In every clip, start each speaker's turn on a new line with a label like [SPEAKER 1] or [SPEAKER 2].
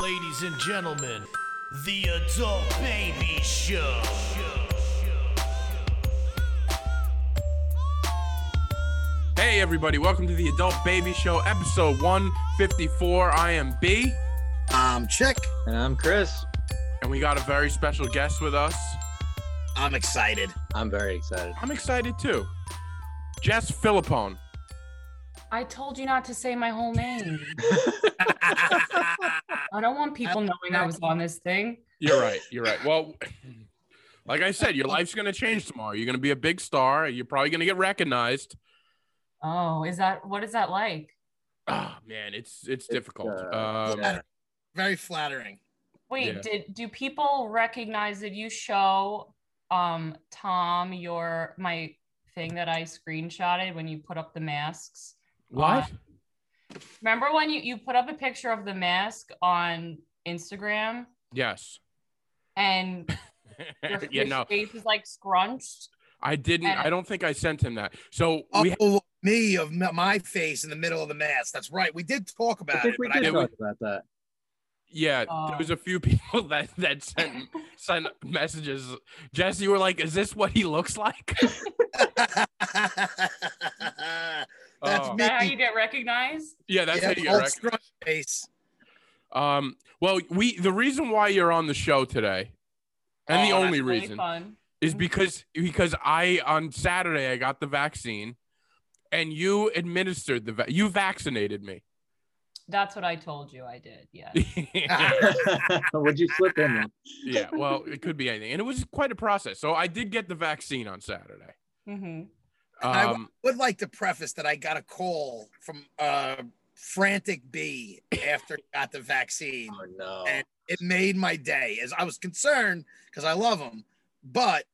[SPEAKER 1] Ladies and gentlemen, the Adult Baby Show.
[SPEAKER 2] Hey everybody, welcome to the Adult Baby Show, episode 154. I am B,
[SPEAKER 3] I'm Chick.
[SPEAKER 4] And I'm Chris.
[SPEAKER 2] and we got a very special guest with us.
[SPEAKER 3] I'm excited.
[SPEAKER 4] I'm very excited.
[SPEAKER 2] I'm excited too. Jess Philippone.
[SPEAKER 5] I told you not to say my whole name.
[SPEAKER 2] Oh,
[SPEAKER 5] I don't want people knowing I was on this thing.
[SPEAKER 2] You're right. You're right. Well, like I said, your life's going to change tomorrow. You're going to be a big star. You're probably going to get recognized.
[SPEAKER 5] Oh, is that what is that like?
[SPEAKER 2] Oh, man, it's it's difficult.
[SPEAKER 4] uh,
[SPEAKER 2] Um,
[SPEAKER 4] yeah.
[SPEAKER 3] Very flattering.
[SPEAKER 5] Wait,
[SPEAKER 2] Yeah.
[SPEAKER 5] did do people recognize that you show um Tom your my thing that I screenshotted when you put up the masks?
[SPEAKER 2] What?
[SPEAKER 5] Remember when you you put up a picture of the mask on Instagram
[SPEAKER 2] Yes.
[SPEAKER 5] and your,
[SPEAKER 2] yeah,
[SPEAKER 5] your
[SPEAKER 2] no,
[SPEAKER 5] face is like scrunched?
[SPEAKER 2] I didn't. I don't think I sent him that. So
[SPEAKER 3] Oh,
[SPEAKER 2] we
[SPEAKER 3] me of m- my face in the middle of the mask. That's right. We did talk
[SPEAKER 4] I
[SPEAKER 3] about it,
[SPEAKER 4] think we
[SPEAKER 3] but I
[SPEAKER 4] did
[SPEAKER 2] did
[SPEAKER 3] didn't
[SPEAKER 4] talk about that.
[SPEAKER 2] Yeah, there
[SPEAKER 5] Oh.
[SPEAKER 2] was a few people that that sent sent messages. Jess, you were like, "Is this what he looks like?"
[SPEAKER 3] That's
[SPEAKER 2] Oh,
[SPEAKER 5] Is that how
[SPEAKER 3] Me.
[SPEAKER 5] you get recognized?
[SPEAKER 2] yeah, that's
[SPEAKER 3] yeah,
[SPEAKER 2] how you
[SPEAKER 3] old
[SPEAKER 2] get rec-
[SPEAKER 3] scrunch face.
[SPEAKER 2] Um, well, we the reason why you're on the show today, and the
[SPEAKER 5] Oh, that's
[SPEAKER 2] only
[SPEAKER 5] really
[SPEAKER 2] reason
[SPEAKER 5] fun.
[SPEAKER 2] is because because I on Saturday I got the vaccine, and you administered the va- you vaccinated me.
[SPEAKER 5] That's what I told you I did. Yeah.
[SPEAKER 4] Would you slip in? there?
[SPEAKER 2] yeah, well, it could be anything, and it was quite a process. So I did get the vaccine on Saturday.
[SPEAKER 5] Mhm.
[SPEAKER 3] I
[SPEAKER 2] Um,
[SPEAKER 3] Would like to preface that I got a call from uh, frantic B after I got the vaccine.
[SPEAKER 4] Oh no.
[SPEAKER 3] And it made my day. As I was concerned because I love him, but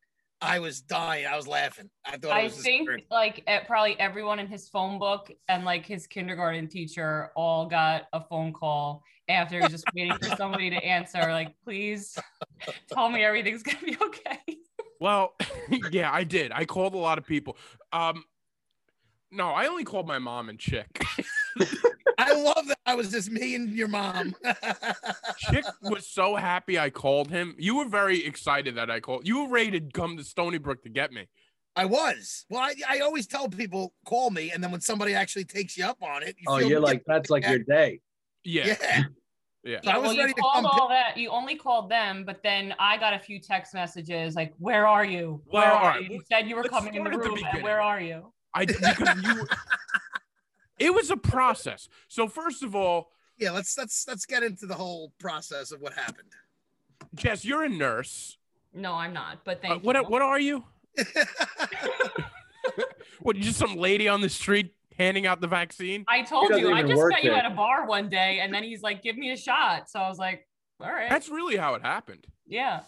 [SPEAKER 3] I was dying. I was laughing. I thought it
[SPEAKER 5] I
[SPEAKER 3] was
[SPEAKER 5] think
[SPEAKER 3] hysterical.
[SPEAKER 5] like at probably everyone in his phone book and like his kindergarten teacher all got a phone call after he was just waiting for somebody to answer, like, please tell me everything's gonna be okay.
[SPEAKER 2] Well, yeah, I did. I called a lot of people. Um, no, I only called my mom and Chick.
[SPEAKER 3] I love that I was just me and your mom.
[SPEAKER 2] Chick was so happy I called him. You were very excited that I called. You were ready to come to Stony Brook to get me.
[SPEAKER 3] I was. Well, I, I always tell people call me, and then when somebody actually takes you up on it, you
[SPEAKER 4] oh,
[SPEAKER 3] feel
[SPEAKER 4] you're
[SPEAKER 3] good.
[SPEAKER 4] like that's like your day.
[SPEAKER 2] Yeah,
[SPEAKER 3] yeah.
[SPEAKER 2] Yeah.
[SPEAKER 3] So I was
[SPEAKER 5] well,
[SPEAKER 3] ready
[SPEAKER 5] you
[SPEAKER 3] to
[SPEAKER 5] called
[SPEAKER 3] come.
[SPEAKER 5] all that. You only called them, but then I got a few text messages like, "Where are you? Where
[SPEAKER 2] Well, all
[SPEAKER 5] are
[SPEAKER 2] right,
[SPEAKER 5] you? You said you were
[SPEAKER 2] let's
[SPEAKER 5] coming in the
[SPEAKER 2] start at the
[SPEAKER 5] room,
[SPEAKER 2] beginning.
[SPEAKER 5] and where are you?"
[SPEAKER 2] I because you. It was a process. So first of all,
[SPEAKER 3] Yeah, let's let's let's get into the whole process of what happened.
[SPEAKER 2] Jess, you're a nurse.
[SPEAKER 5] No, I'm not. But
[SPEAKER 2] Uh,
[SPEAKER 5] thank
[SPEAKER 2] what
[SPEAKER 5] you.
[SPEAKER 2] what are you? What you just some lady on the street handing out the vaccine?
[SPEAKER 5] I told
[SPEAKER 4] doesn't
[SPEAKER 5] you, I
[SPEAKER 4] even
[SPEAKER 5] just
[SPEAKER 4] work
[SPEAKER 5] met you
[SPEAKER 4] there.
[SPEAKER 5] at a bar one day, and then he's like, "Give me a shot." So I was like, "All right,
[SPEAKER 2] That's really how it happened.
[SPEAKER 5] yeah."
[SPEAKER 4] Oh,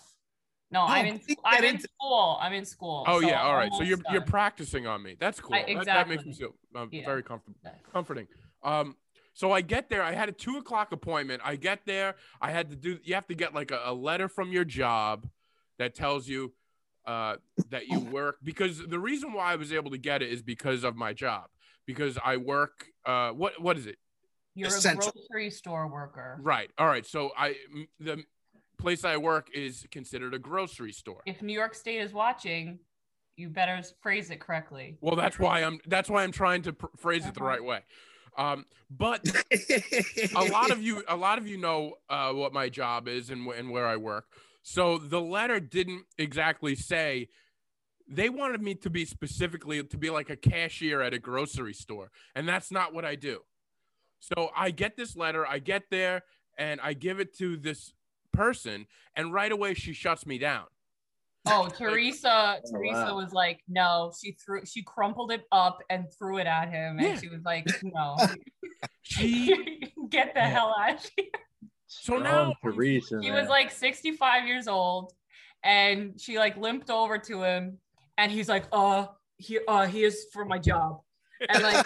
[SPEAKER 5] No, I'm in.
[SPEAKER 3] please
[SPEAKER 5] I'm
[SPEAKER 3] get
[SPEAKER 5] in
[SPEAKER 3] into-
[SPEAKER 5] school. I'm in school.
[SPEAKER 2] Oh
[SPEAKER 5] so
[SPEAKER 2] yeah,
[SPEAKER 5] I'm
[SPEAKER 2] all right. So
[SPEAKER 5] almost
[SPEAKER 2] you're you're
[SPEAKER 5] done.
[SPEAKER 2] practicing on me. That's cool.
[SPEAKER 5] I-
[SPEAKER 2] That- That, makes me feel
[SPEAKER 5] exactly.
[SPEAKER 2] um,
[SPEAKER 5] Yeah.
[SPEAKER 2] very comfortable,
[SPEAKER 5] Exactly.
[SPEAKER 2] comforting. Um, so I get there. I had a two o'clock appointment. I get there. I had to do. You have to get like a, a letter from your job that tells you uh, that you work because the reason why I was able to get it is because of my job. Because I work. Uh, what what is it?
[SPEAKER 5] you're
[SPEAKER 3] Essential.
[SPEAKER 5] a grocery store worker.
[SPEAKER 2] Right. All right. So I m- the place I work is considered a grocery store.
[SPEAKER 5] If New York State is watching, you better phrase it correctly.
[SPEAKER 2] Well, that's why I'm that's why I'm trying to pr- phrase it the
[SPEAKER 5] Uh-huh.
[SPEAKER 2] right way. Um, but a lot of you a lot of you know uh, what my job is and, wh- and where I work. So the letter didn't exactly say they wanted me to be specifically to be like a cashier at a grocery store, and that's not what I do. So I get this letter, I get there, and I give it to this person, and right away she shuts me down.
[SPEAKER 5] Oh, Teresa!
[SPEAKER 4] Oh,
[SPEAKER 5] Teresa
[SPEAKER 4] wow.
[SPEAKER 5] was like, "No," she threw, she crumpled it up and threw it at him, and
[SPEAKER 2] Yeah.
[SPEAKER 5] she was like, "No,
[SPEAKER 2] She
[SPEAKER 5] get the
[SPEAKER 4] Yeah.
[SPEAKER 5] hell out of here."
[SPEAKER 2] So
[SPEAKER 4] Strong
[SPEAKER 2] now-
[SPEAKER 4] Teresa,
[SPEAKER 5] She
[SPEAKER 4] man.
[SPEAKER 5] was like 65 years old and she like limped over to him and he's like, uh, he uh here's for my job. And like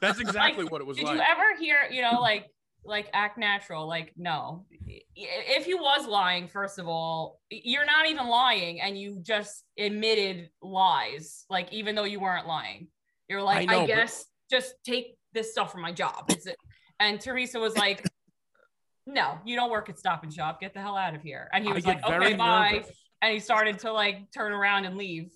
[SPEAKER 2] that's exactly what it was
[SPEAKER 5] did
[SPEAKER 2] like.
[SPEAKER 5] you ever hear, you know, like like act natural, like no. I- If he was lying, first of all, you're not even lying and you just admitted lies, like even though you weren't lying. You're like,
[SPEAKER 2] I
[SPEAKER 5] I,
[SPEAKER 2] know, but-
[SPEAKER 5] guess just take this stuff from my job. Is it? And Teresa was like, no, you don't work at Stop and Shop. Get the hell out of here. And he
[SPEAKER 2] I
[SPEAKER 5] was
[SPEAKER 2] get
[SPEAKER 5] like,
[SPEAKER 2] very
[SPEAKER 5] okay, bye.
[SPEAKER 2] nervous.
[SPEAKER 5] And he started to like turn around and leave.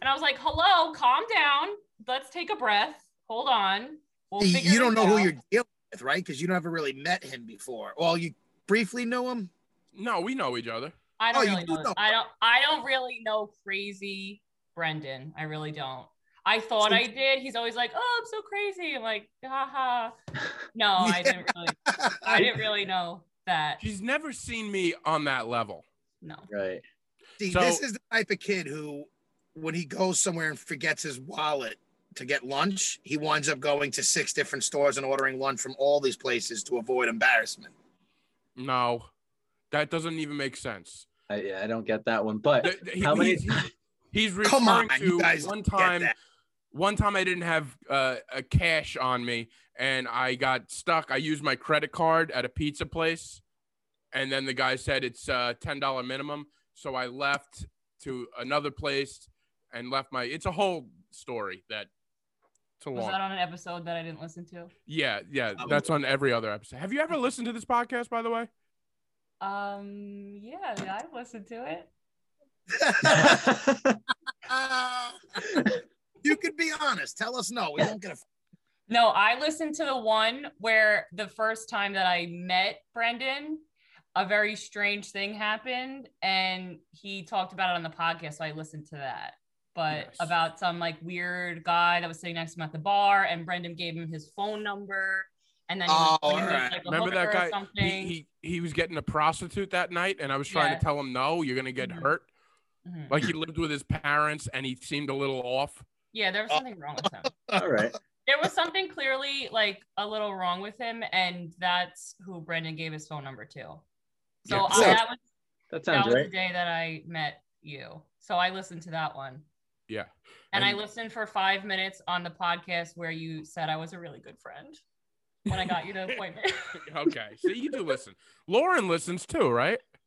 [SPEAKER 5] And I was like, hello, calm down. Let's take a breath. Hold on. We'll
[SPEAKER 3] You-
[SPEAKER 5] figure
[SPEAKER 3] you don't
[SPEAKER 5] it
[SPEAKER 3] know who
[SPEAKER 5] out."
[SPEAKER 3] you're dealing with, right? Because you never really met him before. Well, you briefly knew him.
[SPEAKER 2] No, we know each other.
[SPEAKER 5] I don't
[SPEAKER 3] Oh, you
[SPEAKER 5] really
[SPEAKER 3] do
[SPEAKER 5] know.
[SPEAKER 3] know.
[SPEAKER 5] I don't. I don't really know crazy Brendan. I really don't. I thought
[SPEAKER 3] So-
[SPEAKER 5] I did. He's always like, "Oh, I'm so crazy." I'm like, "Haha." No, I didn't really. I didn't really know that.
[SPEAKER 2] She's never seen me on that level.
[SPEAKER 5] No.
[SPEAKER 4] Right.
[SPEAKER 3] See,
[SPEAKER 2] So-
[SPEAKER 3] this is the type of kid who, when he goes somewhere and forgets his wallet to get lunch, he winds up going to six different stores and ordering lunch from all these places to avoid embarrassment.
[SPEAKER 2] No, that doesn't even make sense.
[SPEAKER 4] I, yeah, I don't get that one. But
[SPEAKER 2] Th- th- he-
[SPEAKER 4] how many?
[SPEAKER 2] He's, he's referring
[SPEAKER 3] Come on,
[SPEAKER 2] to
[SPEAKER 3] you guys
[SPEAKER 2] one
[SPEAKER 3] get
[SPEAKER 2] time.
[SPEAKER 3] that.
[SPEAKER 2] One time I didn't have uh, a cash on me, and I got stuck. I used my credit card at a pizza place, and then the guy said it's uh, ten dollar minimum. So I left to another place and left my. It's a whole story that. Too
[SPEAKER 5] Was
[SPEAKER 2] long.
[SPEAKER 5] that on an episode that I didn't listen to?
[SPEAKER 2] yeah, yeah,
[SPEAKER 3] Oh.
[SPEAKER 2] that's on every other episode. Have you ever listened to this podcast, by the way?
[SPEAKER 5] Um. Yeah, I listened to it.
[SPEAKER 2] Uh.
[SPEAKER 3] you could be honest. Tell us no. We won't get a.
[SPEAKER 5] No, I listened to the one where the first time that I met Brendan, a very strange thing happened and he talked about it on the podcast. So I listened to that. But
[SPEAKER 2] Nice.
[SPEAKER 5] about some like weird guy that was sitting next to him at the bar and Brendan gave him his phone number and then he was
[SPEAKER 3] Oh,
[SPEAKER 5] going to,
[SPEAKER 3] alright.
[SPEAKER 5] like, a
[SPEAKER 2] Remember that
[SPEAKER 5] hooker or
[SPEAKER 2] guy?
[SPEAKER 5] something.
[SPEAKER 2] He, he he was getting a prostitute that night, and I was trying
[SPEAKER 5] Yeah.
[SPEAKER 2] to tell him no, you're gonna get
[SPEAKER 5] Mhm.
[SPEAKER 2] hurt.
[SPEAKER 5] Mhm.
[SPEAKER 2] Like he lived with his parents, and he seemed a little off.
[SPEAKER 5] yeah, there was something wrong with him.
[SPEAKER 4] All right.
[SPEAKER 5] There was something clearly like a little wrong with him, and that's who Brendan gave his phone number to. So
[SPEAKER 2] Yeah.
[SPEAKER 5] I,
[SPEAKER 3] So-
[SPEAKER 5] that was
[SPEAKER 4] That
[SPEAKER 5] that
[SPEAKER 4] sounds
[SPEAKER 5] was
[SPEAKER 4] right.
[SPEAKER 5] the day that I met you. So I listened to that one.
[SPEAKER 2] Yeah,
[SPEAKER 5] And, I
[SPEAKER 2] And-
[SPEAKER 5] listened for five minutes on the podcast where you said I was a really good friend when I got you the appointment.
[SPEAKER 2] okay. So you do listen. Lauren listens too, right?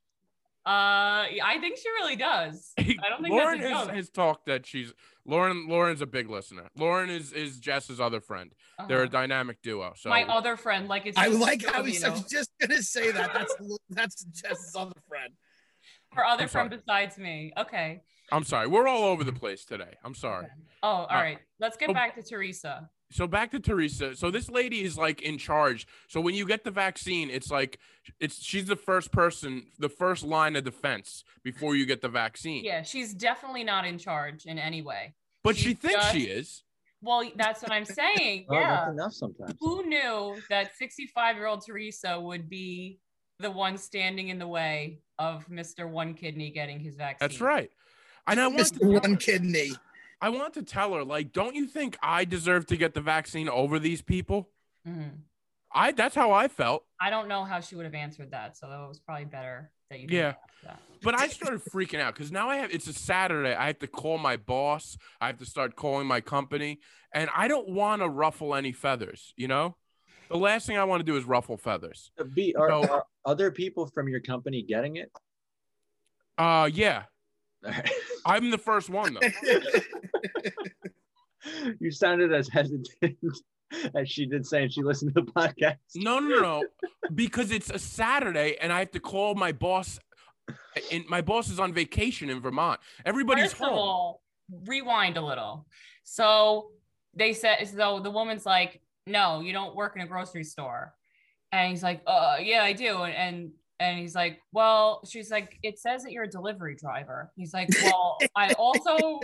[SPEAKER 5] uh, yeah, I think she really does. I don't think
[SPEAKER 2] Lauren
[SPEAKER 5] that's a
[SPEAKER 2] has,
[SPEAKER 5] joke.
[SPEAKER 2] has talked that she's Lauren. Lauren's a big listener. Lauren is is Jess's other friend. They're
[SPEAKER 5] Uh-huh.
[SPEAKER 2] a dynamic duo. So
[SPEAKER 5] My other friend, like it's.
[SPEAKER 3] I
[SPEAKER 5] just
[SPEAKER 3] like
[SPEAKER 5] two
[SPEAKER 3] how
[SPEAKER 5] of
[SPEAKER 3] he's.
[SPEAKER 5] you.
[SPEAKER 3] I was just gonna say that. That's that's Jess's other friend.
[SPEAKER 5] her other
[SPEAKER 2] I'm
[SPEAKER 5] friend besides me. Okay.
[SPEAKER 2] I'm sorry, we're all over the place today. I'm sorry.
[SPEAKER 5] Oh, all
[SPEAKER 2] Uh,
[SPEAKER 5] right. Let's get
[SPEAKER 2] oh.
[SPEAKER 5] back to Teresa.
[SPEAKER 2] so back to Teresa. So this lady is like in charge. So when you get the vaccine, it's like it's she's the first person, the first line of defense before you get the vaccine.
[SPEAKER 5] Yeah, she's definitely not in charge in any way.
[SPEAKER 2] But she
[SPEAKER 5] She's
[SPEAKER 2] thinks
[SPEAKER 5] just-
[SPEAKER 2] she is.
[SPEAKER 5] Well, that's what I'm saying.
[SPEAKER 4] Oh,
[SPEAKER 5] yeah.
[SPEAKER 4] that's enough sometimes.
[SPEAKER 5] who knew that 65 year old Teresa would be the one standing in the way of Mr. One Kidney getting his vaccine?
[SPEAKER 2] That's right. And I want to
[SPEAKER 3] Mr.
[SPEAKER 2] tell
[SPEAKER 3] One
[SPEAKER 2] her-
[SPEAKER 3] Kidney.
[SPEAKER 2] I want to tell her like, don't you think I deserve to get the vaccine over these people?
[SPEAKER 5] Mhm.
[SPEAKER 2] I that's how I felt.
[SPEAKER 5] I don't know how she would have answered that. So that was probably better that you didn't
[SPEAKER 2] Yeah.
[SPEAKER 5] ask that.
[SPEAKER 2] But I started freaking out because now I have it's a Saturday. I have to call my boss. I have to start calling my company, and I don't want to ruffle any feathers. You know, the last thing I want to do is ruffle feathers.
[SPEAKER 4] Uh, B, are,
[SPEAKER 2] So-
[SPEAKER 4] are other people from your company getting it?
[SPEAKER 2] Uh, yeah,
[SPEAKER 4] All right.
[SPEAKER 2] I'm the first one though.
[SPEAKER 4] you sounded as hesitant as she did saying she listened to the podcast.
[SPEAKER 2] No, no, no, because it's a Saturday, and I have to call my boss. And my boss is on vacation in Vermont. Everybody's
[SPEAKER 5] First of
[SPEAKER 2] home.
[SPEAKER 5] all, rewind a little. So they said, so the woman's like, no, you don't work in a grocery store. And he's like, uh, yeah, I do. And, and, and he's like, well, she's like, it says that you're a delivery driver. He's like, well, I also,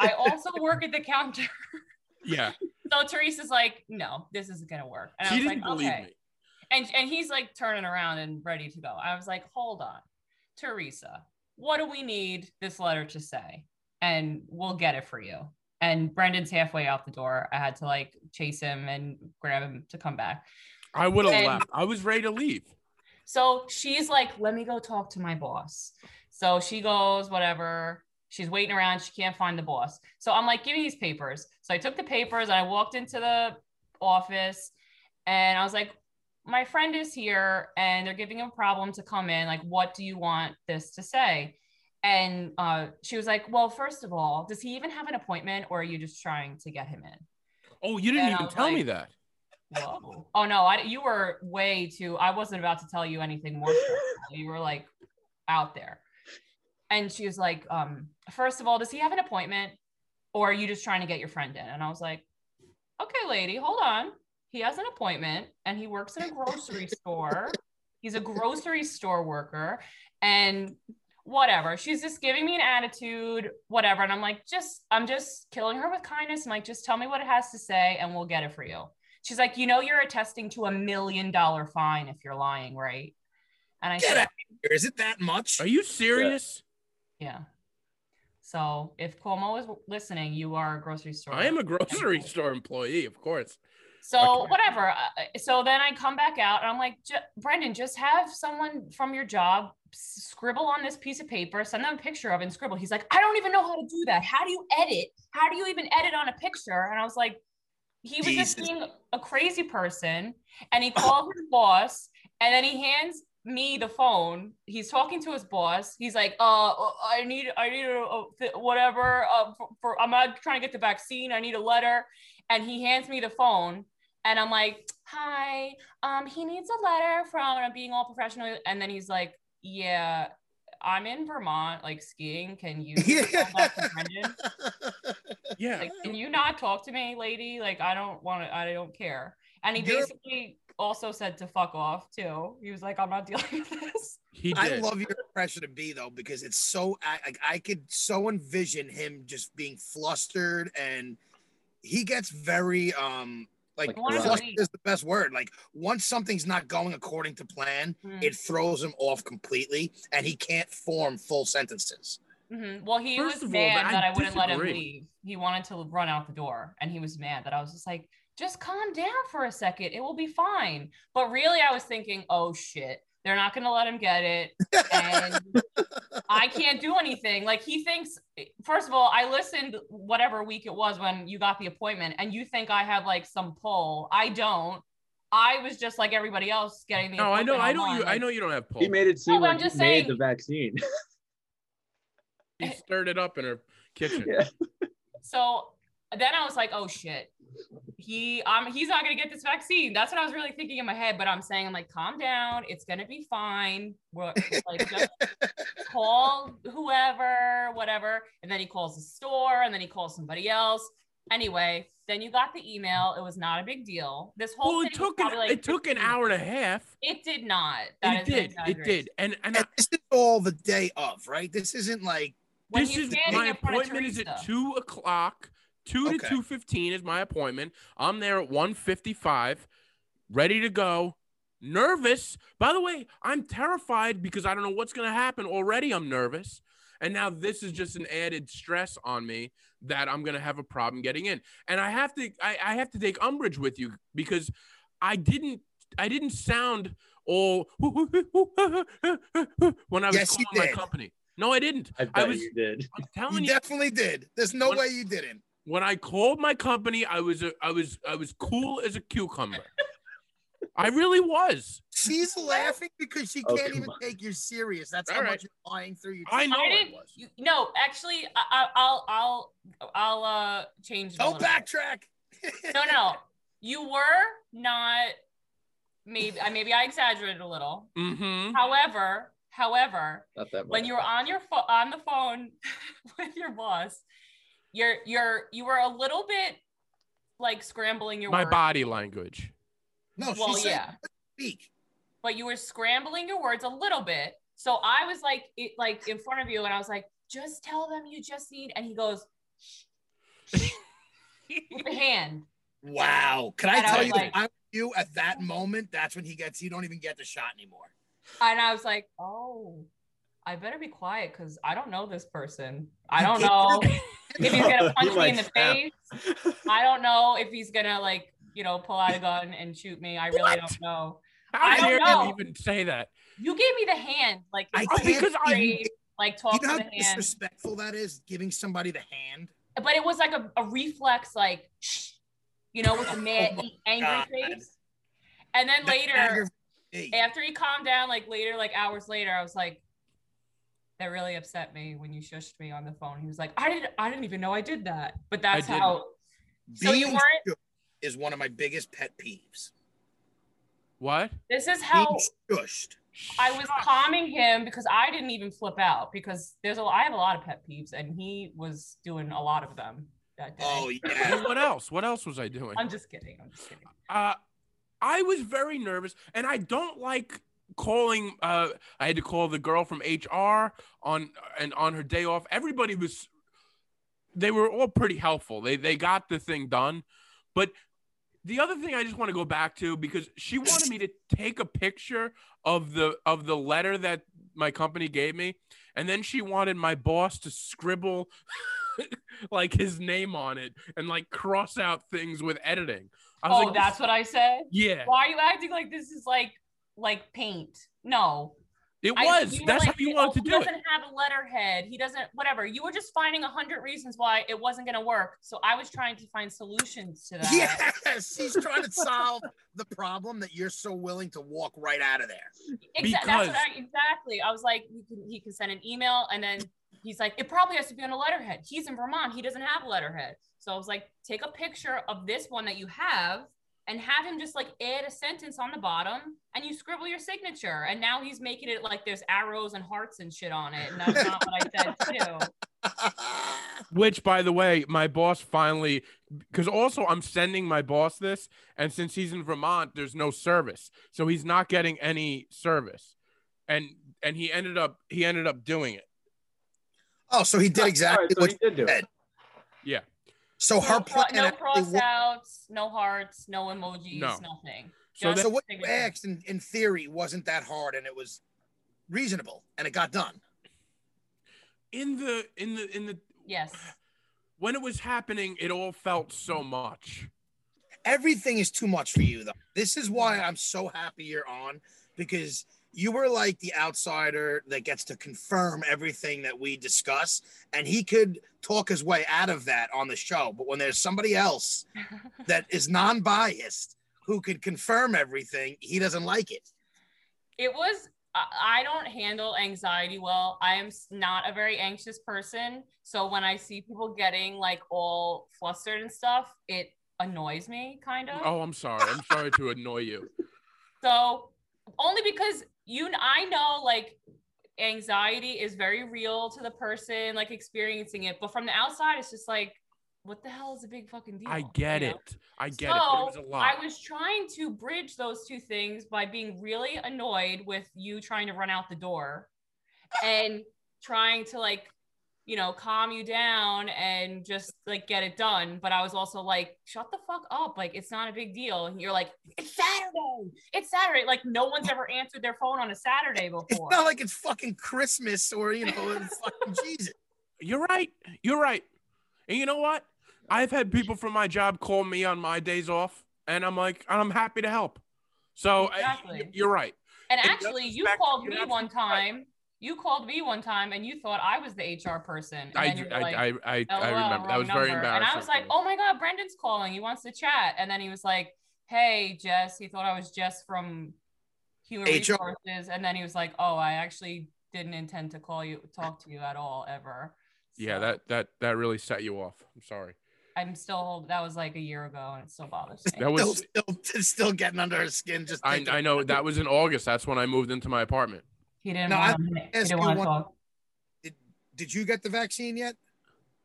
[SPEAKER 5] I also work at the counter.
[SPEAKER 2] Yeah,
[SPEAKER 5] So Teresa's like, no, this isn't gonna work. And I
[SPEAKER 2] she
[SPEAKER 5] was
[SPEAKER 2] didn't
[SPEAKER 5] like,
[SPEAKER 2] believe
[SPEAKER 5] okay.
[SPEAKER 2] me.
[SPEAKER 5] And and he's like turning around and ready to go. I was like, hold on, Teresa, what do we need this letter to say? And we'll get it for you. And Brendan's halfway out the door. I had to like chase him and grab him to come back.
[SPEAKER 2] I would have
[SPEAKER 5] And-
[SPEAKER 2] left. I was ready to leave.
[SPEAKER 5] So she's like, let me go talk to my boss. So she goes, whatever. She's waiting around. She can't find the boss. So I'm like, give me these papers. So I took the papers and I walked into the office and I was like, my friend is here and they're giving him a problem to come in. Like, what do you want this to say? And uh, she was like, well, first of all, does he even have an appointment or are you just trying to get him in?
[SPEAKER 2] Oh, you didn't
[SPEAKER 5] And I
[SPEAKER 2] even
[SPEAKER 5] was
[SPEAKER 2] tell me
[SPEAKER 5] like-
[SPEAKER 2] that.
[SPEAKER 5] Whoa. Oh no, I, you were way too. I wasn't about to tell you anything more. stressful. you were like out there. And she was like, um, first of all, does he have an appointment or are you just trying to get your friend in? And I was like, okay, lady, hold on. He has an appointment and he works in a grocery store. He's a grocery store worker and whatever. She's just giving me an attitude, whatever. And I'm like, just, I'm just killing her with kindness. I'm like, just tell me what it has to say and we'll get it for you. She's like, you know, you're attesting to a million dollar fine if you're lying, right? And I
[SPEAKER 3] Get
[SPEAKER 5] said,
[SPEAKER 3] out of here. Is it that much?
[SPEAKER 2] Are you serious?
[SPEAKER 5] yeah. So if Cuomo is listening, you are a grocery store.
[SPEAKER 2] I am a grocery store employee, of course.
[SPEAKER 5] So
[SPEAKER 2] Okay.
[SPEAKER 5] whatever. I- So then I come back out and I'm like, "J- Brendan, just have someone from your job s- scribble on this piece of paper, send them a picture of it and scribble. He's like, I don't even know how to do that. How do you edit? How do you even edit on a picture? And I was like, he was just
[SPEAKER 3] Jesus.
[SPEAKER 5] being a crazy person. And he called his boss and then he hands me the phone. He's talking to his boss. He's like, "Uh, I need, I need a, a th- whatever. Uh, for, for I'm not trying to get the vaccine. I need a letter." And he hands me the phone, and I'm like, "Hi, um, he needs a letter from." And I'm being all professional, and then he's like, "Yeah, I'm in Vermont, like skiing. Can you?" talk to Brendan?
[SPEAKER 2] Yeah.
[SPEAKER 5] Like, can you not talk to me, lady? Like, I don't want to, I don't care. And he
[SPEAKER 3] You're-
[SPEAKER 5] basically also said to fuck off too. He was like, I'm not dealing with this.
[SPEAKER 2] he
[SPEAKER 3] I
[SPEAKER 2] did.
[SPEAKER 3] love your impression of B though because it's so I like I could so envision him just being flustered and he gets very um like,
[SPEAKER 4] Like,
[SPEAKER 5] Wanna
[SPEAKER 3] flustered
[SPEAKER 5] leave.
[SPEAKER 3] is the best word. Like once something's not going according to plan,
[SPEAKER 2] Hmm.
[SPEAKER 5] Mm.
[SPEAKER 3] it throws him off completely and he can't form full sentences.
[SPEAKER 5] Mhm. Well, he
[SPEAKER 2] First
[SPEAKER 5] was
[SPEAKER 2] of all,
[SPEAKER 5] mad
[SPEAKER 2] I
[SPEAKER 5] that I wouldn't let him
[SPEAKER 2] disagree.
[SPEAKER 5] leave. He wanted to run out the door, and he was mad that I was just like, just calm down for a second. It will be fine. But really, I was thinking, oh shit, they're not going to let him get it. And I can't do anything. Like, he thinks, first of all, I listened whatever week it was when you got the appointment, and you think I have like some pull. I don't. I was just like everybody else getting the
[SPEAKER 2] No, I know.
[SPEAKER 5] appointment
[SPEAKER 2] I know
[SPEAKER 5] online.
[SPEAKER 2] you. I
[SPEAKER 5] Like,
[SPEAKER 2] know you don't have pull.
[SPEAKER 4] He made it seem
[SPEAKER 5] No, but I'm
[SPEAKER 4] like he
[SPEAKER 5] just
[SPEAKER 4] made the
[SPEAKER 5] saying-
[SPEAKER 4] vaccine.
[SPEAKER 2] He stirred it up in her kitchen.
[SPEAKER 4] yeah.
[SPEAKER 5] So then I was like, oh shit, he um he's not gonna get this vaccine. That's what I was really thinking in my head. But I'm saying I'm like, calm down, it's gonna be fine. We're like just call whoever, whatever. And then he calls the store, and then he calls somebody else. Anyway, then you got the email. It was not a big deal. This whole
[SPEAKER 2] Well,
[SPEAKER 5] thing
[SPEAKER 2] it
[SPEAKER 5] was
[SPEAKER 2] took an,
[SPEAKER 5] probably, like,
[SPEAKER 2] it took an
[SPEAKER 5] 15
[SPEAKER 2] hour and a half.
[SPEAKER 5] It did not.
[SPEAKER 2] It
[SPEAKER 5] That is an
[SPEAKER 2] did. It
[SPEAKER 5] exaggeration.
[SPEAKER 2] did. And and I,
[SPEAKER 3] And this is all the day of, right? This isn't like
[SPEAKER 5] When
[SPEAKER 2] this
[SPEAKER 5] he's
[SPEAKER 2] is
[SPEAKER 5] standing
[SPEAKER 2] my
[SPEAKER 5] in front of
[SPEAKER 2] appointment is at
[SPEAKER 5] Teresa.
[SPEAKER 2] two o'clock. Two to
[SPEAKER 3] Okay.
[SPEAKER 2] two fifteen is my appointment. I'm there at one fifty five, ready to go. Nervous. By the way, I'm terrified because I don't know what's gonna happen. Already I'm nervous. And now this is just an added stress on me that I'm gonna have a problem getting in. And I have to I, I have to take umbrage with you because I didn't I didn't sound all when I was
[SPEAKER 3] Yes, you
[SPEAKER 2] calling my
[SPEAKER 3] did.
[SPEAKER 2] company. No, I didn't.
[SPEAKER 4] I bet
[SPEAKER 2] I was
[SPEAKER 4] you did.
[SPEAKER 3] you
[SPEAKER 2] I'm telling you,
[SPEAKER 3] definitely did. There's no
[SPEAKER 2] One-
[SPEAKER 3] way you didn't.
[SPEAKER 2] when I called my company, I was a, I was I was cool as a cucumber. I really was.
[SPEAKER 3] She's laughing because she
[SPEAKER 4] Oh,
[SPEAKER 3] can't
[SPEAKER 4] come
[SPEAKER 3] even
[SPEAKER 4] on.
[SPEAKER 3] take you serious. That's
[SPEAKER 2] All
[SPEAKER 3] how
[SPEAKER 2] right.
[SPEAKER 3] much you're lying through your
[SPEAKER 2] I know
[SPEAKER 5] I
[SPEAKER 2] I
[SPEAKER 5] didn't.
[SPEAKER 2] was.
[SPEAKER 5] You, no, actually, I, I- I'll I'll I'll uh change. it a
[SPEAKER 3] Don't
[SPEAKER 5] little bit.
[SPEAKER 3] backtrack.
[SPEAKER 5] No, no, you were not. Maybe I maybe I exaggerated a little.
[SPEAKER 2] Mm-hmm.
[SPEAKER 5] However, however,
[SPEAKER 4] Not that much.
[SPEAKER 5] when you were on your pho- on the phone with your boss, you're you're you were a little bit like scrambling your
[SPEAKER 2] My
[SPEAKER 5] words.
[SPEAKER 2] body language.
[SPEAKER 3] No, she
[SPEAKER 5] Well,
[SPEAKER 3] said
[SPEAKER 5] yeah.
[SPEAKER 3] speak.
[SPEAKER 5] but you were scrambling your words a little bit. So I was like, it, like in front of you, and I was like, just tell them you just need. And he goes, with the hand.
[SPEAKER 3] Wow. Can I
[SPEAKER 5] And I
[SPEAKER 3] tell
[SPEAKER 5] was
[SPEAKER 3] you,
[SPEAKER 5] like-
[SPEAKER 3] if I'm you at that moment, that's when he gets, you don't even get the shot anymore.
[SPEAKER 5] And I was like, oh, I better be quiet because I don't know this person. I
[SPEAKER 3] You
[SPEAKER 5] don't
[SPEAKER 3] can't
[SPEAKER 5] know
[SPEAKER 3] do
[SPEAKER 5] if he's gonna punch
[SPEAKER 4] You
[SPEAKER 5] me
[SPEAKER 4] might
[SPEAKER 5] in the
[SPEAKER 4] snap.
[SPEAKER 5] face. I don't know if he's gonna like, you know, pull out a gun and shoot me. I really
[SPEAKER 2] What?
[SPEAKER 5] don't know.
[SPEAKER 2] How
[SPEAKER 5] I don't
[SPEAKER 2] dare
[SPEAKER 5] know.
[SPEAKER 2] you even say that?
[SPEAKER 5] You gave me the hand, like
[SPEAKER 3] I
[SPEAKER 5] it's
[SPEAKER 2] Oh, because I-
[SPEAKER 5] brave, like
[SPEAKER 3] You
[SPEAKER 5] talk
[SPEAKER 3] know how
[SPEAKER 5] to the hand.
[SPEAKER 3] disrespectful that is, giving somebody the hand?
[SPEAKER 5] but it was like a, a reflex, like shh, you know, with a mad,
[SPEAKER 3] Oh my
[SPEAKER 5] angry
[SPEAKER 3] God.
[SPEAKER 5] face. And then
[SPEAKER 3] That
[SPEAKER 5] later,
[SPEAKER 3] aggravates me.
[SPEAKER 5] after he calmed down, like later, like hours later, I was like, that really upset me when you shushed me on the phone. He was like, I didn't, I didn't even know I did that. But that's
[SPEAKER 2] didn't.
[SPEAKER 5] how. So you
[SPEAKER 3] Being
[SPEAKER 5] weren't.
[SPEAKER 3] shook is one of my biggest pet peeves.
[SPEAKER 2] What?
[SPEAKER 5] This is how
[SPEAKER 3] Being shushed.
[SPEAKER 5] I was calming him because I didn't even flip out because there's a I have a lot of pet peeves and he was doing a lot of them that day.
[SPEAKER 3] Oh yeah.
[SPEAKER 2] Well, what else? What else was I doing?
[SPEAKER 5] I'm just kidding. I'm just kidding.
[SPEAKER 2] Uh, I was very nervous, and I don't like calling. Uh, I had to call the girl from HR on and on her day off. Everybody was, they were all pretty helpful. They they got the thing done, but the other thing I just want to go back to because she wanted me to take a picture of the of the letter that my company gave me, and then she wanted my boss to scribble. like his name on it and like cross out things with editing. I was
[SPEAKER 5] Oh,
[SPEAKER 2] like, this-
[SPEAKER 5] that's what I said.
[SPEAKER 2] yeah,
[SPEAKER 5] Why are you acting like this is like like paint? No,
[SPEAKER 2] it
[SPEAKER 5] I-
[SPEAKER 2] was.
[SPEAKER 5] you were
[SPEAKER 2] That's how
[SPEAKER 5] like,
[SPEAKER 2] you
[SPEAKER 5] oh,
[SPEAKER 2] wanted to
[SPEAKER 5] He
[SPEAKER 2] do it.
[SPEAKER 5] doesn't have a letterhead. He doesn't. Whatever. You were just finding a hundred reasons why it wasn't going to work. So I was trying to find solutions to that.
[SPEAKER 3] Yes, he's trying to solve the problem that you're so willing to walk right out of there.
[SPEAKER 5] Exa- that's
[SPEAKER 2] Because-
[SPEAKER 5] what I, exactly. I was like, he can, he can send an email, and then he's like, it probably has to be on a letterhead. He's in Vermont. He doesn't have a letterhead. So I was like, take a picture of this one that you have. And have him just like add a sentence on the bottom, and you scribble your signature. And now he's making it like there's arrows and hearts and shit on it, and that's not what I said to do.
[SPEAKER 2] Which, by the way, my boss finally, because also I'm sending my boss this, and since he's in Vermont, there's no service, so he's not getting any service, and and he ended up he ended up doing it.
[SPEAKER 3] oh, so he did exactly
[SPEAKER 4] All right, so
[SPEAKER 3] what.
[SPEAKER 4] he did do it.
[SPEAKER 3] said.
[SPEAKER 2] Yeah,
[SPEAKER 3] So her
[SPEAKER 5] no, cro-
[SPEAKER 3] plan.
[SPEAKER 5] no
[SPEAKER 3] actually
[SPEAKER 5] cross
[SPEAKER 3] worked.
[SPEAKER 5] outs, no hearts, no emojis,
[SPEAKER 2] No.
[SPEAKER 5] nothing.
[SPEAKER 2] so
[SPEAKER 5] Just-
[SPEAKER 2] that,
[SPEAKER 3] so what you
[SPEAKER 5] figure it out.
[SPEAKER 3] asked in, in theory wasn't that hard, and it was reasonable, and it got done.
[SPEAKER 2] in the in the in the
[SPEAKER 5] Yes.
[SPEAKER 2] when it was happening, it all felt so much.
[SPEAKER 3] everything is too much for you though. This is why I'm so happy you're on because you were like the outsider that gets to confirm everything that we discuss and he could talk his way out of that on the show. But when there's somebody else that is non-biased who could confirm everything, he doesn't like it.
[SPEAKER 5] It was, I I don't handle anxiety well. I am s- not a very anxious person. So when I see people getting like all flustered and stuff, it annoys me kind of.
[SPEAKER 2] Oh, I'm sorry. I'm sorry to annoy you.
[SPEAKER 5] So only because you I know like anxiety is very real to the person like experiencing it, but from the outside it's just like what the hell is a big fucking deal?
[SPEAKER 2] I get
[SPEAKER 5] you know?
[SPEAKER 2] it. I get it. but It was a lot.
[SPEAKER 5] I was trying to bridge those two things by being really annoyed with you trying to run out the door and trying to like, you know, calm you down and just like get it done. But I was also like, shut the fuck up. Like, it's not a big deal. And you're like, it's Saturday. It's Saturday. Like, no one's ever answered their phone on a Saturday
[SPEAKER 3] It's
[SPEAKER 5] before.
[SPEAKER 3] not like it's fucking Christmas or you know, it's fucking Jesus.
[SPEAKER 2] You're right. You're right. And you know what? I've had people from my job call me on my days off, and I'm like, and I'm happy to help. So I-
[SPEAKER 5] Exactly.
[SPEAKER 2] you're right.
[SPEAKER 5] And
[SPEAKER 2] In
[SPEAKER 5] actually, you
[SPEAKER 2] retrospect,
[SPEAKER 5] called
[SPEAKER 2] you're
[SPEAKER 5] me
[SPEAKER 2] absolutely
[SPEAKER 5] one time. You called me one time and you thought I was the HR person. And
[SPEAKER 2] I,
[SPEAKER 5] then you were
[SPEAKER 2] I,
[SPEAKER 5] like,
[SPEAKER 2] I, I, I
[SPEAKER 5] LOL,
[SPEAKER 2] remember that
[SPEAKER 5] wrong
[SPEAKER 2] was very
[SPEAKER 5] number.
[SPEAKER 2] embarrassing.
[SPEAKER 5] And I was like,
[SPEAKER 2] for me.
[SPEAKER 5] oh my God, Brendan's calling. He wants to chat. And then he was like, hey, Jess. He thought I was Jess from Human
[SPEAKER 3] HR.
[SPEAKER 5] Resources. And then he was like, oh, I actually didn't intend to call you, talk to you at all ever.
[SPEAKER 2] yeah,
[SPEAKER 5] So
[SPEAKER 2] that that that really set you off. I'm sorry.
[SPEAKER 5] I'm still, hold- that was like a year ago and it still bothers me.
[SPEAKER 2] That
[SPEAKER 3] Still,
[SPEAKER 2] was
[SPEAKER 3] still, still getting under her skin. Just
[SPEAKER 2] I,
[SPEAKER 3] thinking
[SPEAKER 2] I know that was in August. That's when I moved into my apartment.
[SPEAKER 5] he didn't
[SPEAKER 3] No, I
[SPEAKER 5] want to, he
[SPEAKER 3] ask
[SPEAKER 5] didn't
[SPEAKER 3] you
[SPEAKER 5] want to
[SPEAKER 3] one-
[SPEAKER 5] talk.
[SPEAKER 3] Did you get the vaccine yet?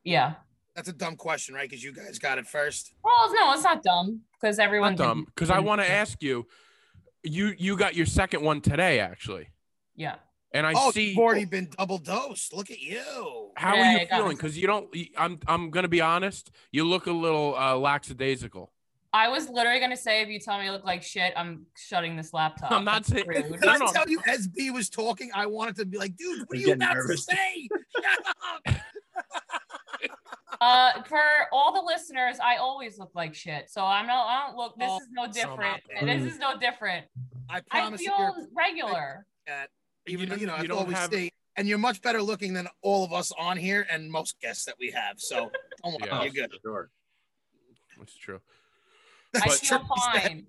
[SPEAKER 5] Yeah.
[SPEAKER 3] That's a dumb question, right? Because you guys got it first.
[SPEAKER 5] Well, no, it's not dumb because everyone.
[SPEAKER 2] Not dumb,
[SPEAKER 5] didn't-
[SPEAKER 2] because Um, I
[SPEAKER 5] didn't-
[SPEAKER 2] want to ask you. You you got your second one today, actually,
[SPEAKER 5] Yeah.
[SPEAKER 2] and I
[SPEAKER 3] oh,
[SPEAKER 2] see.
[SPEAKER 3] you've already been double dosed. Look at you.
[SPEAKER 2] How
[SPEAKER 5] Yeah,
[SPEAKER 2] are
[SPEAKER 5] I
[SPEAKER 2] you
[SPEAKER 5] got
[SPEAKER 2] feeling?
[SPEAKER 5] it.
[SPEAKER 2] Because you don't. I'm. I'm gonna be honest. You look a little uh, lackadaisical.
[SPEAKER 5] I was literally going to say, if you tell me I look like shit, I'm shutting this laptop.
[SPEAKER 2] I'm not saying-
[SPEAKER 5] That's rude.
[SPEAKER 3] Did I
[SPEAKER 2] no.
[SPEAKER 3] tell you SB was talking? I wanted to be like, dude, what are
[SPEAKER 4] I'm
[SPEAKER 3] you
[SPEAKER 4] getting
[SPEAKER 3] about
[SPEAKER 4] nervous.
[SPEAKER 3] to say? Shut up.
[SPEAKER 5] Uh, for all the listeners, I always look like shit, so I'm not. I don't look. This is no different.
[SPEAKER 3] stop it.
[SPEAKER 2] Mm.
[SPEAKER 5] This is no different.
[SPEAKER 3] I
[SPEAKER 5] I
[SPEAKER 3] promise you,
[SPEAKER 5] feel
[SPEAKER 3] you're
[SPEAKER 5] regular.
[SPEAKER 3] that. Even
[SPEAKER 2] You
[SPEAKER 3] though you know,
[SPEAKER 2] don't-
[SPEAKER 3] that's
[SPEAKER 2] you don't
[SPEAKER 3] all we
[SPEAKER 2] have-
[SPEAKER 3] see. And you're much better looking than all of us on here and most guests that we have. So don't worry,
[SPEAKER 2] Yeah.
[SPEAKER 3] you're good.
[SPEAKER 4] Sure.
[SPEAKER 2] That's true.
[SPEAKER 5] I
[SPEAKER 2] But-
[SPEAKER 5] feel fine.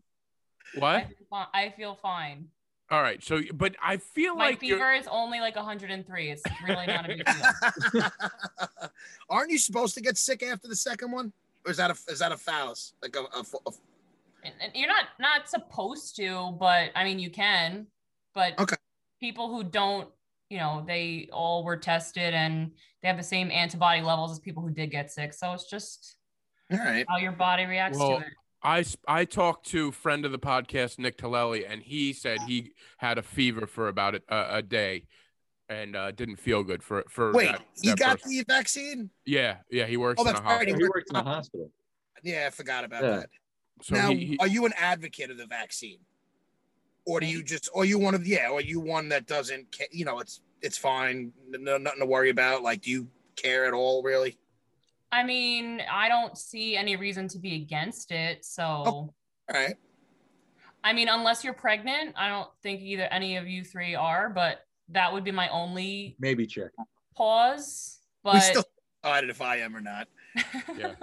[SPEAKER 5] I
[SPEAKER 2] What?
[SPEAKER 5] feel fi- I feel fine.
[SPEAKER 2] All right. So, but I feel
[SPEAKER 5] My
[SPEAKER 2] like you're.
[SPEAKER 5] fever is only like 103. It's really not a big deal.
[SPEAKER 3] Aren't you supposed to get sick after the second one? or is that a is that a phallus? Like a, a, a-
[SPEAKER 5] And, and you're not not supposed to, but I mean you can. But
[SPEAKER 3] Okay.
[SPEAKER 5] people who don't, you know, they all were tested and they have the same antibody levels as people who did get sick. So it's just
[SPEAKER 3] all right.
[SPEAKER 5] how your body reacts
[SPEAKER 2] Well,
[SPEAKER 5] to it.
[SPEAKER 2] I s- I talked to friend of the podcast Nick Talelli, and he said he had a fever for about a, a, a day, and uh, didn't feel good for for.
[SPEAKER 3] Wait,
[SPEAKER 2] that-
[SPEAKER 3] he
[SPEAKER 2] that
[SPEAKER 3] got
[SPEAKER 2] person.
[SPEAKER 3] the vaccine?
[SPEAKER 2] Yeah, yeah, he works
[SPEAKER 3] Oh,
[SPEAKER 2] in a
[SPEAKER 3] that's
[SPEAKER 2] hospital,
[SPEAKER 3] right,
[SPEAKER 4] He works in a hospital.
[SPEAKER 3] Yeah, I forgot about
[SPEAKER 4] Yeah.
[SPEAKER 3] that.
[SPEAKER 2] so
[SPEAKER 3] now,
[SPEAKER 2] he, he-
[SPEAKER 3] are you an advocate of the vaccine, or do you just, or you one of, yeah, or you one that doesn't, ca- you know, it's it's fine, no, nothing to worry about. Like, do you care at all, really?
[SPEAKER 5] I mean, I don't see any reason to be against
[SPEAKER 3] Oh.
[SPEAKER 5] it. So
[SPEAKER 3] All right,
[SPEAKER 5] I mean, unless you're pregnant, I don't think either any of you three are, but that would be my only
[SPEAKER 4] Maybe check.
[SPEAKER 5] pause.
[SPEAKER 3] we
[SPEAKER 5] But
[SPEAKER 3] still decided if I am or not.
[SPEAKER 2] Yeah.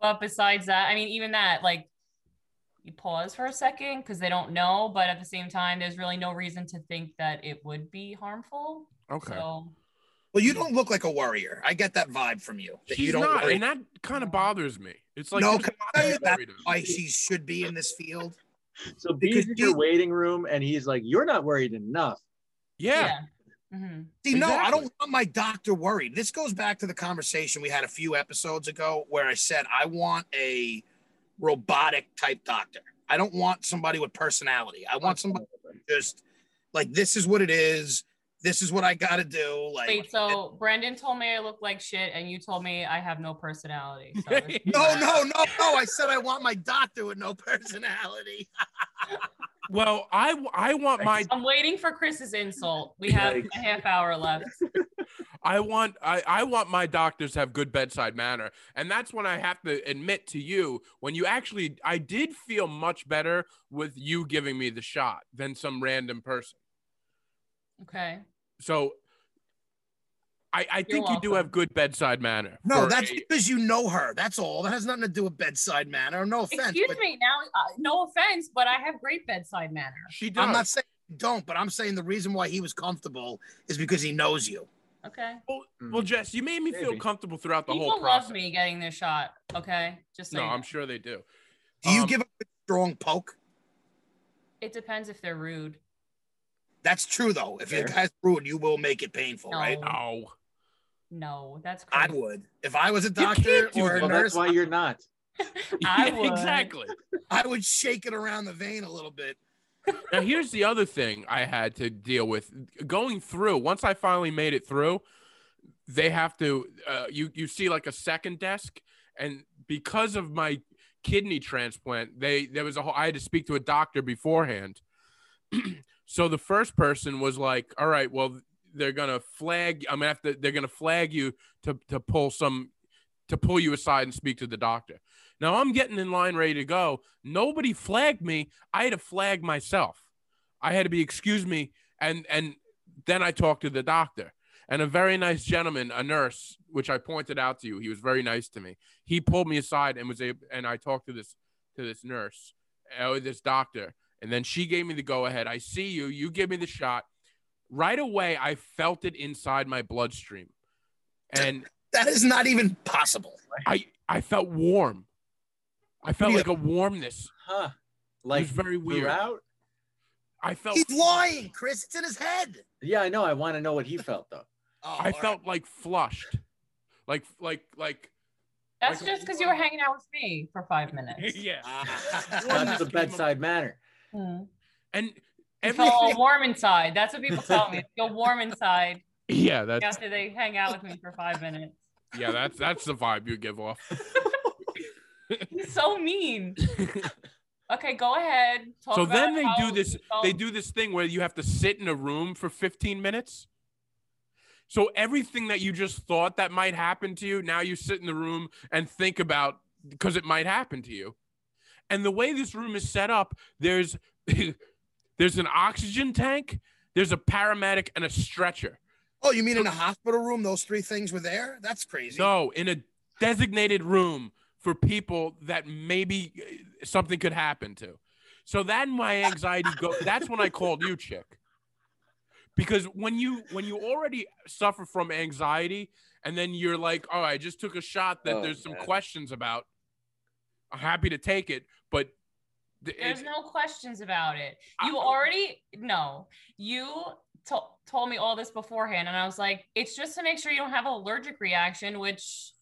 [SPEAKER 5] but besides that, I mean, even that, like, you pause for a second because they don't know, but at the same time, there's really no reason to think that it would be harmful.
[SPEAKER 2] okay.
[SPEAKER 5] So
[SPEAKER 3] Well, you don't look like a worrier. I get that vibe from you. That you
[SPEAKER 2] She's
[SPEAKER 3] don't
[SPEAKER 2] not,
[SPEAKER 3] worry.
[SPEAKER 2] and that kind of bothers me. It's like
[SPEAKER 3] No,
[SPEAKER 2] there's
[SPEAKER 3] can
[SPEAKER 2] a
[SPEAKER 3] I
[SPEAKER 2] lot
[SPEAKER 3] tell
[SPEAKER 2] to
[SPEAKER 3] you
[SPEAKER 2] be
[SPEAKER 3] that-
[SPEAKER 2] worried about.
[SPEAKER 3] Why she should be in this field.
[SPEAKER 4] So
[SPEAKER 3] Because
[SPEAKER 4] B's in your
[SPEAKER 3] you-
[SPEAKER 4] waiting room, and he's like, "You're not worried enough."
[SPEAKER 2] Yeah,
[SPEAKER 5] Mhm.
[SPEAKER 3] See, no, I
[SPEAKER 2] Exactly.
[SPEAKER 3] don't want my doctor worried. This goes back to the conversation we had a few episodes ago where I said I want a robotic type doctor. I don't want somebody with personality. I want somebody just like this is what it is. This is what I got to do. Like
[SPEAKER 5] Wait, so Brandon told me I look like shit, and you told me I have no personality. So
[SPEAKER 3] no, no, no, no. I said I want my doctor with no personality.
[SPEAKER 2] Well, I I want my
[SPEAKER 5] I'm waiting for Chris's insult. We have a half hour left.
[SPEAKER 2] I want I, I want my doctors to have good bedside manner. And that's when I have to admit to you when you actually I did feel much better with you giving me the shot than some random person.
[SPEAKER 5] Okay.
[SPEAKER 2] So I I think you do
[SPEAKER 5] welcome.
[SPEAKER 2] have good bedside manner.
[SPEAKER 3] No,
[SPEAKER 2] for
[SPEAKER 3] that's
[SPEAKER 2] a-
[SPEAKER 3] because you know her. That's all. That has nothing to do with bedside manner. No offense,
[SPEAKER 5] Excuse
[SPEAKER 3] but
[SPEAKER 5] me. Now, uh, no offense, but I have great bedside manner.
[SPEAKER 2] she does.
[SPEAKER 3] I'm not saying you don't. But I'm saying the reason why he was comfortable is because he knows you.
[SPEAKER 5] Okay.
[SPEAKER 2] well, Jess, you made me feel
[SPEAKER 4] Maybe.
[SPEAKER 2] comfortable throughout the whole
[SPEAKER 5] Mm. People
[SPEAKER 2] process.
[SPEAKER 5] love me getting this shot. Okay. Just so
[SPEAKER 2] No,
[SPEAKER 5] you know.
[SPEAKER 2] I'm sure they do.
[SPEAKER 3] Do you
[SPEAKER 2] Um,
[SPEAKER 3] give a good strong poke?
[SPEAKER 5] it depends if they're rude.
[SPEAKER 3] That's true though. If your
[SPEAKER 4] Fair.
[SPEAKER 3] guy's rude, you will make it painful,
[SPEAKER 2] Oh,
[SPEAKER 5] No,
[SPEAKER 3] right?
[SPEAKER 2] No.
[SPEAKER 5] no, that's
[SPEAKER 3] I
[SPEAKER 5] crazy.
[SPEAKER 3] would. If I was a doctor
[SPEAKER 2] can't do
[SPEAKER 3] or a
[SPEAKER 2] that.
[SPEAKER 4] Well,
[SPEAKER 3] nurse,
[SPEAKER 4] that's why you're not.
[SPEAKER 5] I
[SPEAKER 2] Yeah,
[SPEAKER 5] would.
[SPEAKER 2] Exactly.
[SPEAKER 3] I would shake it around the vein a little bit.
[SPEAKER 2] now here's the other thing I had to deal with going through. Once I finally made it through, they have to. Uh, you you see like a second desk, and because of my kidney transplant, they there was a whole. I had to speak to a doctor beforehand. so the first person was like, "All right, well they're gonna flag. I'm gonna have to. They're gonna flag you to to pull some." To pull you aside and speak to the doctor. Now I'm getting in line ready to go. Nobody flagged me. I had to flag myself. I had to be excuse me, and and then I talked to the doctor. And a very nice gentleman, a nurse, which I pointed out to you, he was very nice to me. He pulled me aside and was able, and I talked to this to this nurse, uh, or this doctor, and then she gave me the go ahead. I see you. You give me the shot. Right away, I felt it inside my bloodstream, and
[SPEAKER 3] That is not even possible.
[SPEAKER 2] I I felt warm. I felt
[SPEAKER 3] Yeah.
[SPEAKER 2] like a warmness.
[SPEAKER 4] Huh?
[SPEAKER 2] Like
[SPEAKER 4] Like
[SPEAKER 2] it was very weird.
[SPEAKER 4] throughout?
[SPEAKER 2] I felt
[SPEAKER 3] He's lying, Chris. It's in his head.
[SPEAKER 4] Yeah, I know. I want to know what he felt though.
[SPEAKER 3] Oh,
[SPEAKER 2] I
[SPEAKER 3] all
[SPEAKER 2] felt like flushed, like like like
[SPEAKER 5] That's
[SPEAKER 2] Like-
[SPEAKER 5] just because you were hanging out with me for five minutes.
[SPEAKER 2] yeah.
[SPEAKER 3] right.
[SPEAKER 2] One just
[SPEAKER 4] That's
[SPEAKER 3] Ah.
[SPEAKER 4] the
[SPEAKER 2] came up-
[SPEAKER 4] bedside manner.
[SPEAKER 5] Mm.
[SPEAKER 2] And
[SPEAKER 5] You feel all
[SPEAKER 2] everything,
[SPEAKER 5] warm inside. That's what people tell me. They Feel warm inside
[SPEAKER 2] yeah, that's
[SPEAKER 5] after they hang out with me for five minutes.
[SPEAKER 2] yeah, that's that's the vibe you give off.
[SPEAKER 5] He's so mean. Okay, go ahead. Talk
[SPEAKER 2] so
[SPEAKER 5] about
[SPEAKER 2] then they
[SPEAKER 5] how
[SPEAKER 2] do this
[SPEAKER 5] you felt.
[SPEAKER 2] they do this thing where you have to sit in a room for 15 minutes so everything that you just thought that might happen to you now you sit in the room and think about because it might happen to you and the way this room is set up there's there's an oxygen tank there's a paramedic and a stretcher
[SPEAKER 3] Oh, you mean in a hospital room? Those three things were there? That's crazy.
[SPEAKER 2] no in a designated room for people that maybe uh, something could happen to so then my anxiety go that's when i called you chick because when you when you already suffer from anxiety and then you're like, oh, I just took a shot that
[SPEAKER 4] Oh,
[SPEAKER 2] there's some
[SPEAKER 4] man.
[SPEAKER 2] questions about. I'm happy to take it, but th-
[SPEAKER 5] There's
[SPEAKER 2] it-
[SPEAKER 5] no questions about it.
[SPEAKER 2] I-
[SPEAKER 5] You already no. You to- told me all this beforehand, and I was like, it's just to make sure you don't have an allergic reaction, which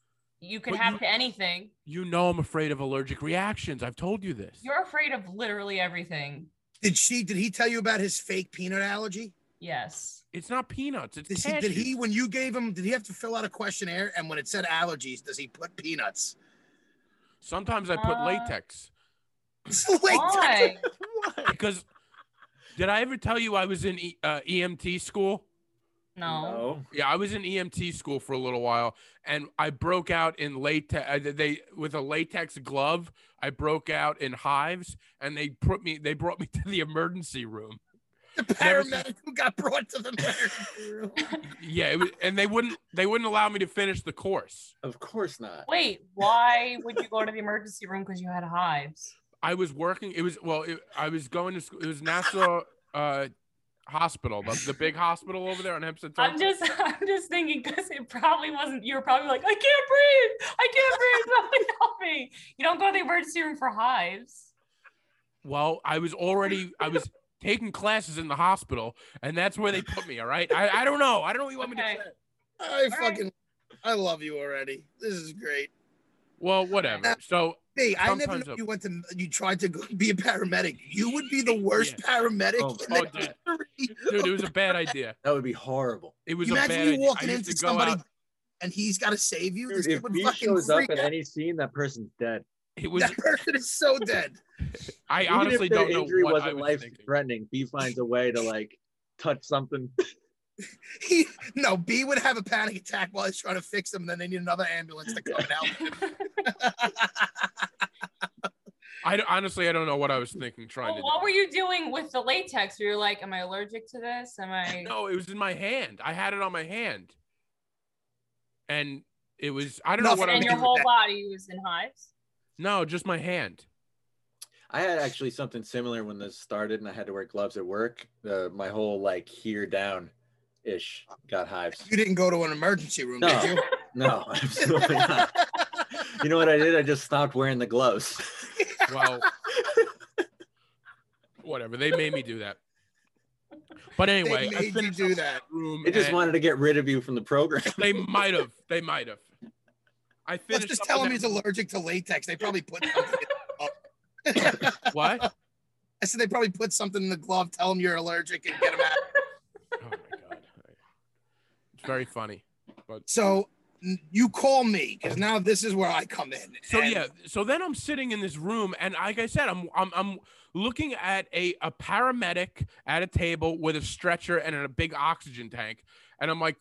[SPEAKER 5] you could
[SPEAKER 2] But
[SPEAKER 5] have
[SPEAKER 2] you-
[SPEAKER 5] to anything.
[SPEAKER 2] you know I'm afraid of allergic reactions. I've told you this.
[SPEAKER 5] You're afraid of literally everything.
[SPEAKER 3] Did she? Did he tell you about his fake peanut allergy?
[SPEAKER 5] Yes.
[SPEAKER 2] it's not peanuts. It's
[SPEAKER 3] Does he, did
[SPEAKER 2] cashews.
[SPEAKER 3] he? When you gave him, did he have to fill out a questionnaire? And when it said allergies, does he put peanuts?
[SPEAKER 2] Sometimes I put
[SPEAKER 5] Uh,
[SPEAKER 2] latex
[SPEAKER 3] It's like-
[SPEAKER 5] Why?
[SPEAKER 2] because. Did I ever tell you I was in e, uh, EMT school?
[SPEAKER 5] No.
[SPEAKER 2] Yeah, I was in EMT school for a little while, and I broke out in latex. I- They with a latex glove, I broke out in hives, and they put me. They brought me to the emergency room.
[SPEAKER 3] the
[SPEAKER 2] Never seen-
[SPEAKER 3] paramedic who got brought to the emergency room.
[SPEAKER 2] Yeah, it was, and they wouldn't. They wouldn't allow me to finish the course.
[SPEAKER 4] Of course not.
[SPEAKER 5] Wait. Why would you go to the emergency room because you had hives?
[SPEAKER 2] I was working. It was well. It, I was going to school. It was Nassau uh, Hospital, the, the big hospital over there on Hempstead.
[SPEAKER 5] I'm
[SPEAKER 2] Turnpike.
[SPEAKER 5] just, I'm just thinking because it probably wasn't. You were probably like, I can't breathe. I can't breathe. Someone help me. You don't go to the emergency room for hives.
[SPEAKER 2] Well, I was already I was taking classes in the hospital, and that's where they put me. All right. I, I don't know. I don't know what you want me
[SPEAKER 5] Okay.
[SPEAKER 2] to say.
[SPEAKER 3] I
[SPEAKER 5] right.
[SPEAKER 3] fucking, I love you already. This is great.
[SPEAKER 2] Well, whatever. So
[SPEAKER 3] Hey, I never
[SPEAKER 2] Sometimes
[SPEAKER 3] knew
[SPEAKER 2] a-
[SPEAKER 3] you went to. You tried to go, be a paramedic. You would be the worst paramedic
[SPEAKER 4] Oh,
[SPEAKER 3] in the
[SPEAKER 2] oh, dude.
[SPEAKER 3] history.
[SPEAKER 2] dude, it was a bad idea.
[SPEAKER 4] That would be horrible.
[SPEAKER 2] It was
[SPEAKER 3] You
[SPEAKER 2] a bad
[SPEAKER 3] imagine you
[SPEAKER 2] idea.
[SPEAKER 3] walking
[SPEAKER 2] I used
[SPEAKER 3] into
[SPEAKER 2] to go
[SPEAKER 3] somebody
[SPEAKER 2] out-
[SPEAKER 3] and he's got to save you.
[SPEAKER 4] Dude,
[SPEAKER 3] This
[SPEAKER 4] if
[SPEAKER 3] kid would
[SPEAKER 4] he
[SPEAKER 3] fucking
[SPEAKER 4] shows up
[SPEAKER 3] freak
[SPEAKER 4] in
[SPEAKER 3] out.
[SPEAKER 4] any scene, that person's dead.
[SPEAKER 2] It was.
[SPEAKER 3] that person is so dead.
[SPEAKER 2] I
[SPEAKER 4] Even
[SPEAKER 2] honestly
[SPEAKER 4] if their
[SPEAKER 2] don't know
[SPEAKER 4] injury
[SPEAKER 2] what I
[SPEAKER 4] wasn't
[SPEAKER 2] was
[SPEAKER 4] life
[SPEAKER 2] thinking.
[SPEAKER 4] threatening. B finds a way to like touch something.
[SPEAKER 3] He no B would have a panic attack while he's trying to fix them. Then they need another ambulance to come and help.
[SPEAKER 2] I d- honestly I don't know what I was thinking trying
[SPEAKER 5] Well,
[SPEAKER 2] to.
[SPEAKER 5] what
[SPEAKER 2] do.
[SPEAKER 5] were you doing with the latex? Were you like, am I allergic to this? Am I?
[SPEAKER 2] No, it was in my hand. I had it on my hand, and it was. I don't know
[SPEAKER 3] Nothing.
[SPEAKER 2] what I
[SPEAKER 5] and
[SPEAKER 2] was.
[SPEAKER 5] your
[SPEAKER 3] doing
[SPEAKER 2] Doing.
[SPEAKER 5] whole
[SPEAKER 3] that.
[SPEAKER 5] body was in hives.
[SPEAKER 2] No, just my hand.
[SPEAKER 4] I had actually something similar when this started, and I had to wear gloves at work. Uh, my whole like here down ish got hives.
[SPEAKER 3] You didn't go to an emergency room,
[SPEAKER 4] No.
[SPEAKER 3] did you?
[SPEAKER 4] No, absolutely not. You know what I did? I just stopped wearing the gloves.
[SPEAKER 2] Well, whatever. They made me do that. But anyway,
[SPEAKER 3] they
[SPEAKER 2] I
[SPEAKER 3] made you
[SPEAKER 2] finished
[SPEAKER 3] do that.
[SPEAKER 2] room.
[SPEAKER 4] It just
[SPEAKER 2] and-
[SPEAKER 4] wanted to get rid of you from the program.
[SPEAKER 2] They might have. They might have. I
[SPEAKER 3] Let's
[SPEAKER 2] finished.
[SPEAKER 3] just
[SPEAKER 2] up
[SPEAKER 3] tell
[SPEAKER 2] in
[SPEAKER 3] him he's
[SPEAKER 2] that-
[SPEAKER 3] allergic to latex. They probably put. Something in the glove.
[SPEAKER 2] What? Oh,
[SPEAKER 3] I said they probably put something in the glove. Tell him you're allergic and get him out.
[SPEAKER 2] Oh my god. It's very funny.
[SPEAKER 3] So n- you call me because now this is where I come in.
[SPEAKER 2] So
[SPEAKER 3] And
[SPEAKER 2] yeah. So then I'm sitting in this room, and like I said, I'm I'm I'm looking at a a paramedic at a table with a stretcher and a big oxygen tank, and I'm like,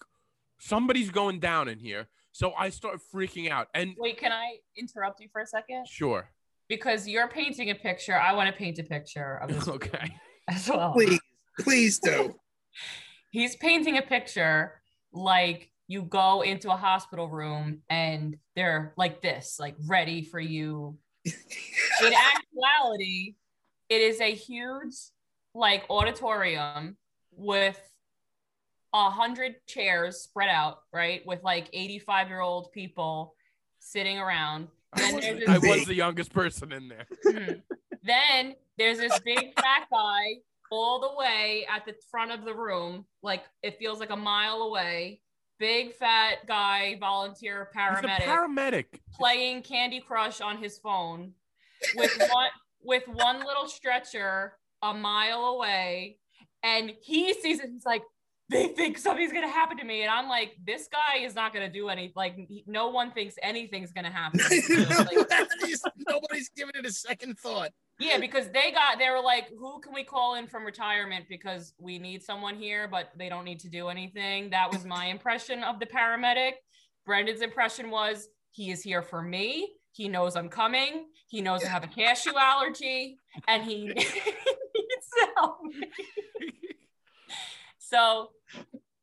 [SPEAKER 2] somebody's going down in here. So I start freaking out. And
[SPEAKER 5] Wait, can I interrupt you for a second?
[SPEAKER 2] sure.
[SPEAKER 5] Because you're painting a picture. I want to paint a picture of this
[SPEAKER 2] Okay.
[SPEAKER 5] as well.
[SPEAKER 3] please, please do.
[SPEAKER 5] He's painting a picture like you go into a hospital room and they're like this, like ready for you. In actuality, it is a huge like auditorium with a hundred chairs spread out, right? With like 85 year old people sitting around.
[SPEAKER 2] I
[SPEAKER 5] And
[SPEAKER 2] was,
[SPEAKER 5] there's
[SPEAKER 2] I
[SPEAKER 5] this
[SPEAKER 2] was the youngest person in there.
[SPEAKER 5] Mhm. then there's this big fat guy all the way at the front of the room, like it feels like a mile away. Big fat guy, volunteer
[SPEAKER 2] He's a
[SPEAKER 5] paramedic,
[SPEAKER 2] paramedic.
[SPEAKER 5] playing Candy Crush on his phone with one with one little stretcher a mile away, and he sees it. He's like. They think something's gonna happen to me, and I'm like, this guy is not gonna do any. Like, he- no one thinks anything's gonna happen. Like,
[SPEAKER 3] Nobody's- Nobody's giving it a second thought.
[SPEAKER 5] Yeah, because they got they were like, who can we call in from retirement because we need someone here, but they don't need to do anything. That was my impression of the paramedic. Brendan's impression was he is here for me. He knows I'm coming. He knows I have a cashew allergy, and he needs help. so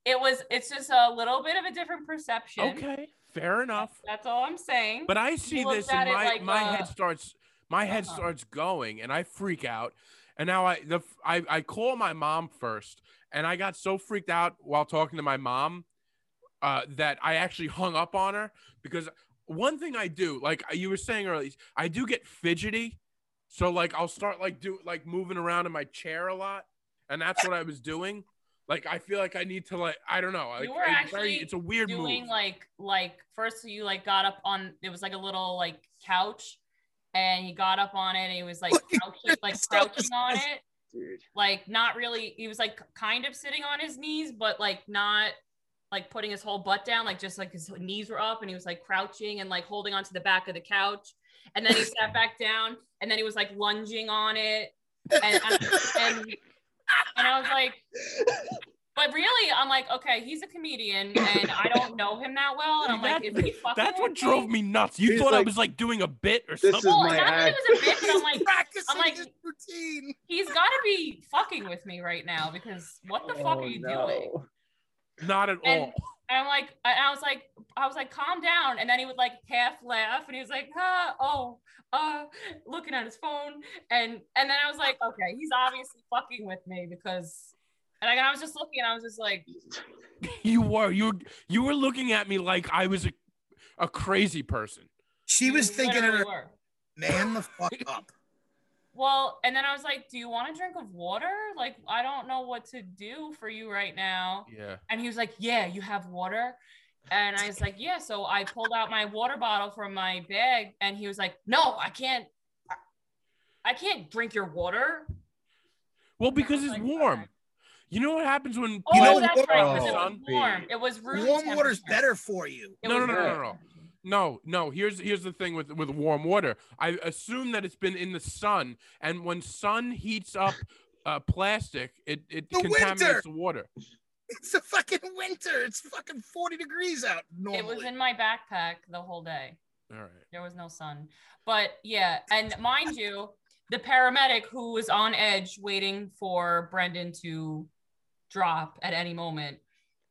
[SPEAKER 5] it was. It's just a little bit of a different perception.
[SPEAKER 2] Okay. Fair enough.
[SPEAKER 5] That's all I'm saying.
[SPEAKER 2] But I see
[SPEAKER 5] looked
[SPEAKER 2] this
[SPEAKER 5] at
[SPEAKER 2] and
[SPEAKER 5] it
[SPEAKER 2] my,
[SPEAKER 5] like,
[SPEAKER 2] my
[SPEAKER 5] uh,
[SPEAKER 2] head starts my head
[SPEAKER 5] uh-huh.
[SPEAKER 2] starts going and I freak out. And now I the f- I, I call my mom first and I got so freaked out while talking to my mom. Uh, uh, that I actually hung up on her because one thing I do, like uh, you were saying earlier, I do get fidgety. So like I'll start like do like moving around in my chair a lot, and that's what I was doing. Like I feel like I need to like I don't know. Like,
[SPEAKER 5] You were
[SPEAKER 2] it's very-
[SPEAKER 5] actually
[SPEAKER 2] it's a weird
[SPEAKER 5] doing
[SPEAKER 2] move.
[SPEAKER 5] like like first you like got up on it was like a little like couch and he got up on it and he was like
[SPEAKER 3] Look at
[SPEAKER 5] crouching like
[SPEAKER 3] Chris.
[SPEAKER 5] crouching on it
[SPEAKER 6] dude.
[SPEAKER 5] like not really he was like kind of sitting on his knees but like not like putting his whole butt down like just like his knees were up and he was like crouching and like holding onto the back of the couch and then he sat back down and then he was like lunging on it and and, and, and I was like but really I'm like okay he's a comedian and I don't know him that well and I'm like is he fucking
[SPEAKER 2] That's what
[SPEAKER 5] with
[SPEAKER 2] drove me
[SPEAKER 5] me?
[SPEAKER 2] nuts. You
[SPEAKER 4] He's
[SPEAKER 2] thought I
[SPEAKER 4] like,
[SPEAKER 2] was like doing a bit or
[SPEAKER 4] this
[SPEAKER 2] something.
[SPEAKER 4] is
[SPEAKER 5] well,
[SPEAKER 4] my
[SPEAKER 5] not that it was a bitch, but I'm like,
[SPEAKER 3] practicing
[SPEAKER 5] I'm like-
[SPEAKER 3] his routine.
[SPEAKER 5] he's got to be fucking with me right now because what the fuck
[SPEAKER 4] Oh,
[SPEAKER 5] are you
[SPEAKER 4] no.
[SPEAKER 5] doing?
[SPEAKER 2] Not at
[SPEAKER 5] And-
[SPEAKER 2] all.
[SPEAKER 5] And I'm like, and I was like, I was like, calm down. And then he would like half laugh, and he was like, huh, oh, uh, looking at his phone, and and then I was like, okay, he's obviously fucking with me because, and I, I was just looking, and I was just like,
[SPEAKER 2] You were you were you were looking at me like I was a, a crazy person.
[SPEAKER 3] She
[SPEAKER 5] "You
[SPEAKER 3] was thinking in
[SPEAKER 5] literally
[SPEAKER 3] her
[SPEAKER 5] were."
[SPEAKER 3] man the fuck up.
[SPEAKER 5] Well, and then I was like, do you want a drink of water? Like, I don't know what to do for you right now.
[SPEAKER 2] Yeah.
[SPEAKER 5] And he was like, Yeah, you have water. And I was like, Yeah. So I pulled out my water bottle from my bag and he was like, No, I can't I can't drink your water.
[SPEAKER 2] Well, because it's
[SPEAKER 5] Like,
[SPEAKER 2] warm.
[SPEAKER 5] okay.
[SPEAKER 2] You know what happens when
[SPEAKER 5] Oh,
[SPEAKER 2] you know
[SPEAKER 5] that's
[SPEAKER 3] water-
[SPEAKER 5] right, 'cause it was
[SPEAKER 2] Son.
[SPEAKER 5] warm. It was room
[SPEAKER 3] Warm water's
[SPEAKER 5] temperature.
[SPEAKER 3] better for you.
[SPEAKER 5] It
[SPEAKER 2] No,
[SPEAKER 5] was
[SPEAKER 2] no, no,
[SPEAKER 5] room
[SPEAKER 2] no, no, no.
[SPEAKER 5] temperature.
[SPEAKER 2] No, no. Here's here's the thing with with warm water. I assume that it's been in the sun, and when sun heats up uh, plastic, it it
[SPEAKER 3] The
[SPEAKER 2] contaminates
[SPEAKER 3] winter!
[SPEAKER 2] the water.
[SPEAKER 3] It's a fucking winter. It's fucking 40 degrees out normally.
[SPEAKER 5] It was in my backpack the whole day.
[SPEAKER 2] All right.
[SPEAKER 5] There was no sun. But yeah, and mind you, the paramedic who was on edge waiting for Brendan to drop at any moment,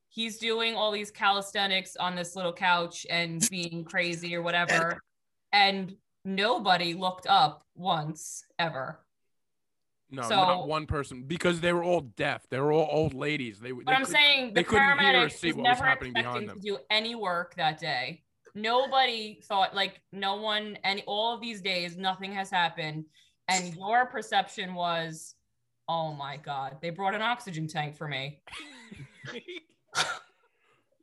[SPEAKER 5] he's doing all these calisthenics on this little couch and being crazy or whatever. And nobody looked up once ever.
[SPEAKER 2] No,
[SPEAKER 5] So-
[SPEAKER 2] not one person because they were all deaf. They were all old ladies. They,
[SPEAKER 5] But
[SPEAKER 2] they
[SPEAKER 5] I'm
[SPEAKER 2] could-
[SPEAKER 5] saying
[SPEAKER 2] they
[SPEAKER 5] the
[SPEAKER 2] couldn't hear or
[SPEAKER 5] paramedic was
[SPEAKER 2] see what was
[SPEAKER 5] never
[SPEAKER 2] happening behind
[SPEAKER 5] expecting
[SPEAKER 2] them.
[SPEAKER 5] to do any work that day. Nobody thought like no one any all of these days nothing has happened, and your perception was, oh my god, they brought an oxygen tank for me.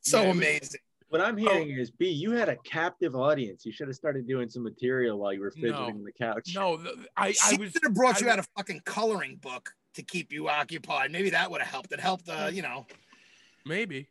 [SPEAKER 3] so
[SPEAKER 2] Yeah.
[SPEAKER 3] amazing.
[SPEAKER 4] What I'm hearing
[SPEAKER 2] Oh.
[SPEAKER 4] is B, you had a captive audience. You should have started doing some material while you were fidgeting
[SPEAKER 2] No.
[SPEAKER 4] on the couch.
[SPEAKER 2] No, th- I I
[SPEAKER 3] she
[SPEAKER 2] was
[SPEAKER 3] should have brought you
[SPEAKER 2] I-
[SPEAKER 3] out a fucking coloring book to keep you occupied. Maybe that would have helped. It helped, uh,
[SPEAKER 5] Mm.
[SPEAKER 3] you know.
[SPEAKER 2] Maybe.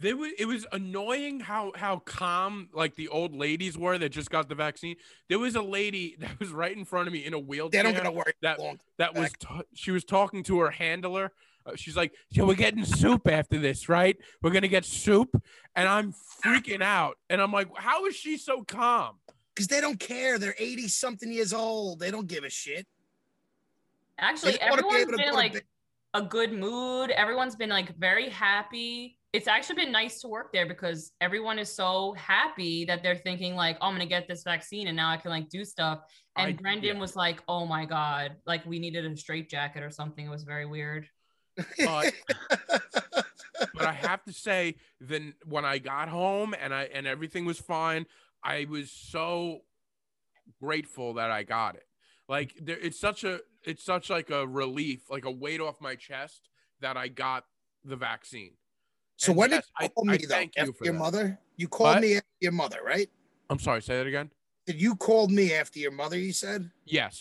[SPEAKER 2] They were, it was annoying how how calm like the old ladies were that just got the vaccine. There was a lady that was right in front of me in a
[SPEAKER 3] They
[SPEAKER 2] wheelchair
[SPEAKER 3] don't gotta worry
[SPEAKER 2] that
[SPEAKER 3] long.
[SPEAKER 2] that was ta- she was talking to her handler. Uh, she's like, "So we're getting soup after this, right? We're gonna get soup." And I'm freaking out, and I'm like, "How is she so calm?"
[SPEAKER 3] Because they don't care. They're 80 something years old. They don't give a shit. They
[SPEAKER 5] Actually,
[SPEAKER 3] just wanna be
[SPEAKER 5] everyone's
[SPEAKER 3] able to go
[SPEAKER 5] been
[SPEAKER 3] to
[SPEAKER 5] like
[SPEAKER 3] bed.
[SPEAKER 5] a good mood. Everyone's been like very happy. It's actually been nice to work there because everyone is so happy that they're thinking like, oh, I'm gonna get this vaccine and now I can like do stuff. And
[SPEAKER 2] I-
[SPEAKER 5] Brendan was like, oh my god, like we needed a straitjacket or something. It was very weird.
[SPEAKER 2] but but I have to say, then when I got home and I and everything was fine, I was so grateful that I got it. Like there, it's such a it's such like a relief, like a weight off my chest that I got the vaccine.
[SPEAKER 3] So
[SPEAKER 2] And
[SPEAKER 3] when
[SPEAKER 2] yes, I-
[SPEAKER 3] did you call
[SPEAKER 2] I
[SPEAKER 3] me though?
[SPEAKER 2] thank you
[SPEAKER 3] After
[SPEAKER 2] for
[SPEAKER 3] your
[SPEAKER 2] that.
[SPEAKER 3] mother? You called
[SPEAKER 2] What?
[SPEAKER 3] me after your mother, right?
[SPEAKER 2] I'm sorry, say that again.
[SPEAKER 3] Did you called me after your mother? You said.
[SPEAKER 2] Yes.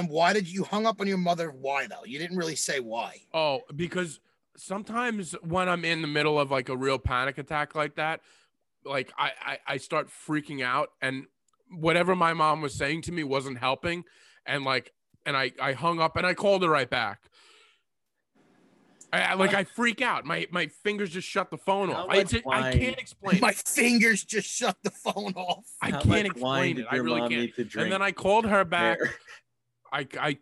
[SPEAKER 3] And why did you hung up on your mother? Why though? You didn't really say why.
[SPEAKER 2] Oh, because sometimes when I'm in the middle of like a real panic attack like that, like I, I, I start freaking out and whatever my mom was saying to me wasn't helping. And like, and I, I hung up and I called her right back. I, I- like I freak out. My my fingers just shut the phone
[SPEAKER 4] How
[SPEAKER 2] off. I,
[SPEAKER 4] much
[SPEAKER 2] di- I
[SPEAKER 4] wine-
[SPEAKER 2] can't explain.
[SPEAKER 3] My fingers just shut the phone off.
[SPEAKER 2] I
[SPEAKER 4] How
[SPEAKER 2] can't
[SPEAKER 4] much
[SPEAKER 2] explain it.
[SPEAKER 4] did
[SPEAKER 2] I
[SPEAKER 4] your
[SPEAKER 2] really
[SPEAKER 4] mom
[SPEAKER 2] can't.
[SPEAKER 4] need to drink
[SPEAKER 2] And then I called her back.
[SPEAKER 4] there?
[SPEAKER 2] I, I,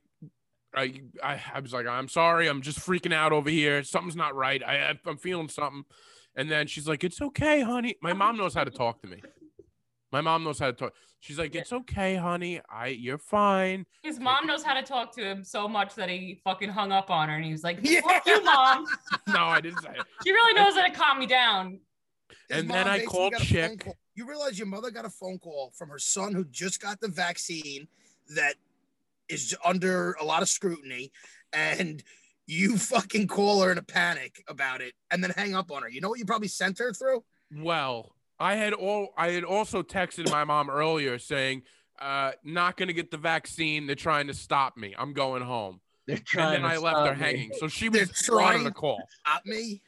[SPEAKER 2] I, I, I was like, I'm sorry, I'm just freaking out over here. Something's not right. I, I- I'm feeling something. And then she's like, It's okay, honey. My mom knows how to talk to me. My mom knows how to talk. She's like,
[SPEAKER 5] Yeah.
[SPEAKER 2] It's okay, honey. I, you're fine.
[SPEAKER 5] His mom knows how to talk to him so much that he fucking hung up on her and he was like,
[SPEAKER 3] Yeah.
[SPEAKER 5] Fuck you, mom.
[SPEAKER 2] No, I didn't say it.
[SPEAKER 5] She really knows how to calm me down.
[SPEAKER 3] His
[SPEAKER 2] And
[SPEAKER 3] mom
[SPEAKER 2] then I
[SPEAKER 3] basically
[SPEAKER 2] called
[SPEAKER 3] got a phone
[SPEAKER 2] Chick.
[SPEAKER 3] call- You realize your mother got a phone call from her son who just got the vaccine that is under a lot of scrutiny, and you fucking call her in a panic about it and then hang up on her. You know what you probably sent her through?
[SPEAKER 2] Well, I had all I had also texted my mom earlier saying, uh, not gonna get the vaccine. They're trying to stop me. I'm going home.
[SPEAKER 4] They're
[SPEAKER 2] And then
[SPEAKER 4] trying. to
[SPEAKER 2] I left
[SPEAKER 4] stop
[SPEAKER 2] her
[SPEAKER 4] me.
[SPEAKER 2] hanging. So she
[SPEAKER 3] They're
[SPEAKER 2] was trying on
[SPEAKER 3] trying-
[SPEAKER 2] the call.
[SPEAKER 3] At me?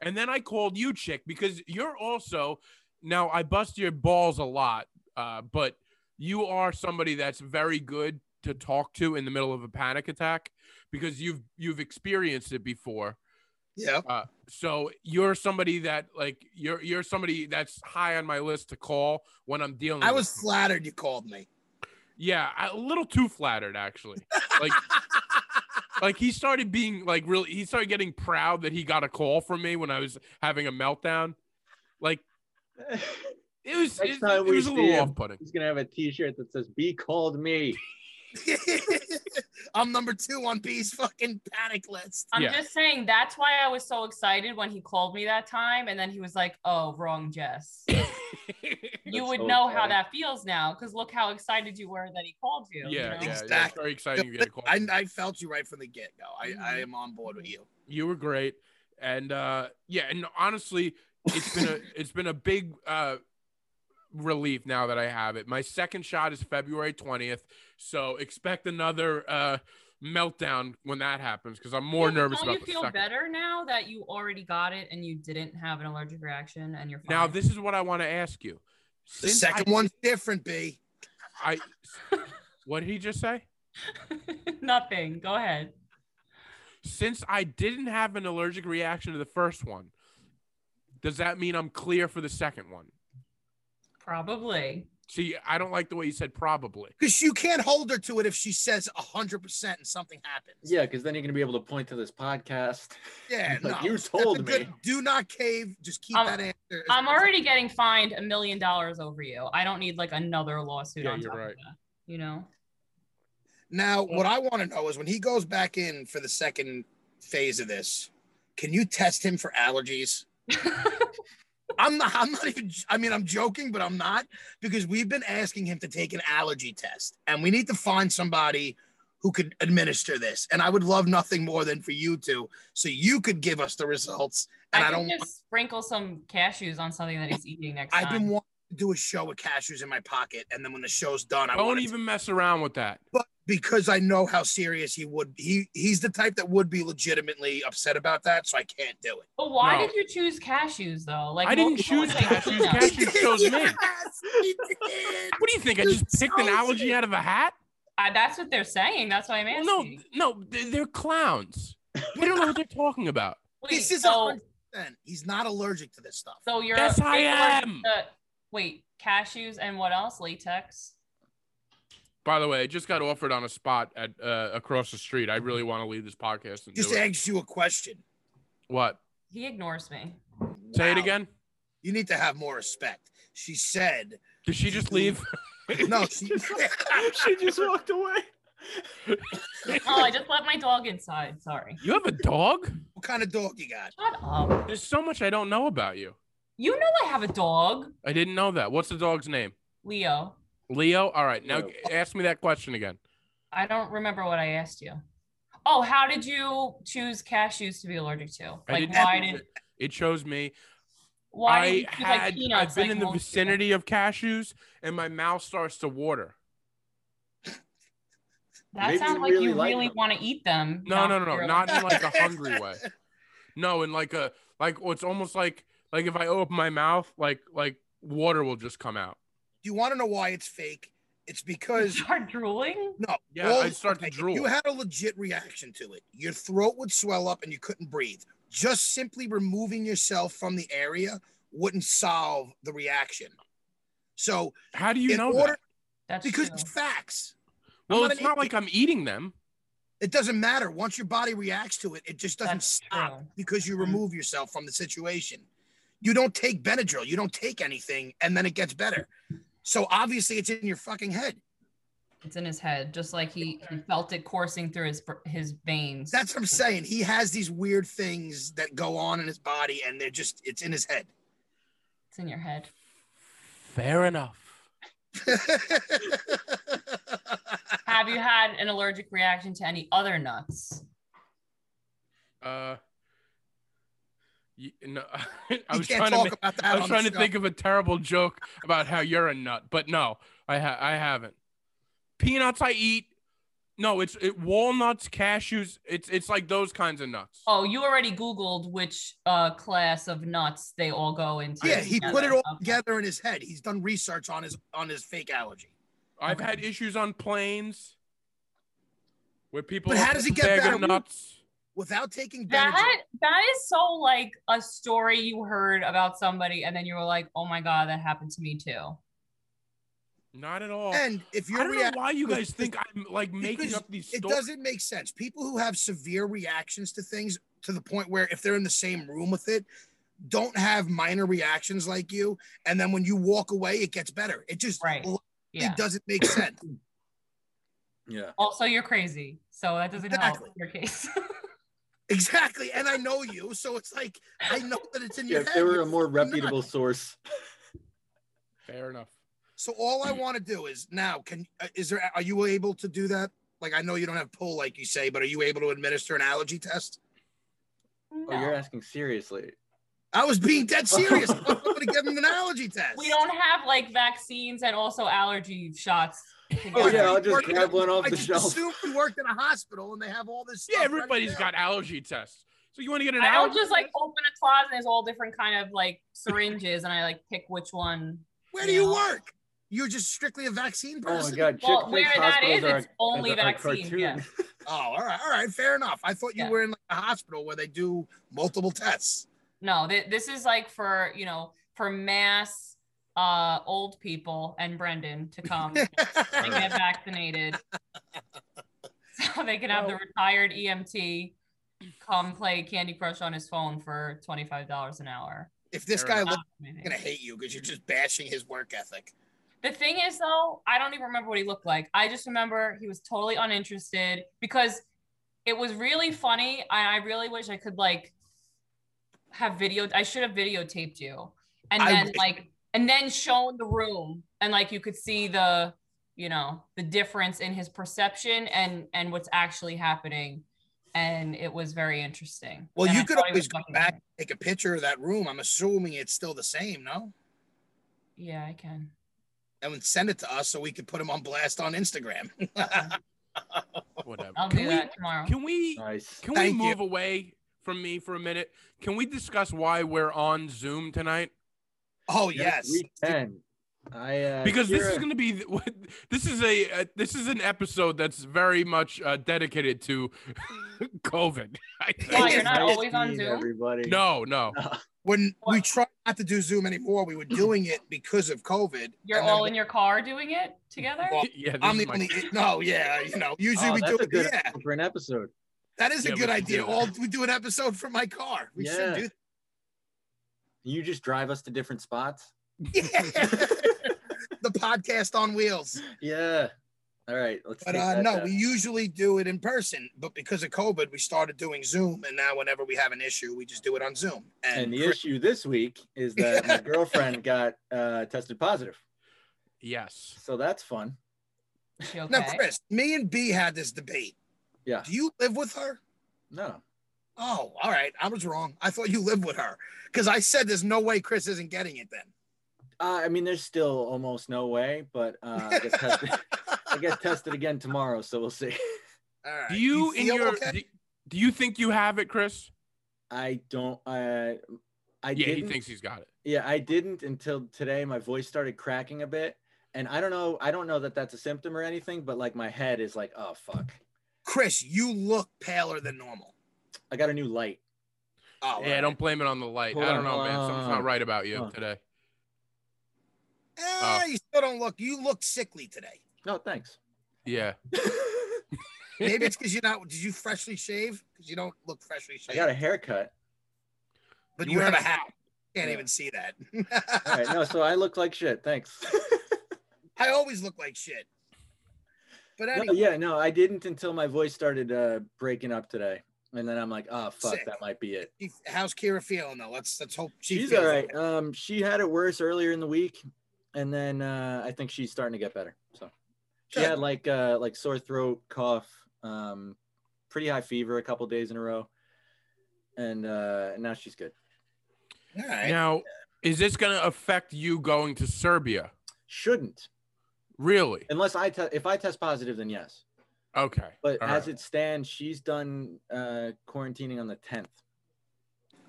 [SPEAKER 2] And then I called you, chick, because you're also now I bust your balls a lot, uh, but you are somebody that's very good to talk to in the middle of a panic attack because you've you've experienced it before.
[SPEAKER 3] Yeah.
[SPEAKER 2] So you're somebody that like you're you're somebody that's high on my list to call when I'm dealing.
[SPEAKER 3] I
[SPEAKER 2] with
[SPEAKER 3] was flattered you called me.
[SPEAKER 2] Yeah, I- a little too flattered actually. Like like he started being like really he started getting proud that he got a call from me when I was having a meltdown. Like it was
[SPEAKER 4] Next
[SPEAKER 2] it,
[SPEAKER 4] time
[SPEAKER 2] it
[SPEAKER 4] we
[SPEAKER 2] was a
[SPEAKER 4] see
[SPEAKER 2] little
[SPEAKER 4] him.
[SPEAKER 2] off-putting.
[SPEAKER 4] He's gonna have a T-shirt that says "Be called me."
[SPEAKER 3] I'm number two on B's fucking panic list.
[SPEAKER 5] I'm
[SPEAKER 2] Yeah.
[SPEAKER 5] just saying that's why I was so excited when he called me that time, and then he was like, "Oh, wrong, Jess." you
[SPEAKER 4] That's
[SPEAKER 5] would
[SPEAKER 4] so
[SPEAKER 5] know how
[SPEAKER 4] exciting.
[SPEAKER 5] that feels now, because look how excited you were that he called you.
[SPEAKER 2] yeah,
[SPEAKER 5] you
[SPEAKER 2] yeah,
[SPEAKER 5] know?
[SPEAKER 2] yeah, It's
[SPEAKER 3] Exactly.
[SPEAKER 2] very exciting to get a call. Mm.
[SPEAKER 3] I, I felt you right from the get go. I, I am on board with you.
[SPEAKER 2] you were great and uh yeah and honestly it's been a it's been a big uh relief now that i have it my second shot is february 20th so expect another uh meltdown when that happens because i'm more
[SPEAKER 5] Yeah,
[SPEAKER 2] nervous
[SPEAKER 5] Don't
[SPEAKER 2] about
[SPEAKER 5] you
[SPEAKER 2] the
[SPEAKER 5] feel
[SPEAKER 2] second.
[SPEAKER 5] better now that you already got it and you didn't have an allergic reaction and you're fine?
[SPEAKER 2] now this is what i want to ask you
[SPEAKER 3] The
[SPEAKER 2] Since
[SPEAKER 3] second
[SPEAKER 2] I,
[SPEAKER 3] one's different, B.
[SPEAKER 2] i what did he just say
[SPEAKER 5] nothing. Go ahead.
[SPEAKER 2] since i didn't have an allergic reaction to the first one does that mean i'm clear for the second one
[SPEAKER 5] Probably.
[SPEAKER 2] see i don't like the way you said probably
[SPEAKER 3] Because you can't hold her to it if she says 100% and something happens.
[SPEAKER 4] Yeah, because then you're gonna be able to point to this podcast.
[SPEAKER 3] Yeah.
[SPEAKER 4] Like,
[SPEAKER 3] no.
[SPEAKER 4] you
[SPEAKER 3] That's a
[SPEAKER 4] told me.
[SPEAKER 3] good- do not cave. Just keep
[SPEAKER 5] I'm-
[SPEAKER 3] that answer.
[SPEAKER 5] I'm already getting fined a million dollars over you. I don't need like another lawsuit
[SPEAKER 2] Yeah,
[SPEAKER 5] on
[SPEAKER 2] you're
[SPEAKER 5] top
[SPEAKER 2] right.
[SPEAKER 5] of that. You know?
[SPEAKER 3] Now,
[SPEAKER 5] Mm.
[SPEAKER 3] what I want to know is when he goes back in for the second phase of this, can you test him for allergies? I'm not, I'm not even, I mean, I'm joking, but I'm not because we've been asking him to take an allergy test and we need to find somebody who could administer this. And I would love nothing more than for you to, so you could give us the results. And I,
[SPEAKER 5] can
[SPEAKER 3] don't,
[SPEAKER 5] just sprinkle some cashews on something that he's eating next
[SPEAKER 3] I've
[SPEAKER 5] time.
[SPEAKER 3] been wanting to do a show with cashews in my pocket. And then when the show's done, I
[SPEAKER 2] don't
[SPEAKER 3] want
[SPEAKER 2] even mess around with that
[SPEAKER 3] but because I know how serious he would he he's the type that would be legitimately upset about that, so I can't do it.
[SPEAKER 5] but why
[SPEAKER 2] No.
[SPEAKER 5] did you choose cashews though? Like
[SPEAKER 2] I didn't
[SPEAKER 5] most people would
[SPEAKER 2] choose
[SPEAKER 5] say
[SPEAKER 2] cashews.
[SPEAKER 5] peanuts.
[SPEAKER 2] Cashews- chose me.
[SPEAKER 3] he did.
[SPEAKER 2] What do you think? I
[SPEAKER 3] You're
[SPEAKER 2] just picked an
[SPEAKER 3] so
[SPEAKER 2] allergy
[SPEAKER 3] sick.
[SPEAKER 2] out of a hat?
[SPEAKER 5] I- that's what they're saying. That's why I'm
[SPEAKER 2] Well,
[SPEAKER 5] asking.
[SPEAKER 2] no, no, they- they're clowns. They don't know what they're talking about.
[SPEAKER 5] Wait,
[SPEAKER 3] This is
[SPEAKER 5] so,
[SPEAKER 3] 100%. He's not allergic to this stuff.
[SPEAKER 5] so you're
[SPEAKER 2] Yes, I
[SPEAKER 5] you're allergic
[SPEAKER 2] am.
[SPEAKER 5] to- wait, cashews and what else? Latex.
[SPEAKER 2] By the way, I just got offered on a spot at uh, across the street. I really want to leave this podcast and
[SPEAKER 3] Just
[SPEAKER 2] do it.
[SPEAKER 3] asks you a question.
[SPEAKER 2] What?
[SPEAKER 5] He ignores me.
[SPEAKER 2] Say it
[SPEAKER 3] Wow.
[SPEAKER 2] again.
[SPEAKER 3] You need to have more respect. She said,
[SPEAKER 2] Did she just leave?
[SPEAKER 3] "No, she,
[SPEAKER 4] she just walked away.
[SPEAKER 5] Oh, I just let my dog inside. Sorry.
[SPEAKER 2] You have a dog?
[SPEAKER 3] what kind of dog you got?"
[SPEAKER 5] Shut up.
[SPEAKER 2] There's so much I don't know about you.
[SPEAKER 5] You know I have a dog,
[SPEAKER 2] I didn't know that. What's the dog's name?
[SPEAKER 5] Leo.
[SPEAKER 2] Leo. All right, now
[SPEAKER 4] Leo.
[SPEAKER 2] ask me that question again.
[SPEAKER 5] I don't remember what I asked you. Oh, how did you choose cashews to be allergic to?
[SPEAKER 2] I
[SPEAKER 5] Like,
[SPEAKER 2] didn't
[SPEAKER 5] why
[SPEAKER 2] choose
[SPEAKER 5] did
[SPEAKER 2] it. it shows me?
[SPEAKER 5] why did
[SPEAKER 2] I
[SPEAKER 5] you choose like
[SPEAKER 2] had
[SPEAKER 5] peanuts?
[SPEAKER 2] I've been
[SPEAKER 5] like
[SPEAKER 2] in the
[SPEAKER 5] most people?
[SPEAKER 2] vicinity of cashews, and my mouth starts to water.
[SPEAKER 5] That
[SPEAKER 4] Maybe
[SPEAKER 5] sounds
[SPEAKER 4] you
[SPEAKER 5] like
[SPEAKER 4] really
[SPEAKER 5] you
[SPEAKER 4] like
[SPEAKER 5] really
[SPEAKER 4] them.
[SPEAKER 5] want to eat them.
[SPEAKER 2] No,
[SPEAKER 5] Not
[SPEAKER 2] no, no, no,
[SPEAKER 5] really.
[SPEAKER 2] not in like a hungry way. No, in like a like well, it's almost like like if I open my mouth, like like water will just come out.
[SPEAKER 3] Do you want to know why it's fake? It's because
[SPEAKER 5] Start drooling.
[SPEAKER 3] No.
[SPEAKER 2] Yeah,
[SPEAKER 3] all-
[SPEAKER 2] I'd start to
[SPEAKER 3] okay, if
[SPEAKER 2] drool.
[SPEAKER 3] You had a legit reaction to it. Your throat would swell up and you couldn't breathe. Just simply removing yourself from the area wouldn't solve the reaction. So,
[SPEAKER 2] How do you
[SPEAKER 3] in
[SPEAKER 2] know
[SPEAKER 3] order,
[SPEAKER 2] that?
[SPEAKER 5] That's
[SPEAKER 3] because
[SPEAKER 5] true.
[SPEAKER 3] it's facts,
[SPEAKER 2] Well,
[SPEAKER 3] not
[SPEAKER 2] it's
[SPEAKER 3] an
[SPEAKER 2] not like I'm eating them.
[SPEAKER 3] it doesn't matter. Once your body reacts to it, it just doesn't
[SPEAKER 5] That's
[SPEAKER 3] stop
[SPEAKER 5] true.
[SPEAKER 3] because you
[SPEAKER 2] Mm-hmm.
[SPEAKER 3] remove yourself from the situation. You don't take Benadryl, you don't take anything, and then it gets better. So, obviously, it's in your fucking head.
[SPEAKER 5] It's in his head, just like he, he felt it coursing through his br- his veins.
[SPEAKER 3] That's what I'm saying. He has these weird things that go on in his body, and they're just, it's in his head.
[SPEAKER 5] It's in your head.
[SPEAKER 2] Fair enough.
[SPEAKER 5] Have you had an allergic reaction to any other nuts?
[SPEAKER 2] Uh, y- no, I
[SPEAKER 3] You
[SPEAKER 2] was
[SPEAKER 3] can't
[SPEAKER 2] trying to
[SPEAKER 3] talk
[SPEAKER 2] make,
[SPEAKER 3] about that.
[SPEAKER 2] I was
[SPEAKER 3] on
[SPEAKER 2] trying
[SPEAKER 3] the
[SPEAKER 2] to think
[SPEAKER 3] show.
[SPEAKER 2] of a terrible joke about how you're a nut, but no, I ha- I haven't. Peanuts I eat. No, it's it, walnuts, cashews. It's it's like those kinds of nuts.
[SPEAKER 5] Oh, you already Googled which uh, class of nuts they all go into.
[SPEAKER 3] Yeah, he put it
[SPEAKER 5] together.
[SPEAKER 3] all
[SPEAKER 5] Okay.
[SPEAKER 3] together in his head. He's done research on his on his fake allergy.
[SPEAKER 2] I've
[SPEAKER 5] okay.
[SPEAKER 2] had issues on planes where people.
[SPEAKER 3] But how
[SPEAKER 2] open
[SPEAKER 3] does
[SPEAKER 2] a
[SPEAKER 3] it get
[SPEAKER 2] bag of
[SPEAKER 3] better?
[SPEAKER 2] Nuts.
[SPEAKER 3] Without taking Benadryl,
[SPEAKER 5] That that is so like a story you heard about somebody, and then you were like, "Oh my god, that happened to me too."
[SPEAKER 2] Not at all.
[SPEAKER 3] and if
[SPEAKER 2] Oh, I
[SPEAKER 3] you're
[SPEAKER 2] don't
[SPEAKER 3] react-
[SPEAKER 2] know why you
[SPEAKER 3] because-
[SPEAKER 2] guys think I'm like making
[SPEAKER 3] because
[SPEAKER 2] up these
[SPEAKER 3] it
[SPEAKER 2] stories.
[SPEAKER 3] doesn't make sense. People who have severe reactions to things to the point where if they're in the same room with it, don't have minor reactions like you, and then when you walk away, it gets better. It just
[SPEAKER 5] Right.
[SPEAKER 3] literally
[SPEAKER 5] Yeah.
[SPEAKER 3] doesn't make sense.
[SPEAKER 4] Yeah.
[SPEAKER 5] Also, you're crazy, so that doesn't
[SPEAKER 3] Exactly.
[SPEAKER 5] help your case.
[SPEAKER 3] exactly. And I know you, so it's like I know that it's in your
[SPEAKER 4] if
[SPEAKER 3] head.
[SPEAKER 4] there were
[SPEAKER 3] You're
[SPEAKER 4] a more
[SPEAKER 3] fucking nuts.
[SPEAKER 4] reputable source, Oh,
[SPEAKER 2] Fair enough.
[SPEAKER 3] So all I want to do is now. Can uh, is there? Are you able to do that? Like I know you don't have pull, like you say, but are you able to administer an allergy test?
[SPEAKER 4] oh, you're
[SPEAKER 5] no.
[SPEAKER 4] asking seriously.
[SPEAKER 3] I was being dead serious. I'm going to give him an allergy test.
[SPEAKER 5] We don't have like vaccines and also allergy shots.
[SPEAKER 4] Oh
[SPEAKER 5] together.
[SPEAKER 4] yeah, I'll
[SPEAKER 3] Work
[SPEAKER 4] just
[SPEAKER 3] it
[SPEAKER 4] grab one off
[SPEAKER 3] I
[SPEAKER 4] the
[SPEAKER 3] just
[SPEAKER 4] shelf.
[SPEAKER 3] assume you worked in a hospital and they have all this.
[SPEAKER 2] Yeah,
[SPEAKER 3] stuff ready
[SPEAKER 2] everybody's
[SPEAKER 3] there.
[SPEAKER 2] got allergy tests. So you want to get an
[SPEAKER 5] I don't
[SPEAKER 2] allergy?
[SPEAKER 5] just like open a closet and there's all different kind of like syringes and I like pick which one.
[SPEAKER 3] Where do you
[SPEAKER 5] Yeah.
[SPEAKER 3] work? You're just strictly a vaccine
[SPEAKER 4] Oh my
[SPEAKER 3] person.
[SPEAKER 4] god,
[SPEAKER 5] Well,
[SPEAKER 4] Chick-fil-A's
[SPEAKER 5] where that
[SPEAKER 4] hospitals
[SPEAKER 5] is,
[SPEAKER 4] are
[SPEAKER 5] it's
[SPEAKER 4] a-
[SPEAKER 5] only
[SPEAKER 4] a- a
[SPEAKER 5] vaccine,
[SPEAKER 4] cartoon.
[SPEAKER 5] yeah.
[SPEAKER 3] Oh, all right, all right, fair enough. I thought you
[SPEAKER 5] Yeah.
[SPEAKER 3] were in like, a hospital where they do multiple tests.
[SPEAKER 5] No, th- this is like for you know for mass uh old people and Brendan to come and get vaccinated, so they can have the
[SPEAKER 2] Well-
[SPEAKER 5] retired EMT come play Candy Crush on his phone for twenty five dollars an hour.
[SPEAKER 3] if this
[SPEAKER 2] Fair
[SPEAKER 3] guy
[SPEAKER 2] enough.
[SPEAKER 3] looks, I'm gonna hate you because you're just bashing his work ethic.
[SPEAKER 5] The thing is, though, I don't even remember what he looked like. I just remember he was totally uninterested because it was really funny. I, I really wish I could like have video. I should have videotaped you, and
[SPEAKER 3] I
[SPEAKER 5] then
[SPEAKER 3] wish.
[SPEAKER 5] like and then shown the room, and like you could see the you know the difference in his perception and and what's actually happening, and it was very interesting.
[SPEAKER 3] Well,
[SPEAKER 5] And
[SPEAKER 3] you
[SPEAKER 5] I
[SPEAKER 3] could
[SPEAKER 5] thought he
[SPEAKER 3] always
[SPEAKER 5] was
[SPEAKER 3] go
[SPEAKER 5] fucking
[SPEAKER 3] back.
[SPEAKER 5] weird.
[SPEAKER 3] Take a picture of that room. I'm assuming it's still the same, no?
[SPEAKER 5] Yeah, I can.
[SPEAKER 3] And then send it to us so we could put him on blast on Instagram.
[SPEAKER 2] Whatever.
[SPEAKER 5] I'll do
[SPEAKER 2] Can we,
[SPEAKER 5] that tomorrow.
[SPEAKER 2] can we
[SPEAKER 4] Nice.
[SPEAKER 2] can we
[SPEAKER 3] Thank you.
[SPEAKER 2] move away from me for a minute? Can we discuss why we're on Zoom tonight?
[SPEAKER 3] oh yes.
[SPEAKER 4] We can. I uh,
[SPEAKER 2] Because this
[SPEAKER 4] Kira-
[SPEAKER 2] is going to be th- what- this is a uh, this is an episode that's very much uh, dedicated to COVID. I
[SPEAKER 5] Why,
[SPEAKER 2] think.
[SPEAKER 5] you're not
[SPEAKER 4] Nice
[SPEAKER 5] always on
[SPEAKER 4] seeing
[SPEAKER 5] Zoom?
[SPEAKER 4] Everybody.
[SPEAKER 2] No, no.
[SPEAKER 3] When we
[SPEAKER 5] What?
[SPEAKER 3] tried not to do Zoom anymore, we were doing it because of COVID.
[SPEAKER 5] You're
[SPEAKER 3] and then
[SPEAKER 5] all
[SPEAKER 3] we-
[SPEAKER 5] in your car doing it together.
[SPEAKER 3] Well,
[SPEAKER 2] Yeah, this
[SPEAKER 3] I'm
[SPEAKER 2] is
[SPEAKER 3] the
[SPEAKER 2] my-
[SPEAKER 3] only. No, yeah, you know. Usually
[SPEAKER 4] Oh,
[SPEAKER 3] we
[SPEAKER 4] that's
[SPEAKER 3] do
[SPEAKER 4] a
[SPEAKER 3] it.
[SPEAKER 4] good
[SPEAKER 3] Yeah,
[SPEAKER 4] idea for an episode.
[SPEAKER 3] that is
[SPEAKER 2] Yeah,
[SPEAKER 3] a
[SPEAKER 2] we
[SPEAKER 3] good
[SPEAKER 2] should
[SPEAKER 3] idea.
[SPEAKER 2] do that.
[SPEAKER 3] All we do an episode from my car. We
[SPEAKER 4] Yeah.
[SPEAKER 3] should
[SPEAKER 4] You just drive us to different spots.
[SPEAKER 3] do. That. the podcast on wheels.
[SPEAKER 4] yeah. All right. Let's.
[SPEAKER 3] But
[SPEAKER 4] take
[SPEAKER 3] uh,
[SPEAKER 4] that
[SPEAKER 3] no,
[SPEAKER 4] down.
[SPEAKER 3] we usually do it in person. But because of COVID, we started doing Zoom, and now whenever we have an issue, we just do it on Zoom.
[SPEAKER 4] And
[SPEAKER 3] And,
[SPEAKER 4] the issue this week is that my girlfriend got uh, tested positive,
[SPEAKER 2] Yes.
[SPEAKER 4] so that's fun.
[SPEAKER 5] Is she okay?
[SPEAKER 3] now, Chris, me and B had this debate.
[SPEAKER 4] Yeah.
[SPEAKER 3] Do you live with her?
[SPEAKER 4] No.
[SPEAKER 3] Oh, all right. I was wrong. I thought you lived with her because I said there's no way Chris isn't getting it. Then
[SPEAKER 4] Uh, I mean, there's still almost no way, but uh, I, get tested, I get tested again tomorrow, so we'll see.
[SPEAKER 3] all right.
[SPEAKER 2] Do you, in
[SPEAKER 3] feel
[SPEAKER 2] your
[SPEAKER 3] okay?
[SPEAKER 2] do, do you think you have it, Chris?
[SPEAKER 4] I don't. Uh,
[SPEAKER 2] yeah,
[SPEAKER 4] I
[SPEAKER 2] he
[SPEAKER 4] didn't-
[SPEAKER 2] thinks he's got it.
[SPEAKER 4] Yeah, I didn't until today. My voice started cracking a bit, and I don't know. I don't know that that's a symptom or anything, but like my head is like, oh fuck,
[SPEAKER 3] Chris? You look paler than normal.
[SPEAKER 4] I got a new light.
[SPEAKER 3] Oh,
[SPEAKER 2] Yeah,
[SPEAKER 3] all
[SPEAKER 2] don't blame it on the light.
[SPEAKER 4] Hold
[SPEAKER 2] I don't
[SPEAKER 4] on,
[SPEAKER 2] know,
[SPEAKER 4] hold on,
[SPEAKER 2] man.
[SPEAKER 4] hold on,
[SPEAKER 2] Something's
[SPEAKER 4] hold
[SPEAKER 2] not
[SPEAKER 4] on.
[SPEAKER 2] right about you
[SPEAKER 4] Hold on.
[SPEAKER 2] today.
[SPEAKER 3] Eh,
[SPEAKER 2] Oh.
[SPEAKER 3] you still don't look. You look sickly today.
[SPEAKER 4] No, thanks.
[SPEAKER 2] Yeah.
[SPEAKER 3] Maybe it's because you're not. Did you freshly shave? Because you don't look freshly
[SPEAKER 4] I
[SPEAKER 3] shaved.
[SPEAKER 4] got a haircut.
[SPEAKER 3] but
[SPEAKER 2] You
[SPEAKER 3] you, have a
[SPEAKER 2] have-
[SPEAKER 3] hat. Can't
[SPEAKER 4] Yeah.
[SPEAKER 3] even see that.
[SPEAKER 4] All right, no, so I look like shit. Thanks.
[SPEAKER 3] I always look like shit. But
[SPEAKER 4] No,
[SPEAKER 3] anyway,
[SPEAKER 4] yeah, no, I didn't until my voice started uh, breaking up today, and then I'm like, oh fuck,
[SPEAKER 3] Sick.
[SPEAKER 4] that might be it.
[SPEAKER 3] How's Kira feeling though? Let's let's hope she
[SPEAKER 4] she's
[SPEAKER 3] feels
[SPEAKER 4] all right.
[SPEAKER 3] better.
[SPEAKER 4] Um, she had it worse earlier in the week, and then uh, I think she's starting to get better. So she
[SPEAKER 3] Good.
[SPEAKER 4] had like uh, like sore throat, cough, um, pretty high fever a couple days in a row, and uh, now she's good.
[SPEAKER 3] All right.
[SPEAKER 2] Now, is this going to affect you going to Serbia?
[SPEAKER 4] Shouldn't
[SPEAKER 2] Really?
[SPEAKER 4] unless I te- if I test positive, then yes.
[SPEAKER 2] Okay.
[SPEAKER 4] But
[SPEAKER 2] All
[SPEAKER 4] as
[SPEAKER 2] right.
[SPEAKER 4] it stands, she's done uh, quarantining on the tenth.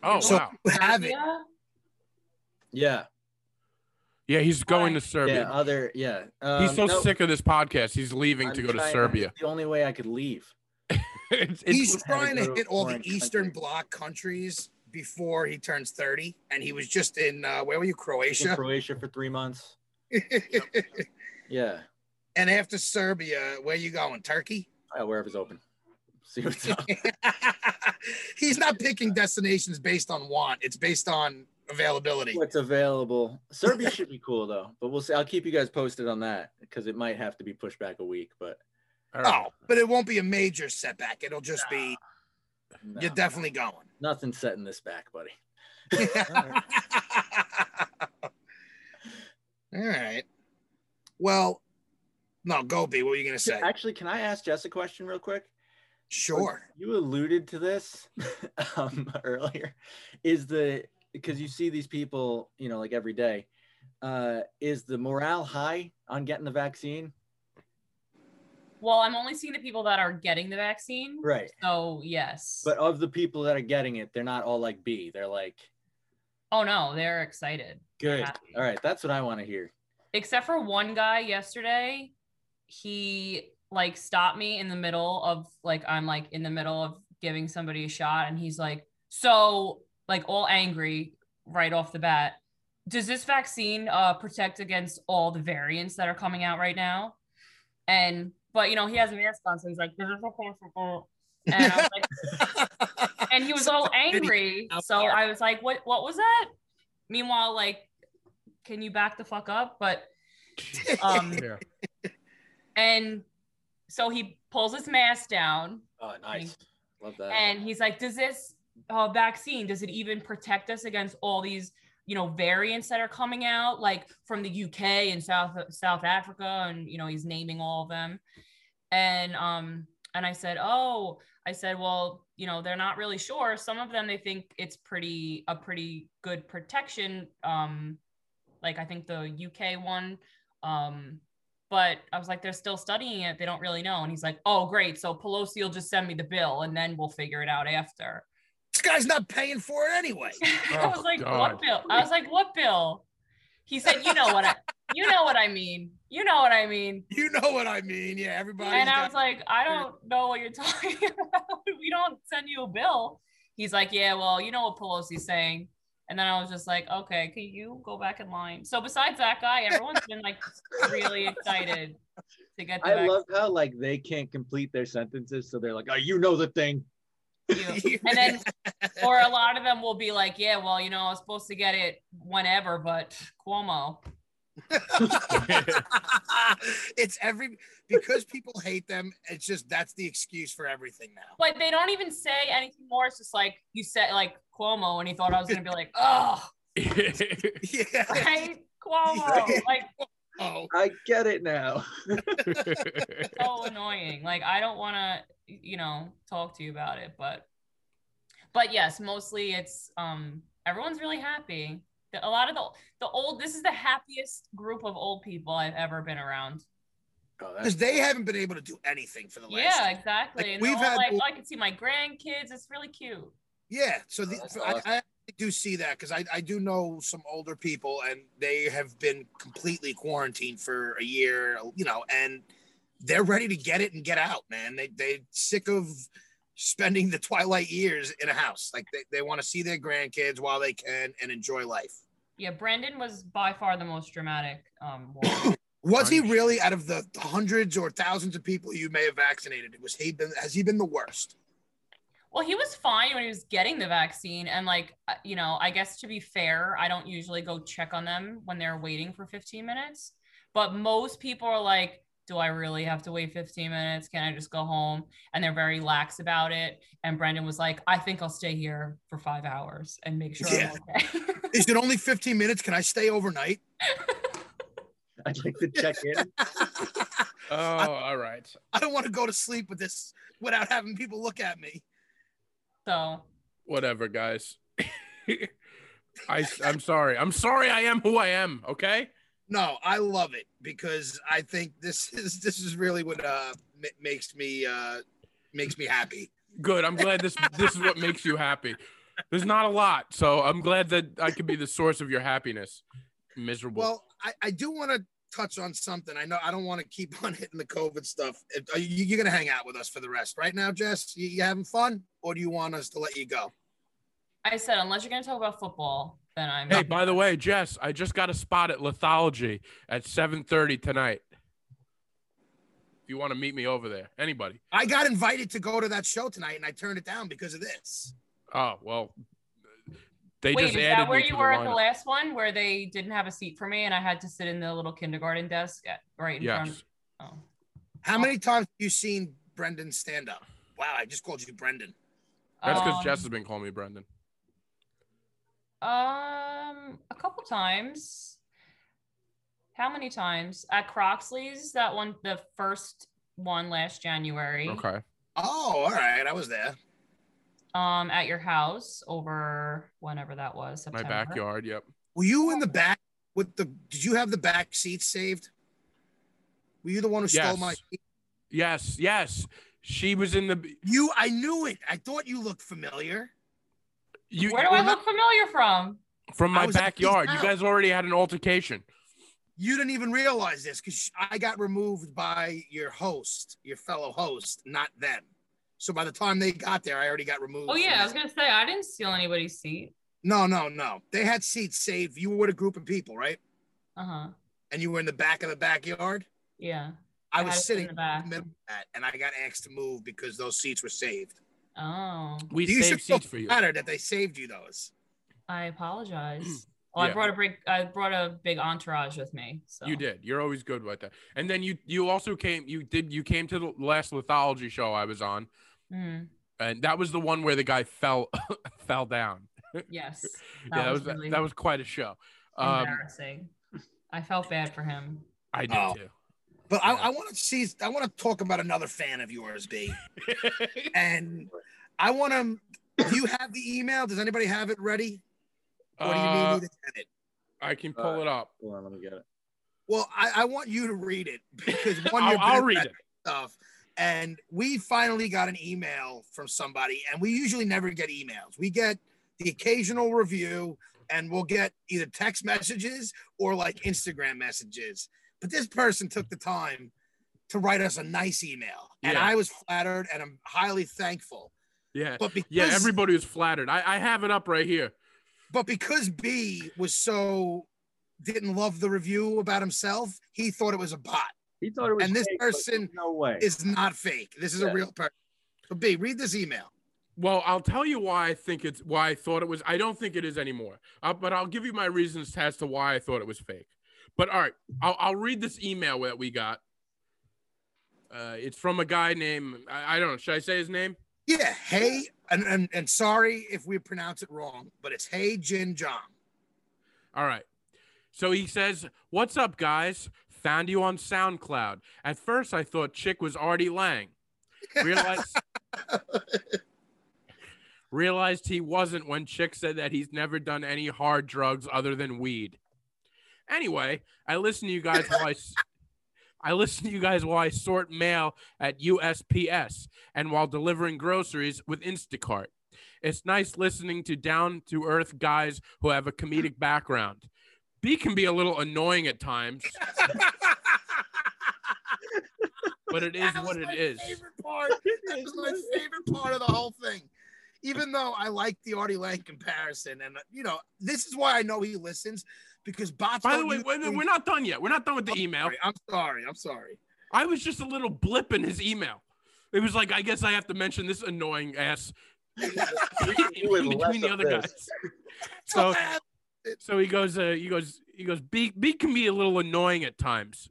[SPEAKER 2] Oh,
[SPEAKER 3] So-
[SPEAKER 2] wow.
[SPEAKER 3] Have it.
[SPEAKER 5] Yeah?
[SPEAKER 4] Yeah,
[SPEAKER 2] Yeah, he's going to
[SPEAKER 4] yeah.
[SPEAKER 2] Serbia.
[SPEAKER 4] Other yeah. Um,
[SPEAKER 2] he's so
[SPEAKER 4] no,
[SPEAKER 2] sick of this podcast. He's leaving to
[SPEAKER 4] I'm
[SPEAKER 2] go to
[SPEAKER 4] trying-
[SPEAKER 2] Serbia.
[SPEAKER 4] The only way I could leave.
[SPEAKER 2] It's- it's-
[SPEAKER 3] He's trying to
[SPEAKER 4] go to
[SPEAKER 3] hit all the
[SPEAKER 4] foreign
[SPEAKER 3] Eastern
[SPEAKER 4] countries.
[SPEAKER 3] Bloc countries before he turns 30. And he was just in, uh, where were you,
[SPEAKER 4] She's
[SPEAKER 3] Croatia?
[SPEAKER 4] in Croatia for three months. Yeah.
[SPEAKER 3] and after Serbia, where you going, Turkey?
[SPEAKER 4] Uh, wherever's open. See what's up.
[SPEAKER 3] He's not picking destinations based on want. It's based on availability.
[SPEAKER 4] what's available. Serbia should be cool though, but we'll see. I'll keep you guys posted on that because it might have to be pushed back a week. But
[SPEAKER 2] all right.
[SPEAKER 3] Oh, but it won't be a major setback. It'll just be
[SPEAKER 4] no,
[SPEAKER 3] you're definitely going.
[SPEAKER 4] nothing's setting this back, buddy.
[SPEAKER 3] All right. Well, no, go B. What were you gonna say?
[SPEAKER 4] Actually, can I ask Jess a question real quick?
[SPEAKER 3] Sure.
[SPEAKER 4] You alluded to this um, earlier. Is the because you see these people, you know, like every day. Uh, is the morale high on getting the vaccine?
[SPEAKER 5] Well, I'm only seeing the people that are getting the vaccine.
[SPEAKER 4] Right.
[SPEAKER 5] So yes.
[SPEAKER 4] But of the people that are getting it, they're not all like B. They're like
[SPEAKER 5] oh no, they're excited.
[SPEAKER 4] good.
[SPEAKER 5] Happy.
[SPEAKER 4] All right, that's what I want to hear.
[SPEAKER 5] Except for one guy yesterday, he like stopped me in the middle of like I'm like in the middle of giving somebody a shot and he's like, so like all angry right off the bat. Does this vaccine uh, protect against all the variants that are coming out right now? And but you know he has a mask on, so he's like, "This is a possible." And I was like, and he was all angry.
[SPEAKER 3] out
[SPEAKER 5] So
[SPEAKER 3] there.
[SPEAKER 5] I was like, "What? What was that?" Meanwhile, like, can you back the fuck up? But um,
[SPEAKER 2] Yeah.
[SPEAKER 5] and so he pulls his mask down,
[SPEAKER 4] Oh, nice. Love that.
[SPEAKER 5] and he's like, "Does this uh, vaccine? Does it even protect us against all these?" you know variants that are coming out like from the UK and South South Africa and you know he's naming all of them and um and I said oh I said well you know they're not really sure some of them they think it's pretty a pretty good protection um like I think the UK one um but I was like they're still studying it they don't really know and he's like oh great so Pelosi will just send me the bill and then we'll figure it out after
[SPEAKER 3] This guy's not paying for it anyway.
[SPEAKER 5] I
[SPEAKER 2] Oh,
[SPEAKER 5] was like,
[SPEAKER 2] God.
[SPEAKER 5] what bill? I was like, what bill? He said, you know what I, you know what I mean. You know what I mean.
[SPEAKER 3] You know what I mean? Yeah, everybody.
[SPEAKER 5] And I was like, I don't know what you're talking about. We don't send you a bill. He's like, yeah, well, you know what Pelosi's saying. And then I was just like, okay, can you go back in line? So besides that guy, everyone's been like really excited to get the
[SPEAKER 4] I
[SPEAKER 5] vaccine.
[SPEAKER 4] love how like they can't complete their sentences, so they're like, "Oh, you know the thing."
[SPEAKER 5] and then or a lot of them will be like, yeah, well, you know, I was supposed to get it whenever, but Cuomo.
[SPEAKER 3] it's every because people hate them. It's just that's the excuse for everything now.
[SPEAKER 5] But they don't even say anything more. It's just like you said, like Cuomo, and he thought I was gonna be like, oh,
[SPEAKER 3] Yeah.
[SPEAKER 5] right, Cuomo, like
[SPEAKER 3] Oh,
[SPEAKER 4] I get it now.
[SPEAKER 5] so annoying. Like I don't want to, you know, talk to you about it. But, but yes, mostly it's um everyone's really happy. The, a lot of the the old. This is the happiest group of old people I've ever been around.
[SPEAKER 4] Oh,
[SPEAKER 3] because
[SPEAKER 4] that's,
[SPEAKER 3] they haven't been able to do anything for the last.
[SPEAKER 5] Yeah, exactly.
[SPEAKER 3] Like,
[SPEAKER 5] and they're
[SPEAKER 3] we've
[SPEAKER 5] all
[SPEAKER 3] had
[SPEAKER 5] like,
[SPEAKER 3] old-
[SPEAKER 5] oh, I can see my grandkids. It's really cute.
[SPEAKER 3] Yeah, so the,
[SPEAKER 4] Oh, that's
[SPEAKER 3] I,
[SPEAKER 4] awesome.
[SPEAKER 3] I actually do see that because I, I do know some older people and they have been completely quarantined for a year, you know, and they're ready to get it and get out, man. They they sick of spending the twilight years in a house. Like they, they want to see their grandkids while they can and enjoy life.
[SPEAKER 5] Yeah, Brandon was by far the most dramatic. Um, one.
[SPEAKER 3] Was he
[SPEAKER 2] Aren't-
[SPEAKER 3] really out of the hundreds or thousands of people you may have vaccinated? Was he been has he been the worst?
[SPEAKER 5] Well, he was fine when he was getting the vaccine. And, like, uh, you know, I guess to be fair, I don't usually go check on them when they're waiting for 15 minutes. But most people are like, do I really have to wait 15 minutes? Can I just go home? And they're very lax about it. And Brendan was like, I think I'll stay here for five hours and make sure
[SPEAKER 3] Yeah.
[SPEAKER 5] I'm okay.
[SPEAKER 3] Is it only 15 minutes? Can I stay overnight?
[SPEAKER 4] I'd like to check in.
[SPEAKER 2] Oh, all right.
[SPEAKER 3] I don't want to go to sleep with this without having people look at me.
[SPEAKER 5] so
[SPEAKER 2] Whatever, guys. I I'm sorry. I'm sorry. I am who I am. Okay.
[SPEAKER 3] No, I love it because I think this is this is really what uh ma- makes me uh makes me happy.
[SPEAKER 2] Good. I'm glad this this is what makes you happy. There's not a lot, so I'm glad that I could be the source of your happiness. Miserable.
[SPEAKER 3] Well, I, I do want to touch on something. I know I don't want to keep on hitting the COVID stuff. If- are you, you're gonna hang out with us for the rest, right now, Jess? You, you having fun, or do you want us to let you go?
[SPEAKER 5] I said, unless you're going to talk about football, then I'm.
[SPEAKER 2] Hey, by the way, Jess, I just got a spot at Lithology at 7:30 tonight. If you want to meet me over there, anybody?
[SPEAKER 3] I got invited to go to that show tonight, and I turned it down because of this.
[SPEAKER 2] Oh well, they
[SPEAKER 5] Wait,
[SPEAKER 2] just
[SPEAKER 5] is
[SPEAKER 2] added
[SPEAKER 5] that where
[SPEAKER 2] me to
[SPEAKER 5] you
[SPEAKER 2] the
[SPEAKER 5] were at
[SPEAKER 2] lineup.
[SPEAKER 5] the last one where they didn't have a seat for me and I had to sit in the little kindergarten desk at, right in
[SPEAKER 2] Yes,
[SPEAKER 5] front? Oh.
[SPEAKER 3] How many times have you seen Brendan stand up? Wow, I just called you Brendan.
[SPEAKER 2] that's because
[SPEAKER 5] Um,
[SPEAKER 2] Jess has been calling me Brendan.
[SPEAKER 5] Um, a couple times. How many times at Croxley's? That one, the first one last January.
[SPEAKER 2] Okay,
[SPEAKER 3] Oh, all right, I was there.
[SPEAKER 5] Um, at your house over whenever that was.
[SPEAKER 2] my
[SPEAKER 5] September.
[SPEAKER 2] backyard. Yep.
[SPEAKER 3] Were you in the back with the? Did you have the back seats saved? Were you the one who stole
[SPEAKER 2] Yes.
[SPEAKER 3] my? seat?
[SPEAKER 2] Yes, yes. She was in the.
[SPEAKER 3] You, I knew it. I thought you looked familiar.
[SPEAKER 2] You
[SPEAKER 5] Where do I look familiar from?
[SPEAKER 2] from
[SPEAKER 3] I
[SPEAKER 2] my
[SPEAKER 3] was at Keith's
[SPEAKER 2] backyard? You
[SPEAKER 3] house.
[SPEAKER 2] guys already had an altercation.
[SPEAKER 3] You didn't even realize this because I got removed by your host, your fellow host, not them. So by the time they got there, I already got removed.
[SPEAKER 5] Oh
[SPEAKER 3] from
[SPEAKER 5] yeah, I
[SPEAKER 3] that.
[SPEAKER 5] was gonna say I didn't steal anybody's seat.
[SPEAKER 3] No, no, no. They had seats saved. You were with a group of people, right?
[SPEAKER 5] Uh huh.
[SPEAKER 3] And you were in the back of the backyard.
[SPEAKER 5] Yeah.
[SPEAKER 3] I
[SPEAKER 5] had
[SPEAKER 3] was
[SPEAKER 5] to sit
[SPEAKER 3] sitting
[SPEAKER 5] in
[SPEAKER 3] in
[SPEAKER 5] the back.
[SPEAKER 3] the middle of that, and I got asked to move because those seats were saved.
[SPEAKER 5] Oh,
[SPEAKER 2] We
[SPEAKER 3] You should
[SPEAKER 2] saved
[SPEAKER 3] feel
[SPEAKER 2] seats for you.
[SPEAKER 3] flattered that they saved you those.
[SPEAKER 5] I apologize. Oh, I
[SPEAKER 2] Yeah.
[SPEAKER 5] brought a big I brought a big entourage with me. So
[SPEAKER 2] You did. You're always good with that. And then you you also came. You did. You came to the last lithology show I was on,
[SPEAKER 5] Mm,
[SPEAKER 2] and that was the one where the guy fell fell down.
[SPEAKER 5] yes.
[SPEAKER 2] yeah, that was that-
[SPEAKER 5] really-
[SPEAKER 2] that was quite a show.
[SPEAKER 3] uh,
[SPEAKER 2] Um,
[SPEAKER 5] embarrassing. I felt bad for him.
[SPEAKER 2] I did
[SPEAKER 3] Oh. But
[SPEAKER 2] Yeah.
[SPEAKER 3] I, I want to see. I want to talk about another fan of yours, B.
[SPEAKER 2] too.
[SPEAKER 3] And I want to. Do you have the email? Does anybody have it ready? Or do you
[SPEAKER 2] Uh,
[SPEAKER 3] need me to send it?
[SPEAKER 2] I can pull it up.
[SPEAKER 4] Hold on, let me get it.
[SPEAKER 3] Well, I, I want you to read it because one,
[SPEAKER 2] I'll,
[SPEAKER 3] you're
[SPEAKER 2] I'll
[SPEAKER 3] better
[SPEAKER 2] read
[SPEAKER 3] at
[SPEAKER 2] it.
[SPEAKER 3] stuff. And we finally got an email from somebody, and we usually never get emails. We get the occasional review, and we'll get either text messages or like Instagram messages. But this person took the time to write us a nice email, and
[SPEAKER 2] Yeah.
[SPEAKER 3] I was flattered, and I'm highly thankful.
[SPEAKER 2] Yeah,
[SPEAKER 3] But because
[SPEAKER 2] yeah. Everybody was flattered. I, I have it up right here.
[SPEAKER 3] But because B was so didn't love the review about himself, he thought it was a bot.
[SPEAKER 4] He thought it was
[SPEAKER 3] And this
[SPEAKER 4] fake, but
[SPEAKER 3] person
[SPEAKER 4] no way.
[SPEAKER 3] It's not fake. This is
[SPEAKER 4] Yeah.
[SPEAKER 3] a real person. So B, read this email.
[SPEAKER 2] Well, I'll tell you why I think it's why I thought it was. I don't think it is anymore. Uh, but I'll give you my reasons as to why I thought it was fake. But all right, I'll, I'll read this email that we got. Uh, it's from a guy named I, I don't know. Should I say his name?
[SPEAKER 3] Yeah. Hey, and, and and sorry if we pronounce it wrong, but it's Hey Jin Jong.
[SPEAKER 2] All right. So he says, What's up, guys? Found you on SoundCloud. At first, I thought Chick was Artie Lang. Realized, realized he wasn't when Chick said that he's never done any hard drugs other than weed. Anyway, I listen to you guys while I. s- I listen to you guys while I sort mail at USPS and while delivering groceries with Instacart. It's nice listening to down to earth guys who have a comedic background. B can be a little annoying at times, but it is
[SPEAKER 3] That was
[SPEAKER 2] what it
[SPEAKER 3] my
[SPEAKER 2] is.
[SPEAKER 3] Favorite part. That was my favorite part of the whole thing. Even though I like the Artie Lang comparison, and uh, you know, this is why I know he listens because bots.
[SPEAKER 2] By the
[SPEAKER 3] don't
[SPEAKER 2] way,
[SPEAKER 3] use-
[SPEAKER 2] we're, we're not done yet. We're not done with the email.
[SPEAKER 3] Sorry, I'm sorry. I'm sorry.
[SPEAKER 2] I was just a little blip in his email. It was like, I guess I have to mention this annoying ass
[SPEAKER 4] You would
[SPEAKER 2] in
[SPEAKER 4] less
[SPEAKER 2] between the
[SPEAKER 4] of
[SPEAKER 2] other
[SPEAKER 4] this.
[SPEAKER 2] guys. So, so he goes, uh, he goes, he goes, B, B can be a little annoying at times,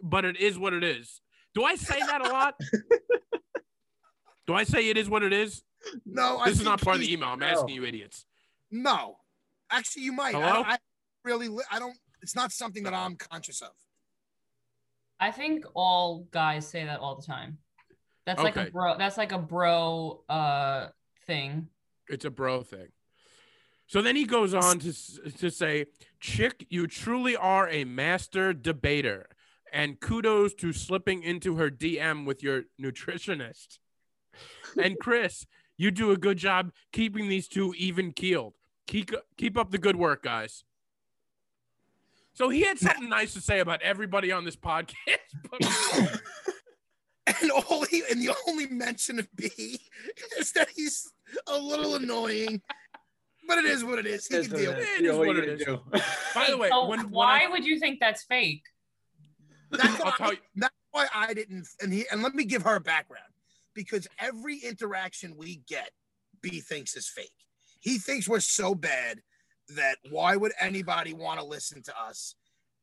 [SPEAKER 2] but it is what it is. Do I say that a lot? Do I say it is what it is?
[SPEAKER 3] No, I
[SPEAKER 2] This is
[SPEAKER 3] think
[SPEAKER 2] not part of the
[SPEAKER 3] he-
[SPEAKER 2] email. I'm asking you idiots.
[SPEAKER 3] No, actually, you might.
[SPEAKER 2] Hello?
[SPEAKER 3] I, I really, li- I don't. It's not something that I'm conscious of.
[SPEAKER 5] I think all guys say that all the time. That's like
[SPEAKER 2] Okay.
[SPEAKER 5] a bro. That's like a bro uh thing.
[SPEAKER 2] It's a bro thing. So then he goes on to s- to say, "Chick, you truly are a master debater, and kudos to slipping into her DM with your nutritionist." And Chris, you do a good job keeping these two even keeled. Keep keep up the good work, guys. So he had something nice to say about everybody on this podcast. but-
[SPEAKER 3] And all he, and the only mention of B is that he's a little annoying. But it is what it is. He
[SPEAKER 4] That's
[SPEAKER 3] can deal
[SPEAKER 4] what
[SPEAKER 3] with it.
[SPEAKER 2] It is
[SPEAKER 4] what
[SPEAKER 2] what
[SPEAKER 4] are
[SPEAKER 2] it
[SPEAKER 4] you
[SPEAKER 2] is.
[SPEAKER 4] gonna
[SPEAKER 2] by the way,
[SPEAKER 5] So
[SPEAKER 2] when, when
[SPEAKER 5] why
[SPEAKER 2] I-
[SPEAKER 5] would you think that's fake?
[SPEAKER 3] That's
[SPEAKER 2] I'll
[SPEAKER 3] why,
[SPEAKER 2] tell you-
[SPEAKER 3] that's why I didn't. And he, and let me give her a background because every interaction we get, B thinks is fake. He thinks we're so bad that why would anybody want to listen to us?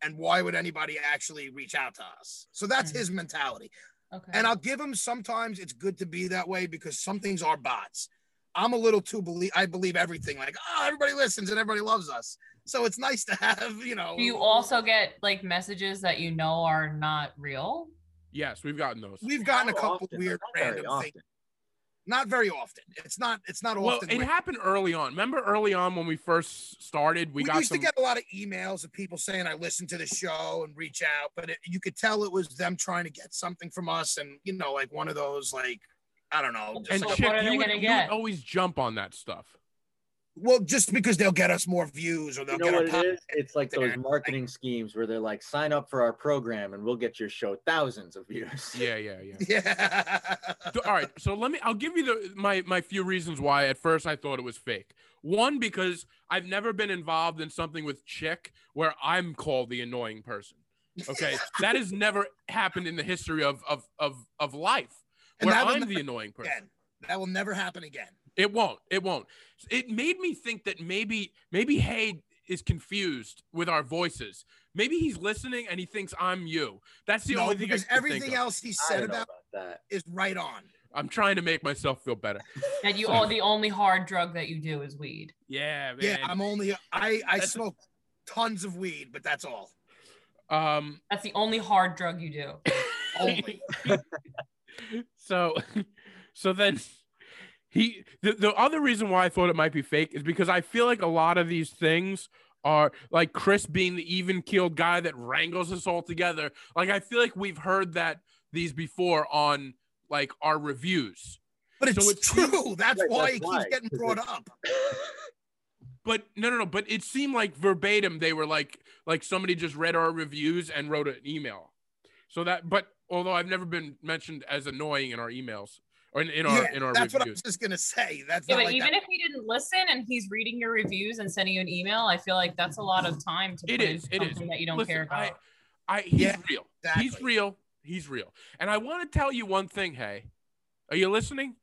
[SPEAKER 3] And why would anybody actually reach out to us? So that's his mentality.
[SPEAKER 5] Okay.
[SPEAKER 3] And I'll give him sometimes it's good to be that way because some things are bots. I'm a little too believe I believe everything like oh everybody listens and everybody loves us. So it's nice to have, you know.
[SPEAKER 5] do you also get like messages that you know are not real?
[SPEAKER 2] yes, we've gotten those.
[SPEAKER 3] we've
[SPEAKER 4] do?
[SPEAKER 3] gotten a
[SPEAKER 4] Not
[SPEAKER 3] couple
[SPEAKER 4] often,
[SPEAKER 3] weird
[SPEAKER 4] not very
[SPEAKER 3] random
[SPEAKER 4] often.
[SPEAKER 3] things. Not very often. It's not it's not
[SPEAKER 2] Well,
[SPEAKER 3] often.
[SPEAKER 2] it
[SPEAKER 3] we-
[SPEAKER 2] happened early on. Remember early on when we first started, we,
[SPEAKER 3] we
[SPEAKER 2] got
[SPEAKER 3] used
[SPEAKER 2] some.
[SPEAKER 3] to get a lot of emails of people saying I listened to the show and reach out, but it, you could tell it was them trying to get something from us and you know like one of those like I don't know. just
[SPEAKER 2] and
[SPEAKER 3] like a-
[SPEAKER 5] So what
[SPEAKER 2] Chick,
[SPEAKER 5] are they
[SPEAKER 2] you would,
[SPEAKER 5] gonna
[SPEAKER 2] you would
[SPEAKER 5] get?
[SPEAKER 2] always jump on that stuff.
[SPEAKER 3] well, just because they'll get us more views or they'll
[SPEAKER 4] You know
[SPEAKER 3] get
[SPEAKER 4] what
[SPEAKER 3] our
[SPEAKER 4] it is? It's like
[SPEAKER 3] there.
[SPEAKER 4] those marketing schemes where they're like, sign up for our program and we'll get your show thousands of views.
[SPEAKER 2] Yeah, yeah, yeah.
[SPEAKER 3] Yeah.
[SPEAKER 2] So- All right, so let me. I'll give you the my my few reasons why at first I thought it was fake. One because I've never been involved in something with Chick where I'm called the annoying person. Okay, that has never happened in the history of of of of life
[SPEAKER 3] And
[SPEAKER 2] where
[SPEAKER 3] that will
[SPEAKER 2] I'm
[SPEAKER 3] never
[SPEAKER 2] the annoying person.
[SPEAKER 3] again. That will never happen again.
[SPEAKER 2] It won't. It won't. It made me think that maybe maybe Hay is confused with our voices. Maybe he's listening and he thinks I'm you. That's the
[SPEAKER 3] no,
[SPEAKER 2] only thing. I
[SPEAKER 3] because
[SPEAKER 2] can think
[SPEAKER 3] everything
[SPEAKER 2] of.
[SPEAKER 3] else he
[SPEAKER 4] I
[SPEAKER 3] said
[SPEAKER 4] don't know
[SPEAKER 3] about
[SPEAKER 4] about that.
[SPEAKER 3] is right on.
[SPEAKER 2] I'm trying to make myself feel better.
[SPEAKER 5] That you all the only hard drug that you do is weed.
[SPEAKER 2] Yeah, man.
[SPEAKER 3] Yeah, I'm only I I
[SPEAKER 2] That's-
[SPEAKER 3] smoke tons of weed, but that's all.
[SPEAKER 2] um.
[SPEAKER 5] That's the only hard drug you do.
[SPEAKER 3] Only.
[SPEAKER 2] So, so then he the, the other reason why I thought it might be fake is because I feel like a lot of these things are like Chris being the even keeled guy that wrangles us all together. Like I feel like we've heard that these before on like our reviews.
[SPEAKER 3] But it's,
[SPEAKER 2] So it's-
[SPEAKER 3] true. That's
[SPEAKER 4] Right,
[SPEAKER 3] why
[SPEAKER 4] that's
[SPEAKER 3] it
[SPEAKER 4] why,
[SPEAKER 3] keeps getting
[SPEAKER 4] 'cause
[SPEAKER 3] brought up.
[SPEAKER 2] But no, no, no. But it seemed like verbatim they were like like somebody just read our reviews and wrote an email. So that, but although I've never been mentioned as annoying in our emails or in, in our
[SPEAKER 3] yeah,
[SPEAKER 2] in our
[SPEAKER 3] that's
[SPEAKER 2] reviews.
[SPEAKER 3] what I was just gonna say. That's
[SPEAKER 5] Yeah,
[SPEAKER 3] not
[SPEAKER 5] but
[SPEAKER 3] like
[SPEAKER 5] even
[SPEAKER 3] that.
[SPEAKER 5] if he didn't listen and he's reading your reviews and sending you an email, I feel like that's a lot of time to
[SPEAKER 2] It
[SPEAKER 5] put
[SPEAKER 2] is,
[SPEAKER 5] into
[SPEAKER 2] it is.
[SPEAKER 5] something that you don't
[SPEAKER 2] Listen,
[SPEAKER 5] care about.
[SPEAKER 2] I- I he's
[SPEAKER 3] Yeah,
[SPEAKER 2] real. He's
[SPEAKER 3] exactly.
[SPEAKER 2] real. He's real. And I want to tell you one thing, hey. Are you listening?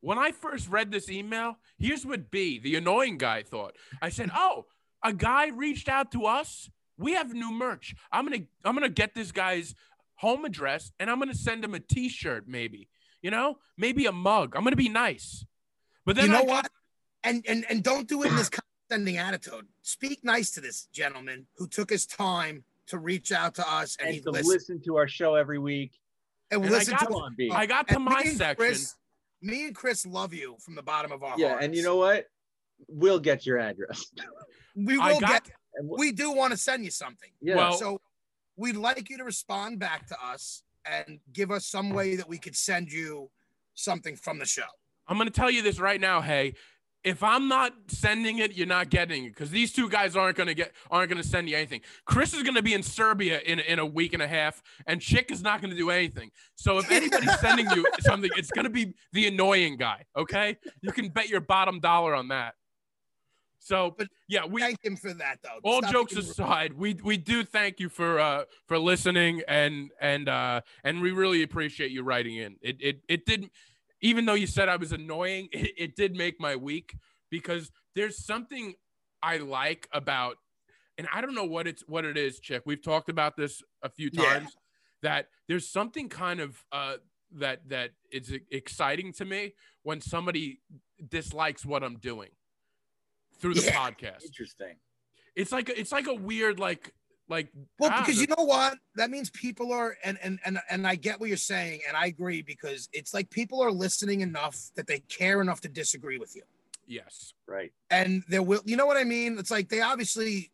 [SPEAKER 2] When I first read this email, here's what B, the annoying guy, thought. I said, Oh, a guy reached out to us. We have new merch. I'm gonna I'm gonna get this guy's home address and I'm gonna send him a t-shirt, maybe. You know, maybe a mug. I'm gonna be nice. But then
[SPEAKER 3] you know
[SPEAKER 2] I got-
[SPEAKER 3] what? And and and don't do it in this condescending attitude. Speak nice to this gentleman who took his time to reach out to us and,
[SPEAKER 4] and
[SPEAKER 3] he
[SPEAKER 4] to
[SPEAKER 3] listened
[SPEAKER 4] listen to our show every week.
[SPEAKER 3] and,
[SPEAKER 2] and I
[SPEAKER 3] listened
[SPEAKER 2] got
[SPEAKER 3] to Oh,
[SPEAKER 4] Come on, B.
[SPEAKER 2] I got to
[SPEAKER 3] and
[SPEAKER 2] my
[SPEAKER 3] me and
[SPEAKER 2] section.
[SPEAKER 3] Chris- me and Chris love you from the bottom of our
[SPEAKER 4] yeah,
[SPEAKER 3] hearts.
[SPEAKER 4] and you know what? We'll get your address.
[SPEAKER 3] we
[SPEAKER 2] I
[SPEAKER 3] will
[SPEAKER 2] got
[SPEAKER 3] get
[SPEAKER 4] And we'll-
[SPEAKER 3] we do want to send you something.
[SPEAKER 4] yeah.
[SPEAKER 2] Well-
[SPEAKER 3] So we'd like you to respond back to us and give us some way that we could send you something from the show.
[SPEAKER 2] I'm gonna tell you this right now, hey. If I'm not sending it, you're not getting it because these two guys aren't gonna get aren't gonna send you anything. Chris is gonna be in Serbia in, in a week and a half, and Chick is not gonna do anything. So if anybody's sending you something, it's gonna be the annoying guy. Okay, you can bet your bottom dollar on that. So,
[SPEAKER 3] But
[SPEAKER 2] yeah, we
[SPEAKER 3] Thank him for that though.
[SPEAKER 2] all
[SPEAKER 3] Stop
[SPEAKER 2] jokes
[SPEAKER 3] being rude.
[SPEAKER 2] aside, we we do thank you for uh for listening and and uh and we really appreciate you writing in. It it it did even though you said I was annoying, it, it did make my week because there's something I like about and I don't know what it's what it is, Chick. We've talked about this a few
[SPEAKER 3] Yeah.
[SPEAKER 2] times. that there's something kind of uh, that that is e- exciting to me when somebody dislikes what I'm doing through the
[SPEAKER 3] Yeah.
[SPEAKER 2] podcast.
[SPEAKER 4] Interesting.
[SPEAKER 2] It's like it's like a weird like like
[SPEAKER 3] Well,
[SPEAKER 2] ah,
[SPEAKER 3] because you
[SPEAKER 2] the-
[SPEAKER 3] know what? That means people are and and and and I get what you're saying, and I agree because it's like people are listening enough that they care enough to disagree with you.
[SPEAKER 2] yes
[SPEAKER 4] Right.
[SPEAKER 3] And they will you know what I mean? It's like they obviously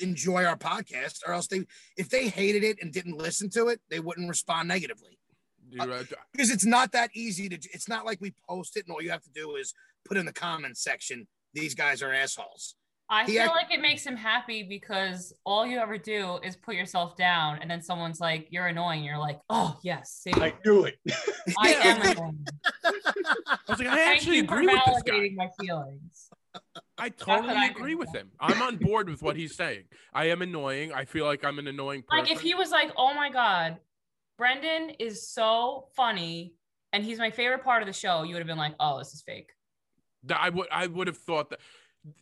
[SPEAKER 3] enjoy our podcast, or else they if they hated it and didn't listen to it, they wouldn't respond negatively.
[SPEAKER 5] Uh,
[SPEAKER 2] You're uh, right.
[SPEAKER 3] Because it's not that easy to it's not like we post it and all you have to do is put in the comments section, these guys are assholes.
[SPEAKER 5] I
[SPEAKER 3] He
[SPEAKER 5] feel
[SPEAKER 3] act-
[SPEAKER 5] like it makes him happy because all you ever do is put yourself down, and then someone's like, "You're annoying." You're like, "Oh yes, see, I,
[SPEAKER 4] knew it.
[SPEAKER 5] am annoying."
[SPEAKER 2] I was like I
[SPEAKER 5] Thank
[SPEAKER 2] actually
[SPEAKER 5] you for
[SPEAKER 2] agree with this guy.
[SPEAKER 5] validating my feelings.
[SPEAKER 2] I
[SPEAKER 5] what
[SPEAKER 2] totally
[SPEAKER 5] I
[SPEAKER 2] agree
[SPEAKER 5] think.
[SPEAKER 2] with him. I'm on board with what he's saying. I am annoying. I feel like I'm an annoying person.
[SPEAKER 5] Like if he was like, "Oh my god, Brendan is so funny, and he's my favorite part of the show," you would have been like, "Oh, this is fake."
[SPEAKER 2] Th- I would I would have thought that.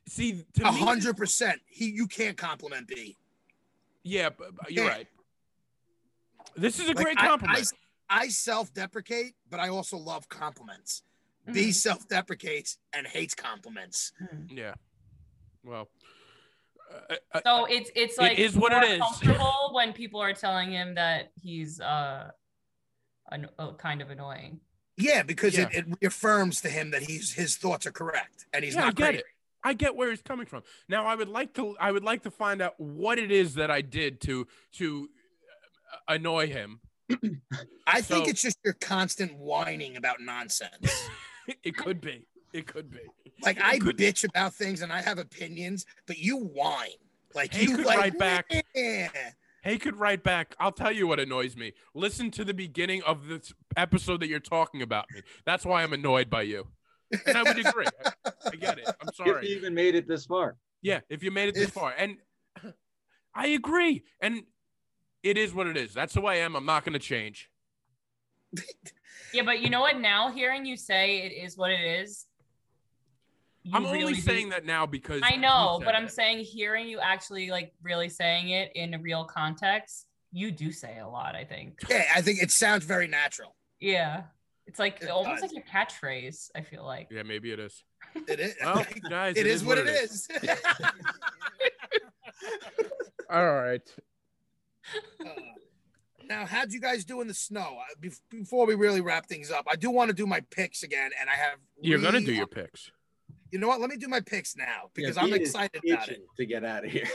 [SPEAKER 2] See, to
[SPEAKER 3] A
[SPEAKER 2] me,
[SPEAKER 3] hundred percent. He you can't compliment B.
[SPEAKER 2] Yeah, b- b- you're
[SPEAKER 3] Yeah.
[SPEAKER 2] right. This is a
[SPEAKER 3] Like,
[SPEAKER 2] great
[SPEAKER 3] I-
[SPEAKER 2] compliment.
[SPEAKER 3] I, self deprecate, but I also love compliments.
[SPEAKER 5] Mhm.
[SPEAKER 2] Hmm.
[SPEAKER 3] B self deprecates and hates compliments.
[SPEAKER 5] Mhm.
[SPEAKER 2] yeah. Well, uh, uh,
[SPEAKER 5] So it's it's like
[SPEAKER 2] is what
[SPEAKER 5] more
[SPEAKER 2] it is.
[SPEAKER 5] Comfortable when people are telling him that he's uh, an, uh kind of annoying.
[SPEAKER 3] Yeah, because
[SPEAKER 2] Yeah.
[SPEAKER 3] It, it reaffirms to him that he's his thoughts are correct and he's
[SPEAKER 2] Yeah, I
[SPEAKER 3] not
[SPEAKER 2] get
[SPEAKER 3] crazy.
[SPEAKER 2] it. I get where he's coming from. Now, I would like to I would like to find out what it is that I did to to uh, annoy him.
[SPEAKER 3] I think
[SPEAKER 2] So-
[SPEAKER 3] it's just your constant whining about nonsense.
[SPEAKER 2] It could be. It could be.
[SPEAKER 3] like
[SPEAKER 2] It
[SPEAKER 3] I
[SPEAKER 2] could-
[SPEAKER 3] bitch about things and I have opinions, but you whine. Like
[SPEAKER 2] He
[SPEAKER 3] you
[SPEAKER 2] could
[SPEAKER 3] like,
[SPEAKER 2] write back.
[SPEAKER 3] Yeah.
[SPEAKER 2] Hey, could write back. I'll tell you what annoys me. Listen to the beginning of this episode that you're talking about me. That's why I'm annoyed by you. And I would agree. I, I get it. I'm
[SPEAKER 4] If
[SPEAKER 2] sorry.
[SPEAKER 4] you even made it this far.
[SPEAKER 2] Yeah, if you made it this
[SPEAKER 3] If-
[SPEAKER 2] far. And I agree. And it is what it is. That's who I am. I'm not going to change.
[SPEAKER 5] Yeah, but you know what? Now hearing you say it is what it is. you
[SPEAKER 2] I'm
[SPEAKER 5] really
[SPEAKER 2] only
[SPEAKER 5] do-
[SPEAKER 2] saying that now because
[SPEAKER 5] I
[SPEAKER 2] you
[SPEAKER 5] know,
[SPEAKER 2] said
[SPEAKER 5] but I'm
[SPEAKER 2] it.
[SPEAKER 5] saying hearing you actually like really saying it in a real context, you do say a lot. I think.
[SPEAKER 3] Yeah, I think it sounds very natural.
[SPEAKER 5] Yeah, it's like
[SPEAKER 3] It
[SPEAKER 5] almost
[SPEAKER 3] does.
[SPEAKER 5] like your catchphrase. I feel like.
[SPEAKER 2] Yeah, maybe it is.
[SPEAKER 3] It is.
[SPEAKER 2] Well, guys,
[SPEAKER 3] it is what it is.
[SPEAKER 2] All right.
[SPEAKER 3] Now, how'd you guys do in the snow? Uh, bef- Before we really wrap things up, I do want to do my picks again, and I have.
[SPEAKER 2] You're going to
[SPEAKER 3] re-
[SPEAKER 2] do your picks.
[SPEAKER 3] You know what? Let me do my picks now because I'm
[SPEAKER 4] Pete is
[SPEAKER 3] excited about it.
[SPEAKER 4] itching To get out of here.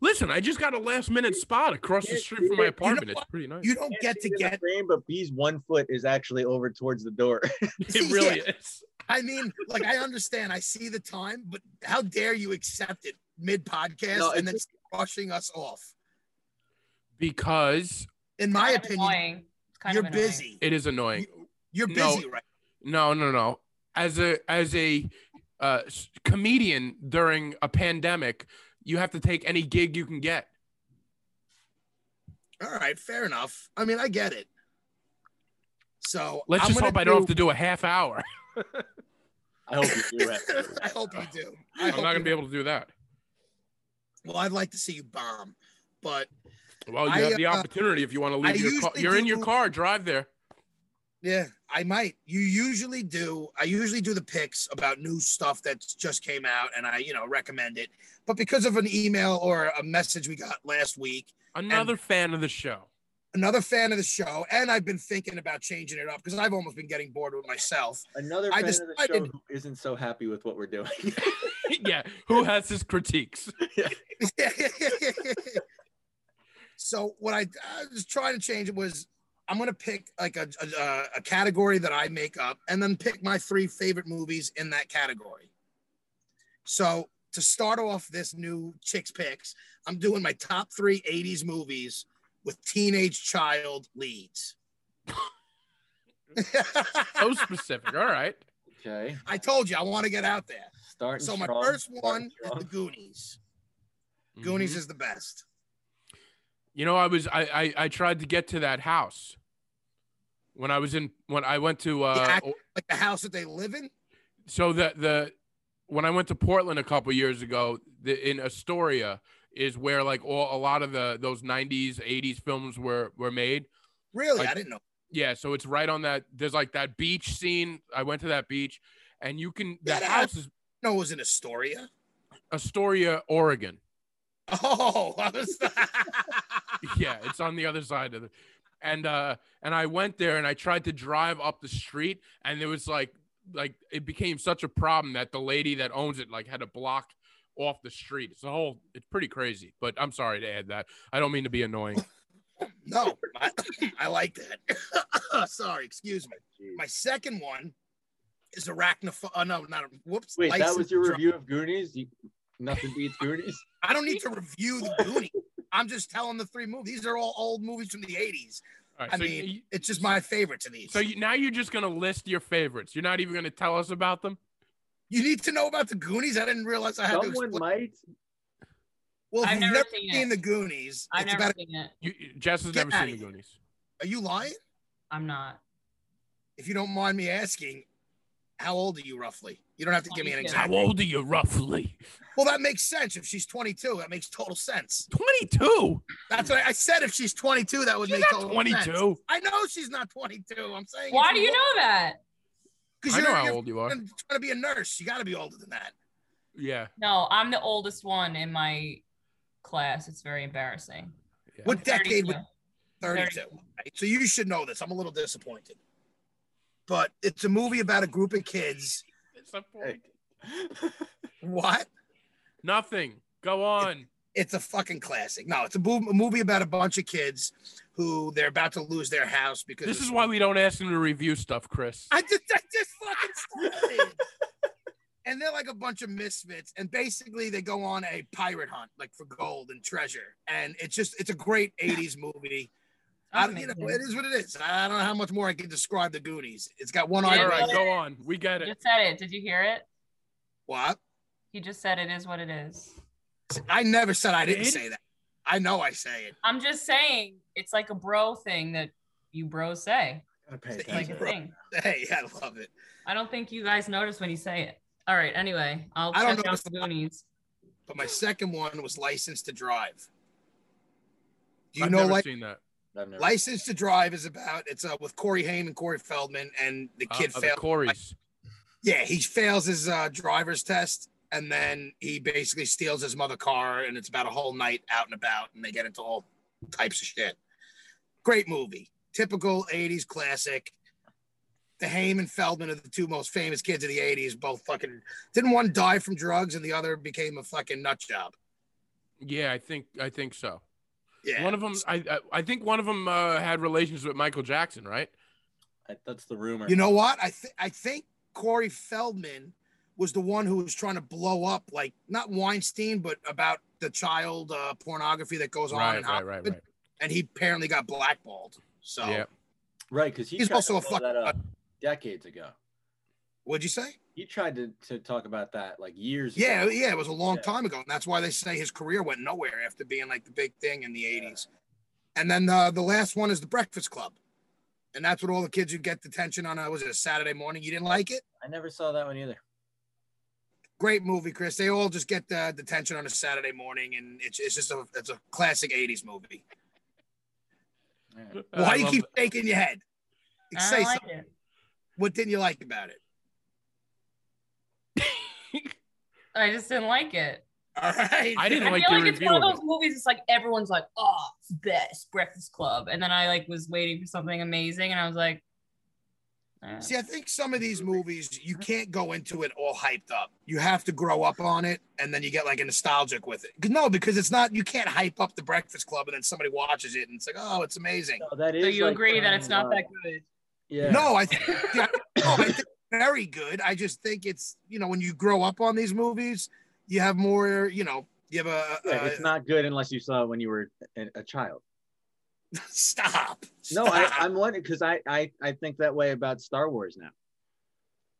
[SPEAKER 2] Listen, I just got a last minute spot across the
[SPEAKER 4] Yeah,
[SPEAKER 2] street from
[SPEAKER 4] you
[SPEAKER 2] my
[SPEAKER 4] know
[SPEAKER 2] apartment. It's
[SPEAKER 3] what?
[SPEAKER 2] pretty nice.
[SPEAKER 3] You don't get to
[SPEAKER 4] He's in the
[SPEAKER 3] get.
[SPEAKER 4] frame, but B's one foot is actually over towards the door.
[SPEAKER 2] It really is.
[SPEAKER 3] I mean, like I understand. I see the time, but how dare you accept it mid podcast
[SPEAKER 4] No,
[SPEAKER 3] and then
[SPEAKER 4] it's-
[SPEAKER 3] brushing us off?
[SPEAKER 2] Because
[SPEAKER 3] In my
[SPEAKER 5] Kind of
[SPEAKER 3] opinion,
[SPEAKER 5] annoying. It's kind
[SPEAKER 3] you're
[SPEAKER 5] of annoying.
[SPEAKER 3] busy.
[SPEAKER 2] it is annoying.
[SPEAKER 3] You're
[SPEAKER 2] No.
[SPEAKER 3] busy, right?
[SPEAKER 2] No, no, no. As a as a uh, s- comedian during a pandemic, you have to take any gig you can get.
[SPEAKER 3] All right, fair enough. I mean, I get it. So
[SPEAKER 2] Let's
[SPEAKER 3] I'm
[SPEAKER 2] just
[SPEAKER 3] gonna
[SPEAKER 2] hope I don't have to do a half hour.
[SPEAKER 4] I hope you do it.
[SPEAKER 3] I hope you do. I
[SPEAKER 2] I'm
[SPEAKER 3] hope
[SPEAKER 2] not gonna
[SPEAKER 3] you
[SPEAKER 2] be able to do that.
[SPEAKER 3] do. Well, I'd like to see you bomb, but
[SPEAKER 2] Well, you
[SPEAKER 3] I,
[SPEAKER 2] have the
[SPEAKER 3] uh,
[SPEAKER 2] opportunity if you want to
[SPEAKER 3] I
[SPEAKER 2] leave your car.
[SPEAKER 3] usually
[SPEAKER 2] You're in your
[SPEAKER 3] do-
[SPEAKER 2] car. Drive there.
[SPEAKER 3] Yeah, I might. You usually do. I usually do the picks about new stuff that's just came out, and I, you know, recommend it. But because of an email or a message we got last week,
[SPEAKER 2] Another fan of the show.
[SPEAKER 3] another fan of the show, and I've been thinking about changing it up because I've almost been getting bored with myself.
[SPEAKER 4] Another
[SPEAKER 3] I
[SPEAKER 4] fan of the show
[SPEAKER 3] decided-
[SPEAKER 4] who isn't so happy with what we're doing.
[SPEAKER 2] yeah, who has his critiques?
[SPEAKER 3] so what I, I was trying to change it was I'm gonna pick like a, a a category that I make up and then pick my three favorite movies in that category. So to start off this new chicks picks, I'm doing my top three '80s movies with teenage child leads.
[SPEAKER 2] So specific. All right.
[SPEAKER 4] okay.
[SPEAKER 3] I told you I want to get out there.
[SPEAKER 4] Starting
[SPEAKER 3] So my
[SPEAKER 4] strong,
[SPEAKER 3] first
[SPEAKER 4] starting
[SPEAKER 3] one is
[SPEAKER 4] strong. Mm-hmm.
[SPEAKER 3] the Goonies. Goonies
[SPEAKER 2] Mhm.
[SPEAKER 3] is the best.
[SPEAKER 2] Mm-hmm. You know, I was I, I I tried to get to that house when I was in when I went to uh
[SPEAKER 3] act- Like the house that they live in.
[SPEAKER 2] so the the when I went to Portland a couple years ago the, in Astoria is where like all a lot of the those 90s 80s films were were made
[SPEAKER 3] Really,
[SPEAKER 2] Like-
[SPEAKER 3] I didn't know.
[SPEAKER 2] yeah so it's right on that there's like that beach scene i went to that beach and you can the
[SPEAKER 3] Yeah, that-
[SPEAKER 2] house is
[SPEAKER 3] No, it was in Astoria.
[SPEAKER 2] astoria oregon
[SPEAKER 3] Oh, I was.
[SPEAKER 2] yeah it's on the other side of it and uh and i went there and i tried to drive up the street and it was like like it became such a problem that the lady that owns it like had to block off the street it's a whole it's pretty crazy but i'm sorry to add that i don't mean to be annoying
[SPEAKER 3] no, I, I like that. Sorry, excuse me.
[SPEAKER 4] Jeez.
[SPEAKER 3] My second one is arachnopho Oh, no, not whoops.
[SPEAKER 4] Wait, that
[SPEAKER 3] Lights
[SPEAKER 4] was
[SPEAKER 3] and
[SPEAKER 4] your
[SPEAKER 3] Drum-
[SPEAKER 4] review of Goonies? You, nothing beats Goonies.
[SPEAKER 3] I don't need to review the Goonies. I'm just telling the three movies. These are all old movies from the 80s.
[SPEAKER 2] all right
[SPEAKER 3] I
[SPEAKER 2] so,
[SPEAKER 3] mean,
[SPEAKER 2] you,
[SPEAKER 3] It's just my favorites of these.
[SPEAKER 2] so you, now you're just gonna list your favorites you're not even gonna tell us about them
[SPEAKER 3] You need to know about the Goonies. I didn't realize I had to
[SPEAKER 4] Someone
[SPEAKER 3] explain.
[SPEAKER 4] might.
[SPEAKER 3] well, if
[SPEAKER 5] I've
[SPEAKER 3] you've
[SPEAKER 5] never
[SPEAKER 3] never,
[SPEAKER 5] seen
[SPEAKER 3] seen,
[SPEAKER 5] it.
[SPEAKER 3] the Goonies,
[SPEAKER 5] I've
[SPEAKER 3] it's
[SPEAKER 5] never
[SPEAKER 3] about.
[SPEAKER 5] seen it.
[SPEAKER 2] you, you- jess has
[SPEAKER 3] Get
[SPEAKER 2] never
[SPEAKER 3] outta
[SPEAKER 2] seen the
[SPEAKER 3] here.
[SPEAKER 2] goonies
[SPEAKER 3] Are you lying?
[SPEAKER 5] I'm not.
[SPEAKER 3] If you don't mind me asking, how old are you roughly? You don't have to give me an
[SPEAKER 5] 22.
[SPEAKER 3] exact.
[SPEAKER 2] how old are you roughly
[SPEAKER 3] Well, that makes sense. If she's 22, that makes total sense.
[SPEAKER 2] 22
[SPEAKER 3] That's what I, I said. If she's 22, that would
[SPEAKER 2] she's
[SPEAKER 3] make
[SPEAKER 2] not
[SPEAKER 3] total sense.
[SPEAKER 2] 22
[SPEAKER 3] I know she's not 22. I'm saying.
[SPEAKER 5] Why do you know that?
[SPEAKER 3] Because
[SPEAKER 2] i know
[SPEAKER 3] you're,
[SPEAKER 2] how
[SPEAKER 3] you're
[SPEAKER 2] old you are
[SPEAKER 3] trying to be a nurse. You got to be older than that.
[SPEAKER 2] yeah
[SPEAKER 5] No, I'm the oldest one in my class. It's very embarrassing.
[SPEAKER 3] What decade
[SPEAKER 5] 32.
[SPEAKER 3] would 32. right? So you should know this. I'm a little disappointed. But it's a movie about a group of kids. What?
[SPEAKER 2] Nothing. Go on.
[SPEAKER 3] It's a fucking classic. No, it's a, boo- a movie about a bunch of kids who they're about to lose their house because
[SPEAKER 2] This
[SPEAKER 3] of-
[SPEAKER 2] is why we don't ask him to review stuff, Chris.
[SPEAKER 3] I just, I just fucking started. and they're like a bunch of misfits, and basically they go on a pirate hunt, like for gold and treasure. And it's just, it's a great '80s movie. I, you know, it
[SPEAKER 5] Amazing.
[SPEAKER 3] is what it is. I don't know how much more I can describe the Goonies. It's got one
[SPEAKER 5] Yeah,
[SPEAKER 3] eye.
[SPEAKER 2] All
[SPEAKER 5] I
[SPEAKER 2] right,
[SPEAKER 5] know
[SPEAKER 2] go on. We get
[SPEAKER 5] He
[SPEAKER 2] it.
[SPEAKER 5] just said it. Did you hear it?
[SPEAKER 3] What?
[SPEAKER 5] He just said it is what it is.
[SPEAKER 3] I never said I didn't
[SPEAKER 2] Did?
[SPEAKER 3] say that. I know I say it.
[SPEAKER 5] I'm just saying it's like a bro thing that you bros say.
[SPEAKER 4] Gotta pay
[SPEAKER 5] It's like a
[SPEAKER 4] attention.
[SPEAKER 3] Bro.
[SPEAKER 5] thing.
[SPEAKER 3] Hey, I love it.
[SPEAKER 5] I don't think you guys notice when you say it. All right. Anyway, I'll
[SPEAKER 3] I don't
[SPEAKER 5] check out
[SPEAKER 3] notice
[SPEAKER 5] the Goonies.
[SPEAKER 3] But my second one was License to Drive. Do you
[SPEAKER 2] I've
[SPEAKER 3] know
[SPEAKER 2] never
[SPEAKER 3] like
[SPEAKER 2] seen that.
[SPEAKER 4] I've never-
[SPEAKER 3] License to Drive is about? It's uh, with Corey Haim and Corey Feldman, and the
[SPEAKER 2] Uh,
[SPEAKER 3] kid
[SPEAKER 2] uh, the
[SPEAKER 3] fails.
[SPEAKER 2] Corys.
[SPEAKER 3] Yeah, he fails his uh, driver's test, and then he basically steals his mother car, and it's about a whole night out and about, and they get into all types of shit. Great movie, typical '80s classic. The Haim and Feldman are the two most famous kids of the '80s. Both fucking didn't one die from drugs, and the other became a fucking nut job.
[SPEAKER 2] Yeah, I think I think so.
[SPEAKER 3] Yeah,
[SPEAKER 2] One of them, I I, I think one of them uh, had relations with Michael Jackson, right?
[SPEAKER 4] I- that's the rumor.
[SPEAKER 3] You know what? I th- I think Corey Feldman was the one who was trying to blow up, like not Weinstein, but about the child uh, pornography that goes on.
[SPEAKER 2] Right,
[SPEAKER 3] in
[SPEAKER 2] right,
[SPEAKER 3] Hollywood.
[SPEAKER 2] right, right.
[SPEAKER 3] And he apparently got blackballed. So,
[SPEAKER 2] Yeah.
[SPEAKER 4] right? Because he
[SPEAKER 3] He's
[SPEAKER 4] tried
[SPEAKER 3] also
[SPEAKER 4] to
[SPEAKER 3] a
[SPEAKER 4] blow
[SPEAKER 3] fuck-
[SPEAKER 4] that up decades ago.
[SPEAKER 3] what'd you say?
[SPEAKER 4] He tried to, to talk about that like years.
[SPEAKER 3] Yeah,
[SPEAKER 4] ago.
[SPEAKER 3] yeah, it was a long
[SPEAKER 4] Yeah.
[SPEAKER 3] time ago, and that's why they say his career went nowhere after being like the big thing in the '80s. And then uh, the last one is the Breakfast Club, and that's what all the kids who get detention on. Uh, was it a Saturday morning? You didn't like it?
[SPEAKER 4] I never saw that one either.
[SPEAKER 3] great movie, Chris. They all just get the detention on a Saturday morning, and it's, it's just a it's a classic '80s movie.
[SPEAKER 4] All right.
[SPEAKER 3] Why
[SPEAKER 2] I
[SPEAKER 3] do you
[SPEAKER 2] love
[SPEAKER 3] keep
[SPEAKER 2] that.
[SPEAKER 3] shaking your head?
[SPEAKER 5] I
[SPEAKER 3] Say
[SPEAKER 5] don't like
[SPEAKER 3] something.
[SPEAKER 5] it.
[SPEAKER 3] What didn't you like about it?
[SPEAKER 5] I just didn't like it.
[SPEAKER 3] All right,
[SPEAKER 2] I didn't
[SPEAKER 5] I
[SPEAKER 2] like
[SPEAKER 5] feel
[SPEAKER 2] your
[SPEAKER 5] like it's
[SPEAKER 2] review.
[SPEAKER 5] one of
[SPEAKER 2] Of
[SPEAKER 5] those
[SPEAKER 2] it.
[SPEAKER 5] movies. It's like everyone's like, "Oh, it's the best Breakfast Club," and then I like was waiting for something amazing, and I was like, eh.
[SPEAKER 3] See, I think some of these movies you can't go into it all hyped up. You have to grow up on it, and then you get like a nostalgic with it. No, because it's not. You can't hype up the Breakfast Club, and then somebody watches it, and it's like, oh, it's amazing.
[SPEAKER 4] No, that is.
[SPEAKER 5] "So you
[SPEAKER 4] like
[SPEAKER 5] agree that it's not
[SPEAKER 4] from, uh,
[SPEAKER 5] that good?"
[SPEAKER 4] Yeah.
[SPEAKER 3] No, I think, yeah, no, I think very good. I just think it's you know when you grow up on these movies, you have more. You know, you have a,
[SPEAKER 4] Yeah,
[SPEAKER 3] a
[SPEAKER 4] it's not good unless you saw it when you were a, a child.
[SPEAKER 3] stop.
[SPEAKER 4] No, I,
[SPEAKER 3] Stop.
[SPEAKER 4] I'm wondering because I, I I think that way about Star Wars now.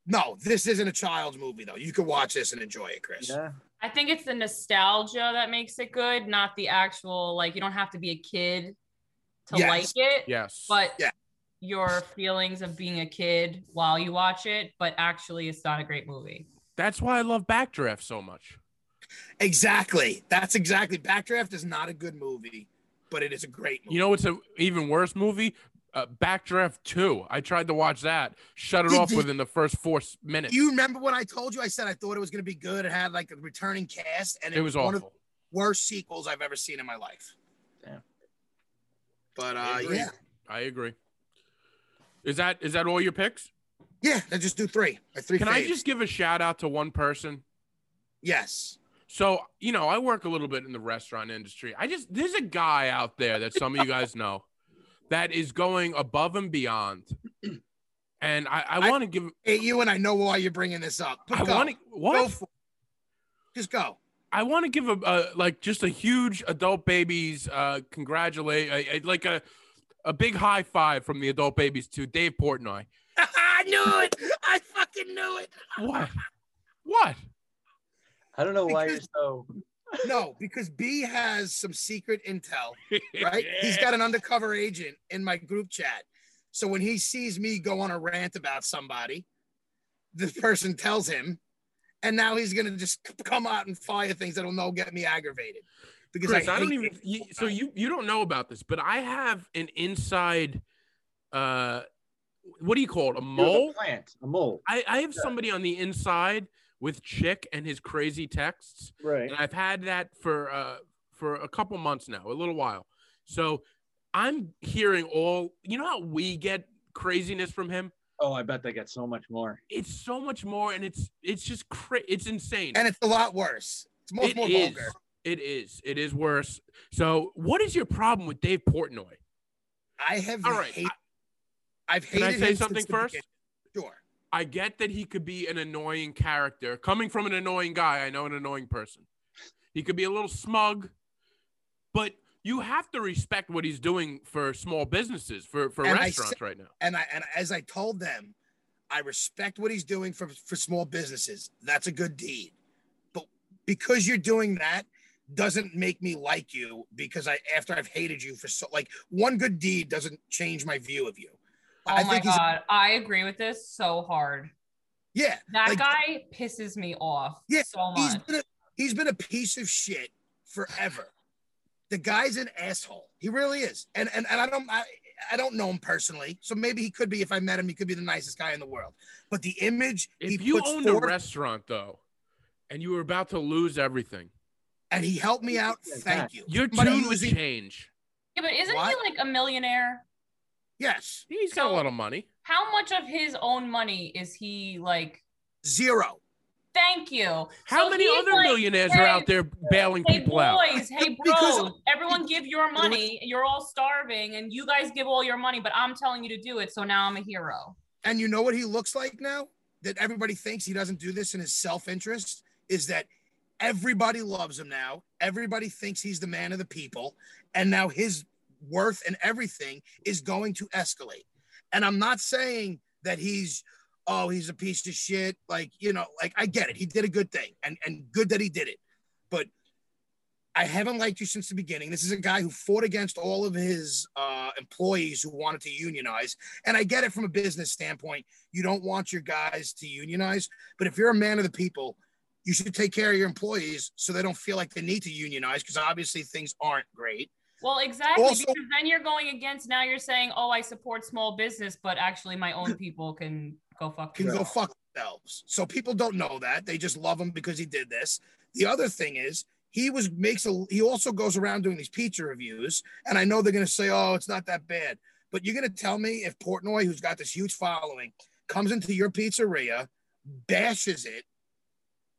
[SPEAKER 3] no. This isn't a child's movie though. You can watch this and enjoy it, Chris.
[SPEAKER 4] Yeah.
[SPEAKER 5] I think it's the nostalgia that makes it good, not the actual like. You don't have to be a kid to
[SPEAKER 3] Yes.
[SPEAKER 5] like it,
[SPEAKER 2] Yes.
[SPEAKER 5] but
[SPEAKER 3] Yeah.
[SPEAKER 5] your feelings of being a kid while you watch it. But actually, it's not a great movie.
[SPEAKER 2] that's why I love Backdraft so much.
[SPEAKER 3] Exactly. That's exactly. Backdraft is not a good movie, but it is a great movie.
[SPEAKER 2] You know, it's an even worse movie. Uh, Backdraft Two. I tried to watch that. Shut it
[SPEAKER 3] Did-
[SPEAKER 2] off
[SPEAKER 3] did-
[SPEAKER 2] within the first four s- minutes.
[SPEAKER 3] you remember when I told you I said I thought it was going to be good? It had like a returning cast, and
[SPEAKER 2] it was
[SPEAKER 3] one of
[SPEAKER 2] awful.
[SPEAKER 3] the worst sequels I've ever seen in my life.
[SPEAKER 4] Damn.
[SPEAKER 3] But
[SPEAKER 2] I
[SPEAKER 3] uh,
[SPEAKER 2] agree.
[SPEAKER 3] yeah,
[SPEAKER 2] I agree. Is that is that all your picks?
[SPEAKER 3] yeah, let's just do three. My three.
[SPEAKER 2] Can I
[SPEAKER 3] faves.
[SPEAKER 2] just give a shout out to one person?
[SPEAKER 3] Yes.
[SPEAKER 2] So, you know, I work a little bit in the restaurant industry. I just, there's a guy out there that some of you guys know that is going above and beyond. And I, I
[SPEAKER 3] I-
[SPEAKER 2] want to give,
[SPEAKER 3] Hey, you and I know why you're bringing this up. But
[SPEAKER 2] I
[SPEAKER 3] go.
[SPEAKER 2] want to,
[SPEAKER 3] go
[SPEAKER 2] what?
[SPEAKER 3] for it. Just go.
[SPEAKER 2] I want to give a, a, like, just a huge adult babies, uh, congratulate, a, a- like a, a big high five from the adult babies to Dave Portnoy.
[SPEAKER 3] I knew it. I fucking knew it.
[SPEAKER 2] What? What?
[SPEAKER 4] I don't know why you're
[SPEAKER 3] Because-
[SPEAKER 4] so.
[SPEAKER 3] No, because B has some secret intel, right? He's got an undercover agent in my group chat. So when he sees me go on a rant about somebody, this person tells him, and now he's gonna just c- come out and fire things that'll no get me aggravated. Because
[SPEAKER 2] Chris,
[SPEAKER 3] I,
[SPEAKER 2] I, don't
[SPEAKER 3] hate
[SPEAKER 2] even.
[SPEAKER 3] it.
[SPEAKER 2] You, so you you don't know about this, but I have an inside. Uh, what do you call it? A
[SPEAKER 4] You have
[SPEAKER 2] mole?
[SPEAKER 4] A plant, a mole.
[SPEAKER 2] I, I have somebody on the inside with Chick and his crazy texts,
[SPEAKER 4] Right.
[SPEAKER 2] and I've had that for uh for a couple months now, a little while. So I'm hearing all. You know how we get craziness from him?
[SPEAKER 4] Oh, I bet they get so much more.
[SPEAKER 2] It's so much more, and it's it's just cra- It's insane.
[SPEAKER 3] and it's a lot worse. It's much
[SPEAKER 2] It
[SPEAKER 3] more
[SPEAKER 2] is.
[SPEAKER 3] vulgar.
[SPEAKER 2] It is. It is worse. So, what is your problem with Dave Portnoy?
[SPEAKER 3] I have
[SPEAKER 2] All right,
[SPEAKER 3] hate- I've hated
[SPEAKER 2] Can I
[SPEAKER 3] him
[SPEAKER 2] say
[SPEAKER 3] since
[SPEAKER 2] something
[SPEAKER 3] the
[SPEAKER 2] first?
[SPEAKER 3] beginning. Sure.
[SPEAKER 2] I get that he could be an annoying character. Coming from an annoying guy, I know an annoying person. He could be a little smug, but you have to respect what he's doing for small businesses, for, for
[SPEAKER 3] And I
[SPEAKER 2] restaurants right now.
[SPEAKER 3] and I and as I told them, I respect what he's doing for for small businesses. That's a good deed. But because you're doing that doesn't make me like you because I after I've hated you for so like one good deed doesn't change my view of you.
[SPEAKER 5] Oh
[SPEAKER 3] I
[SPEAKER 5] my
[SPEAKER 3] think he's-
[SPEAKER 5] god, I agree with this so hard.
[SPEAKER 3] Yeah.
[SPEAKER 5] That
[SPEAKER 3] Like-
[SPEAKER 5] guy pisses me off
[SPEAKER 3] Yeah,
[SPEAKER 5] so much.
[SPEAKER 3] He's been a, he's been a piece of shit forever. The guy's an asshole. He really is. And and, and I don't I, I don't know him personally, so maybe he could be. If I met him, he could be the nicest guy in the world. But the image
[SPEAKER 2] If
[SPEAKER 3] he
[SPEAKER 2] you
[SPEAKER 3] puts
[SPEAKER 2] owned a
[SPEAKER 3] forth-
[SPEAKER 2] restaurant, though, and you were about to lose everything,
[SPEAKER 3] and he helped me out.
[SPEAKER 4] Yeah,
[SPEAKER 3] Thank you.
[SPEAKER 2] your
[SPEAKER 3] Somebody
[SPEAKER 2] tune would
[SPEAKER 3] losing-
[SPEAKER 2] change.
[SPEAKER 5] yeah, but isn't
[SPEAKER 3] What?
[SPEAKER 5] he like a millionaire?
[SPEAKER 3] Yes,
[SPEAKER 2] He's got a
[SPEAKER 5] So-
[SPEAKER 2] lot of money.
[SPEAKER 5] How much of his own money is he like?
[SPEAKER 3] zero.
[SPEAKER 5] Thank you.
[SPEAKER 2] How
[SPEAKER 5] So
[SPEAKER 2] many
[SPEAKER 5] he's
[SPEAKER 2] other
[SPEAKER 5] like,
[SPEAKER 2] millionaires are out there bailing
[SPEAKER 5] Hey
[SPEAKER 2] people out?
[SPEAKER 5] boys, hey
[SPEAKER 3] Because-
[SPEAKER 5] bros, everyone give your money. You're all starving, and you guys give all your money, but I'm telling you to do it. So now I'm a hero.
[SPEAKER 3] And you know what he looks like now? That everybody thinks he doesn't do this in his self interest is that everybody loves him now. Everybody thinks he's the man of the people. And now his worth and everything is going to escalate. And I'm not saying that he's, oh, he's a piece of shit. Like, you know, like I get it. He did a good thing and, and good that he did it. But I haven't liked you since the beginning. This is a guy who fought against all of his uh, employees who wanted to unionize and I get it from a business standpoint. You don't want your guys to unionize, but if you're a man of the people, you should take care of your employees so they don't feel like they need to unionize because obviously things aren't great.
[SPEAKER 5] Well, exactly.
[SPEAKER 3] Also-
[SPEAKER 5] because then you're going against. Now you're saying, "Oh, I support small business, but actually, my own people can go fuck."
[SPEAKER 3] Can go
[SPEAKER 5] themselves."
[SPEAKER 3] fuck themselves. So people don't know that. They just love him because he did this. The other thing is he was makes a he also goes around doing these pizza reviews, and I know they're gonna say, Oh, it's not that bad. But you're gonna tell me if Portnoy, who's got this huge following, comes into your pizzeria, bashes it,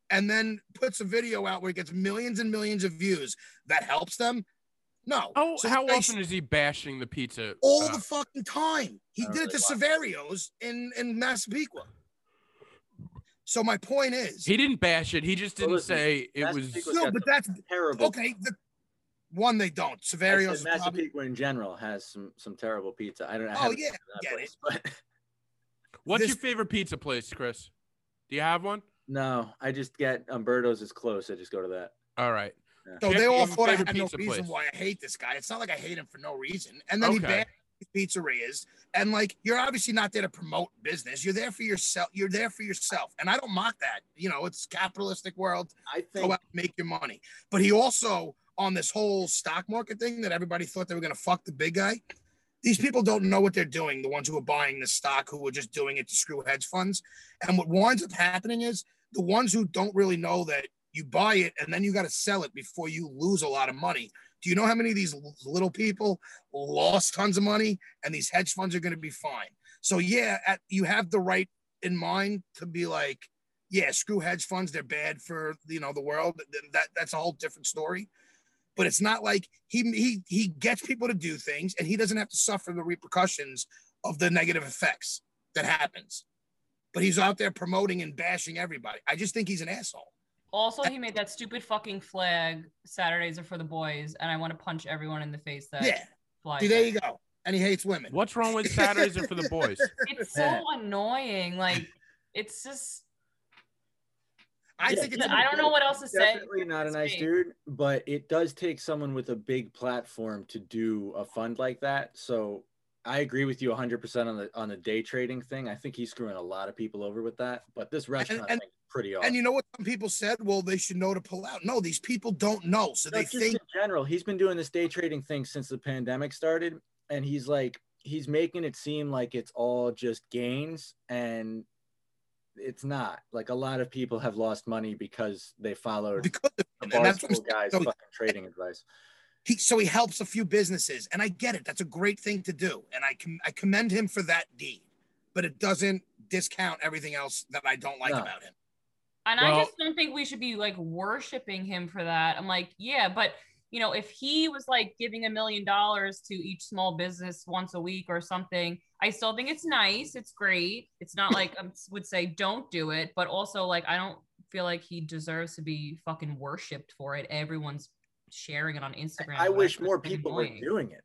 [SPEAKER 3] and then puts a video out where it gets millions and millions of views. That helps them? No.
[SPEAKER 2] How,
[SPEAKER 3] So
[SPEAKER 2] Oh, how
[SPEAKER 3] they-
[SPEAKER 2] often is he bashing the pizza?
[SPEAKER 3] All
[SPEAKER 2] uh,
[SPEAKER 3] the fucking time. He
[SPEAKER 4] I
[SPEAKER 3] did it
[SPEAKER 4] really
[SPEAKER 3] to
[SPEAKER 4] like-
[SPEAKER 3] Severio's in in Massapequa. So my point is,
[SPEAKER 2] He didn't bash it. He just
[SPEAKER 4] Well,
[SPEAKER 2] didn't
[SPEAKER 4] listen,
[SPEAKER 2] say it
[SPEAKER 4] that's
[SPEAKER 2] was.
[SPEAKER 4] because-
[SPEAKER 3] no, but that's
[SPEAKER 4] Terrible.
[SPEAKER 3] okay. The, one they don't.
[SPEAKER 4] I
[SPEAKER 3] Severio's
[SPEAKER 4] said
[SPEAKER 3] is probably,
[SPEAKER 4] Massapequa in general has some some terrible pizza. I don't. I
[SPEAKER 3] Oh,
[SPEAKER 4] haven't
[SPEAKER 3] yeah,
[SPEAKER 4] been to that
[SPEAKER 3] get
[SPEAKER 4] place, but
[SPEAKER 2] What's
[SPEAKER 3] this-
[SPEAKER 2] your favorite pizza place, Chris? Do you have one?
[SPEAKER 4] no, I just get Umberto's is close. I just go to that.
[SPEAKER 2] All right.
[SPEAKER 3] so
[SPEAKER 2] Jeff,
[SPEAKER 3] they all
[SPEAKER 2] what's your
[SPEAKER 3] thought I
[SPEAKER 2] favorite
[SPEAKER 3] had no
[SPEAKER 2] pizza
[SPEAKER 3] reason
[SPEAKER 2] place?
[SPEAKER 3] why I hate this guy. It's not like I hate him for no reason. And then he
[SPEAKER 2] Okay.
[SPEAKER 3] bashed pizzerias and like you're obviously not there to promote business you're there for yourself you're there for yourself and i don't mock that you know it's capitalistic world
[SPEAKER 4] I
[SPEAKER 3] go
[SPEAKER 4] think
[SPEAKER 3] out and make your money but he also on this whole stock market thing that everybody thought they were going to fuck the big guy these people don't know what they're doing the ones who are buying the stock who are just doing it to screw hedge funds and what winds up happening is the ones who don't really know that you buy it and then you got to sell it before you lose a lot of money do you know how many of these l- little people lost tons of money and these hedge funds are going to be fine. So yeah, at, you have the right in mind to be like, yeah, screw hedge funds, they're bad for you know the world. Th- That that's a whole different story. But it's not like he he he gets people to do things and he doesn't have to suffer the repercussions of the negative effects that happens. But he's out there promoting and bashing everybody. I just think he's an asshole.
[SPEAKER 5] Also, he made that stupid fucking flag. Saturdays are for the boys, and I want to punch everyone in the face that
[SPEAKER 3] Yeah.
[SPEAKER 5] flies.
[SPEAKER 3] See, there you go. And he hates women.
[SPEAKER 2] What's wrong with Saturdays are for the boys?
[SPEAKER 5] It's so annoying. Like, it's just
[SPEAKER 3] I
[SPEAKER 4] Yeah,
[SPEAKER 3] think it's
[SPEAKER 5] I don't know what else to say.
[SPEAKER 4] definitely not a
[SPEAKER 5] It's
[SPEAKER 4] nice
[SPEAKER 5] me.
[SPEAKER 4] dude, but it does take someone with a big platform to do a fund like that. So I agree with you 100% on the on the day trading thing. I think he's screwing a lot of people over with that, but this restaurant
[SPEAKER 3] and-
[SPEAKER 4] thing is pretty awesome.
[SPEAKER 3] And you know what some people said? Well, they should know to pull out. No, these people don't know. So
[SPEAKER 4] No,
[SPEAKER 3] they
[SPEAKER 4] just
[SPEAKER 3] think
[SPEAKER 4] in general, he's been doing this day trading thing since the pandemic started, and he's like he's making it seem like it's all just gains, and it's not. Like a lot of people have lost money because they followed
[SPEAKER 3] because of
[SPEAKER 4] the
[SPEAKER 3] him. And that's what I'm
[SPEAKER 4] Barstool guys'
[SPEAKER 3] So-
[SPEAKER 4] fucking trading advice.
[SPEAKER 3] he so he helps a few businesses and i get it that's a great thing to do and i com- i commend him for that deed but it doesn't discount everything else that i don't like
[SPEAKER 4] No.
[SPEAKER 3] about him
[SPEAKER 5] And I
[SPEAKER 2] Well-
[SPEAKER 5] just don't think we should be like worshiping him for that. I'm like, yeah, but you know, if he was like giving a million dollars to each small business once a week or something, I still think it's nice. It's great. It's not like I would say don't do it, but also like I don't feel like he deserves to be fucking worshipped for it. Everyone's sharing it on Instagram.
[SPEAKER 4] I
[SPEAKER 5] whatever.
[SPEAKER 4] wish
[SPEAKER 5] It's
[SPEAKER 4] more
[SPEAKER 5] fucking
[SPEAKER 4] people were
[SPEAKER 5] annoying.
[SPEAKER 4] doing it.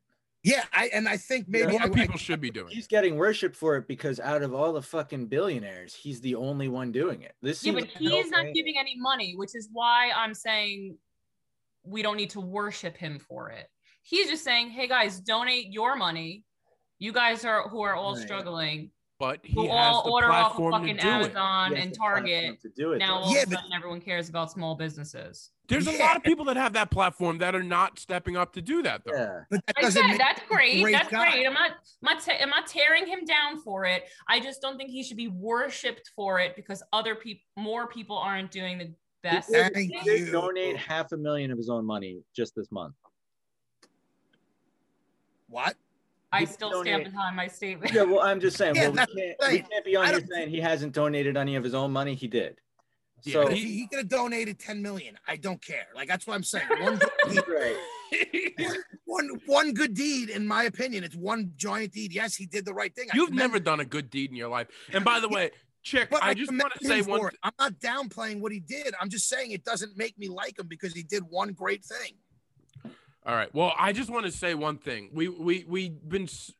[SPEAKER 3] yeah i and i think maybe
[SPEAKER 2] More
[SPEAKER 3] I,
[SPEAKER 2] people should be doing. it.
[SPEAKER 4] He's getting worship for it because out of all the fucking billionaires, he's the only one doing it. This
[SPEAKER 5] Yeah,
[SPEAKER 4] seems
[SPEAKER 5] but
[SPEAKER 4] like a
[SPEAKER 5] he's not
[SPEAKER 4] no-brainer.
[SPEAKER 5] giving any money, which is why I'm saying we don't need to worship him for it. He's just saying, hey guys, donate your money. You guys are who are all
[SPEAKER 4] Right.
[SPEAKER 5] struggling.
[SPEAKER 2] But
[SPEAKER 5] Who
[SPEAKER 2] he has
[SPEAKER 5] all
[SPEAKER 2] the
[SPEAKER 5] order off of
[SPEAKER 2] platform to
[SPEAKER 5] fucking
[SPEAKER 2] do it.
[SPEAKER 4] He
[SPEAKER 5] Amazon
[SPEAKER 4] has
[SPEAKER 5] and
[SPEAKER 4] the platform
[SPEAKER 5] Target.
[SPEAKER 4] to do it.
[SPEAKER 5] Now
[SPEAKER 4] though.
[SPEAKER 5] all
[SPEAKER 3] Yeah,
[SPEAKER 5] of a
[SPEAKER 3] but-
[SPEAKER 5] sudden everyone cares about small businesses.
[SPEAKER 2] There's a
[SPEAKER 3] Yeah.
[SPEAKER 2] lot of people that have that platform that are not stepping up to do that though.
[SPEAKER 4] yeah.
[SPEAKER 3] but that
[SPEAKER 5] Like I
[SPEAKER 3] doesn't
[SPEAKER 5] said,
[SPEAKER 3] make
[SPEAKER 5] that's
[SPEAKER 3] him a
[SPEAKER 5] great. That's
[SPEAKER 3] guy.
[SPEAKER 5] great. I'm not, I'm not, ta- I'm not tearing him down for it. I just don't think he should be worshipped for it because other people, more people aren't doing the best.
[SPEAKER 4] He did-
[SPEAKER 3] Thank
[SPEAKER 4] he did
[SPEAKER 3] you.
[SPEAKER 4] donate half a million of his own money just this month.
[SPEAKER 3] what
[SPEAKER 5] I
[SPEAKER 4] He
[SPEAKER 5] still
[SPEAKER 4] donate-
[SPEAKER 5] stand behind my statement.
[SPEAKER 4] Yeah, well, I'm just saying.
[SPEAKER 3] Yeah,
[SPEAKER 4] well,
[SPEAKER 3] that's
[SPEAKER 4] we, can't,
[SPEAKER 3] what I'm
[SPEAKER 4] we
[SPEAKER 3] saying.
[SPEAKER 4] can't be on
[SPEAKER 3] I
[SPEAKER 4] here
[SPEAKER 3] don't-
[SPEAKER 4] saying he hasn't donated any of his own money. He did.
[SPEAKER 2] Yeah,
[SPEAKER 4] So
[SPEAKER 3] If he, he could have donated 10 million i don't care like that's what i'm saying one,
[SPEAKER 4] Right.
[SPEAKER 3] one, one good deed in my opinion it's one giant deed yes he did the right thing I
[SPEAKER 2] You've
[SPEAKER 3] commend
[SPEAKER 2] never
[SPEAKER 3] him.
[SPEAKER 2] done a good deed in your life. And by the way, chick,
[SPEAKER 3] But
[SPEAKER 2] I just
[SPEAKER 3] commend
[SPEAKER 2] want to say
[SPEAKER 3] him
[SPEAKER 2] one.
[SPEAKER 3] for it. I'm not downplaying what he did. I'm just saying it doesn't make me like him because he did one great thing.
[SPEAKER 2] All right. Well, I just want to say one thing. We we we've been s-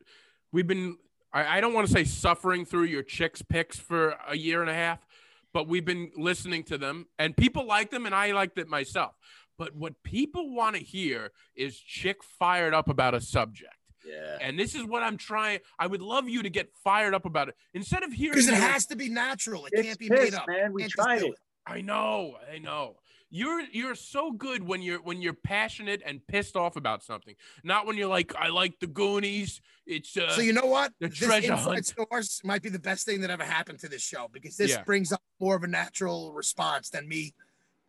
[SPEAKER 2] we've been. I, I don't want to say suffering through your chicks picks for a year and a half, but we've been listening to them, and people like them, and I liked it myself. But what people want to hear is chick fired up about a subject.
[SPEAKER 4] yeah.
[SPEAKER 2] And this is what I'm trying. I would love you to get fired up about it instead of hearing.
[SPEAKER 3] Because it
[SPEAKER 2] you-
[SPEAKER 3] has to be natural. It
[SPEAKER 4] It's
[SPEAKER 3] can't be
[SPEAKER 4] piss,
[SPEAKER 3] made up.
[SPEAKER 4] man. We
[SPEAKER 3] Can't just
[SPEAKER 4] tried
[SPEAKER 3] do
[SPEAKER 4] it.
[SPEAKER 2] I know, I know. You're you're so good when you're when you're passionate and pissed off about something. Not when you're like, I like the Goonies. It's uh,
[SPEAKER 3] So you know what?
[SPEAKER 2] The
[SPEAKER 3] This
[SPEAKER 2] treasure
[SPEAKER 3] inside
[SPEAKER 2] hunt.
[SPEAKER 3] source might be the best thing that ever happened to this show because this
[SPEAKER 2] Yeah.
[SPEAKER 3] brings up more of a natural response than me.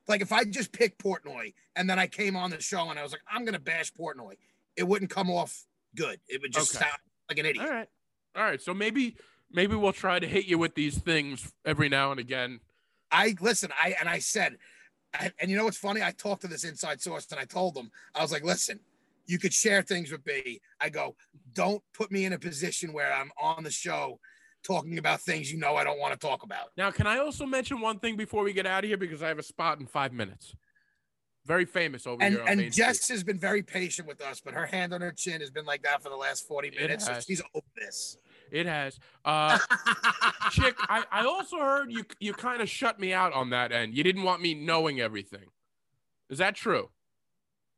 [SPEAKER 3] Like if I just picked Portnoy and then I came on the show and I was like, I'm gonna bash Portnoy, it wouldn't come off good. It would just
[SPEAKER 2] Okay.
[SPEAKER 3] sound like an idiot.
[SPEAKER 2] all right, all right. So maybe maybe we'll try to hit you with these things every now and again.
[SPEAKER 3] I listen, I and I said, I- and you know what's funny? I talked to this inside source and I told them, I was like, listen, you could share things with me. I go, don't put me in a position where I'm on the show talking about things you know I don't want to talk about.
[SPEAKER 2] Now, can I also mention one thing before we get out of here because I have a spot in five minutes. Very famous over
[SPEAKER 3] And
[SPEAKER 2] here. On
[SPEAKER 3] and
[SPEAKER 2] Main Street.
[SPEAKER 3] Jess has been very patient with us, but her hand on her chin has been like that for the last 40
[SPEAKER 2] It
[SPEAKER 3] minutes. So
[SPEAKER 2] has.
[SPEAKER 3] she's over this.
[SPEAKER 2] it has. Uh, Chick, I, I also heard you you kind of shut me out on that end. You didn't want me knowing everything. Is that true?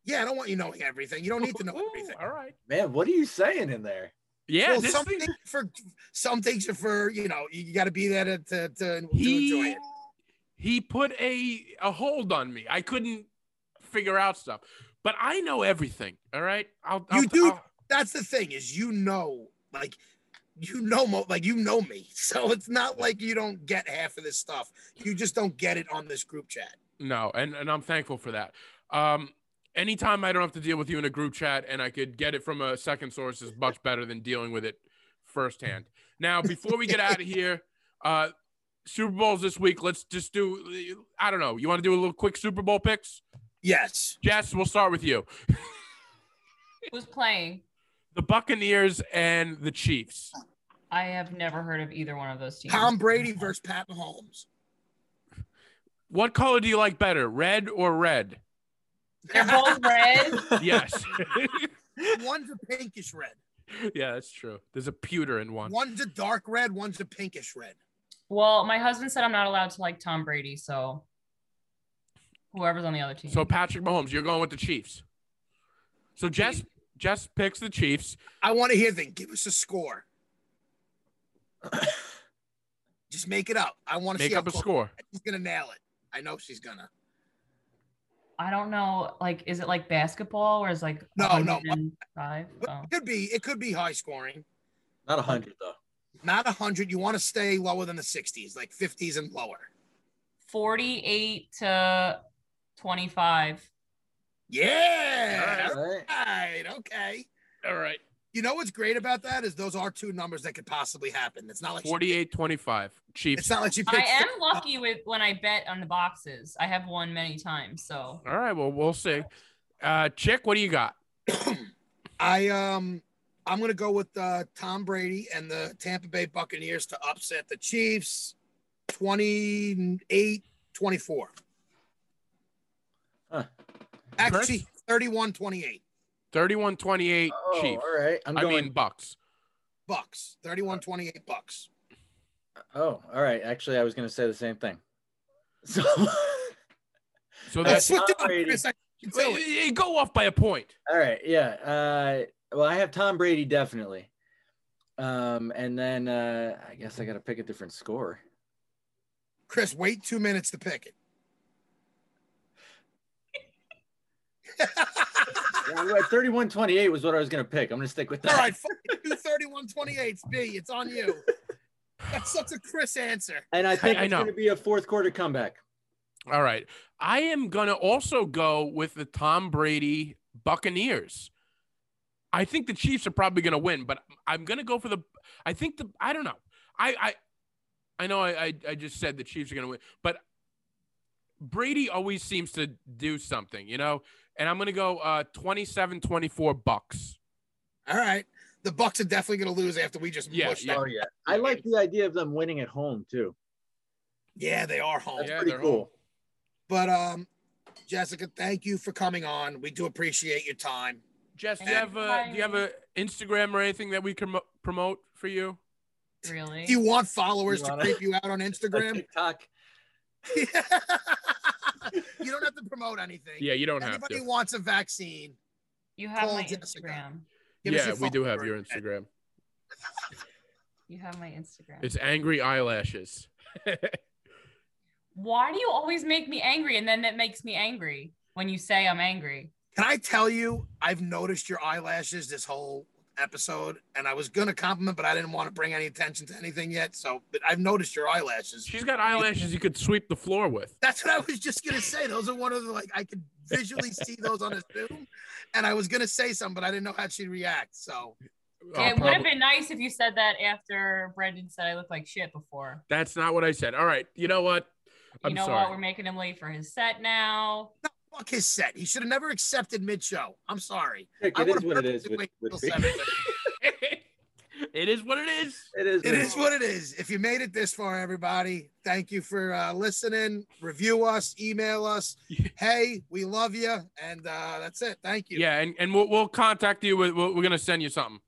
[SPEAKER 3] yeah, I don't want you knowing everything. You don't need to know
[SPEAKER 2] Ooh,
[SPEAKER 3] everything.
[SPEAKER 2] All right.
[SPEAKER 4] Man, what are you saying in there?
[SPEAKER 2] Yeah,
[SPEAKER 3] well,
[SPEAKER 2] this
[SPEAKER 3] some
[SPEAKER 2] thing,
[SPEAKER 3] things for some things are for you know you got to be there to to, to, to enjoy
[SPEAKER 2] he
[SPEAKER 3] it.
[SPEAKER 2] he put a a hold on me. I couldn't figure out stuff, but I know everything. All right, I'll, I'll
[SPEAKER 3] You do-
[SPEAKER 2] I'll-
[SPEAKER 3] That's the thing is you know like you know mo- like you know me, so it's not like you don't get half of this stuff. You just don't get it on this group chat.
[SPEAKER 2] No, and and I'm thankful for that. Um, anytime I don't have to deal with you in a group chat and I could get it from a second source is much better than dealing with it firsthand. Now, before we get out of here, uh, Super Bowls this week. Let's just do. I don't know. You want to do a little quick Super Bowl picks?
[SPEAKER 3] Yes,
[SPEAKER 2] Jess, we'll start with you.
[SPEAKER 5] Who's playing?
[SPEAKER 2] The Buccaneers and the Chiefs.
[SPEAKER 5] I have never heard of either one of those teams.
[SPEAKER 3] Tom Brady versus Pat Mahomes.
[SPEAKER 2] What color do you like better, red or red?
[SPEAKER 5] They're both red.
[SPEAKER 2] Yes.
[SPEAKER 3] one's a pinkish red.
[SPEAKER 2] yeah, that's true. There's a pewter in one.
[SPEAKER 3] One's a dark red. One's a pinkish red.
[SPEAKER 5] Well, my husband said I'm not allowed to like Tom Brady, so whoever's on the other team.
[SPEAKER 2] So Patrick Mahomes, you're going with the Chiefs. So Jess Jess picks the Chiefs.
[SPEAKER 3] I want to hear them. Give us a score. Just make it up. I want to
[SPEAKER 2] Make
[SPEAKER 3] see
[SPEAKER 2] up
[SPEAKER 3] how
[SPEAKER 2] a
[SPEAKER 3] close-
[SPEAKER 2] score.
[SPEAKER 3] She's gonna nail it. I know she's gonna.
[SPEAKER 5] I don't know, like, is it like basketball or is like
[SPEAKER 3] No, no.
[SPEAKER 5] 105?
[SPEAKER 3] But
[SPEAKER 5] Oh.
[SPEAKER 3] It could be. It could be high scoring.
[SPEAKER 4] Not a hundred though.
[SPEAKER 3] Not hundred. You want to stay lower than the sixties, like fifties and lower.
[SPEAKER 5] 48 to 25.
[SPEAKER 3] Yeah.
[SPEAKER 4] All right.
[SPEAKER 3] All right. Okay.
[SPEAKER 2] All right.
[SPEAKER 3] You know what's great about that is those are two numbers that could possibly happen. It's not like she-
[SPEAKER 2] 48-25.
[SPEAKER 3] it's
[SPEAKER 2] Chiefs.
[SPEAKER 3] not like she
[SPEAKER 5] I
[SPEAKER 3] picked.
[SPEAKER 5] am lucky with when I bet on the boxes. I have won many times, so
[SPEAKER 2] All right. Well, we'll see. Uh Chick, what do you got?
[SPEAKER 3] I um I'm gonna go with uh, Tom Brady and the Tampa Bay Buccaneers to upset the Chiefs 28-24.
[SPEAKER 4] Huh.
[SPEAKER 3] Actually 31-28.
[SPEAKER 2] 31-28
[SPEAKER 4] Oh,
[SPEAKER 2] Chiefs.
[SPEAKER 4] all right. I'm
[SPEAKER 2] I
[SPEAKER 4] going.
[SPEAKER 2] mean Bucks.
[SPEAKER 3] Bucks.
[SPEAKER 4] Uh.
[SPEAKER 3] 31-28 Bucks.
[SPEAKER 4] oh, all right. Actually, I was gonna say the same thing. So
[SPEAKER 2] So
[SPEAKER 3] I
[SPEAKER 2] that's
[SPEAKER 4] Yes.
[SPEAKER 3] slipped
[SPEAKER 4] Tom
[SPEAKER 3] up,
[SPEAKER 4] Brady.
[SPEAKER 3] Chris. I can tell
[SPEAKER 2] wait,
[SPEAKER 3] it.
[SPEAKER 2] eh, go off by a point.
[SPEAKER 4] All right, yeah. Uh, well, I have Tom Brady definitely, um, and then uh, I guess I got to pick a different score.
[SPEAKER 3] Chris, wait two minutes to pick it.
[SPEAKER 4] Yeah, Thirty-one twenty-eight was what I was gonna pick. I'm gonna stick with that.
[SPEAKER 3] All right, two thirty-one twenty-eight. B, it's on you. That's such a Chris answer.
[SPEAKER 4] and I think
[SPEAKER 2] I- I
[SPEAKER 4] it's
[SPEAKER 2] know.
[SPEAKER 4] gonna be a fourth quarter comeback.
[SPEAKER 2] All right. I am going to also go with the Tom Brady Buccaneers. I think the Chiefs are probably going to win, but I'm going to go for the. I think the. I don't know. I I, I know I, I I just said the Chiefs are going to win, but Brady always seems to do something, you know? And I'm going to go uh, 27 24 Bucks.
[SPEAKER 3] All right, the Bucks are definitely going to lose after we just
[SPEAKER 2] Yeah,
[SPEAKER 3] mushed
[SPEAKER 2] yeah.
[SPEAKER 3] them.
[SPEAKER 4] Oh yeah, I like the idea of them winning at home too.
[SPEAKER 3] Yeah, they are home.
[SPEAKER 4] That's
[SPEAKER 2] Yeah,
[SPEAKER 4] pretty
[SPEAKER 2] they're
[SPEAKER 4] cool.
[SPEAKER 3] But um, Jessica, thank you for coming on. We do appreciate your time.
[SPEAKER 2] Jess, do you
[SPEAKER 5] Thank
[SPEAKER 2] have
[SPEAKER 5] you.
[SPEAKER 2] a, do you have a Instagram or anything that we can mo- promote for you?
[SPEAKER 5] really.
[SPEAKER 3] Do you want followers
[SPEAKER 4] You
[SPEAKER 3] to
[SPEAKER 4] wanna-
[SPEAKER 3] creep you out on
[SPEAKER 4] A
[SPEAKER 3] Instagram?
[SPEAKER 4] TikTok.
[SPEAKER 3] you don't have to promote anything.
[SPEAKER 2] Yeah, you don't have
[SPEAKER 3] Anybody
[SPEAKER 2] to.
[SPEAKER 3] wants a vaccine?
[SPEAKER 5] You have
[SPEAKER 3] Call
[SPEAKER 5] my
[SPEAKER 3] Jessica.
[SPEAKER 5] Instagram.
[SPEAKER 3] give us
[SPEAKER 2] Yeah,
[SPEAKER 3] your
[SPEAKER 2] we do
[SPEAKER 3] phone
[SPEAKER 2] have
[SPEAKER 3] number.
[SPEAKER 2] your Instagram.
[SPEAKER 5] You have my Instagram.
[SPEAKER 2] It's angry eyelashes.
[SPEAKER 5] Why do you always make me angry and then that makes me angry when you say I'm angry?
[SPEAKER 3] Can I tell you? I've noticed your eyelashes this whole episode, and I was gonna compliment, but I didn't want to bring any attention to anything yet. So, but I've noticed your eyelashes.
[SPEAKER 2] She's got eyelashes you could sweep the floor with.
[SPEAKER 3] That's what I was just gonna say. Those are one of the like I could visually see those on a Zoom, and I was gonna say something, but I didn't know how she'd react. So
[SPEAKER 2] Oh,
[SPEAKER 5] it would have
[SPEAKER 2] probably-
[SPEAKER 5] been nice if you said that after Brendan said I look like shit before.
[SPEAKER 2] That's not what I said. All right. You know what?
[SPEAKER 5] You
[SPEAKER 2] I'm
[SPEAKER 5] know
[SPEAKER 2] sorry.
[SPEAKER 5] what? We're making him late for his set now.
[SPEAKER 3] fuck his set. He should have never accepted mid show. I'm sorry.
[SPEAKER 4] Chick,
[SPEAKER 3] I
[SPEAKER 4] it is
[SPEAKER 3] wanna
[SPEAKER 4] what it is. With,
[SPEAKER 3] perfectly
[SPEAKER 4] with
[SPEAKER 3] wait
[SPEAKER 4] me.
[SPEAKER 3] till seven.
[SPEAKER 2] it is what it is.
[SPEAKER 4] It is.
[SPEAKER 3] It
[SPEAKER 4] what
[SPEAKER 3] is what it is. If you made it this far, everybody, thank you for uh, listening. Review us, email us. Hey, we love you, and uh, that's it. Thank you.
[SPEAKER 2] Yeah, and, and we'll, we'll contact you. With, we'll, we're going to send you something.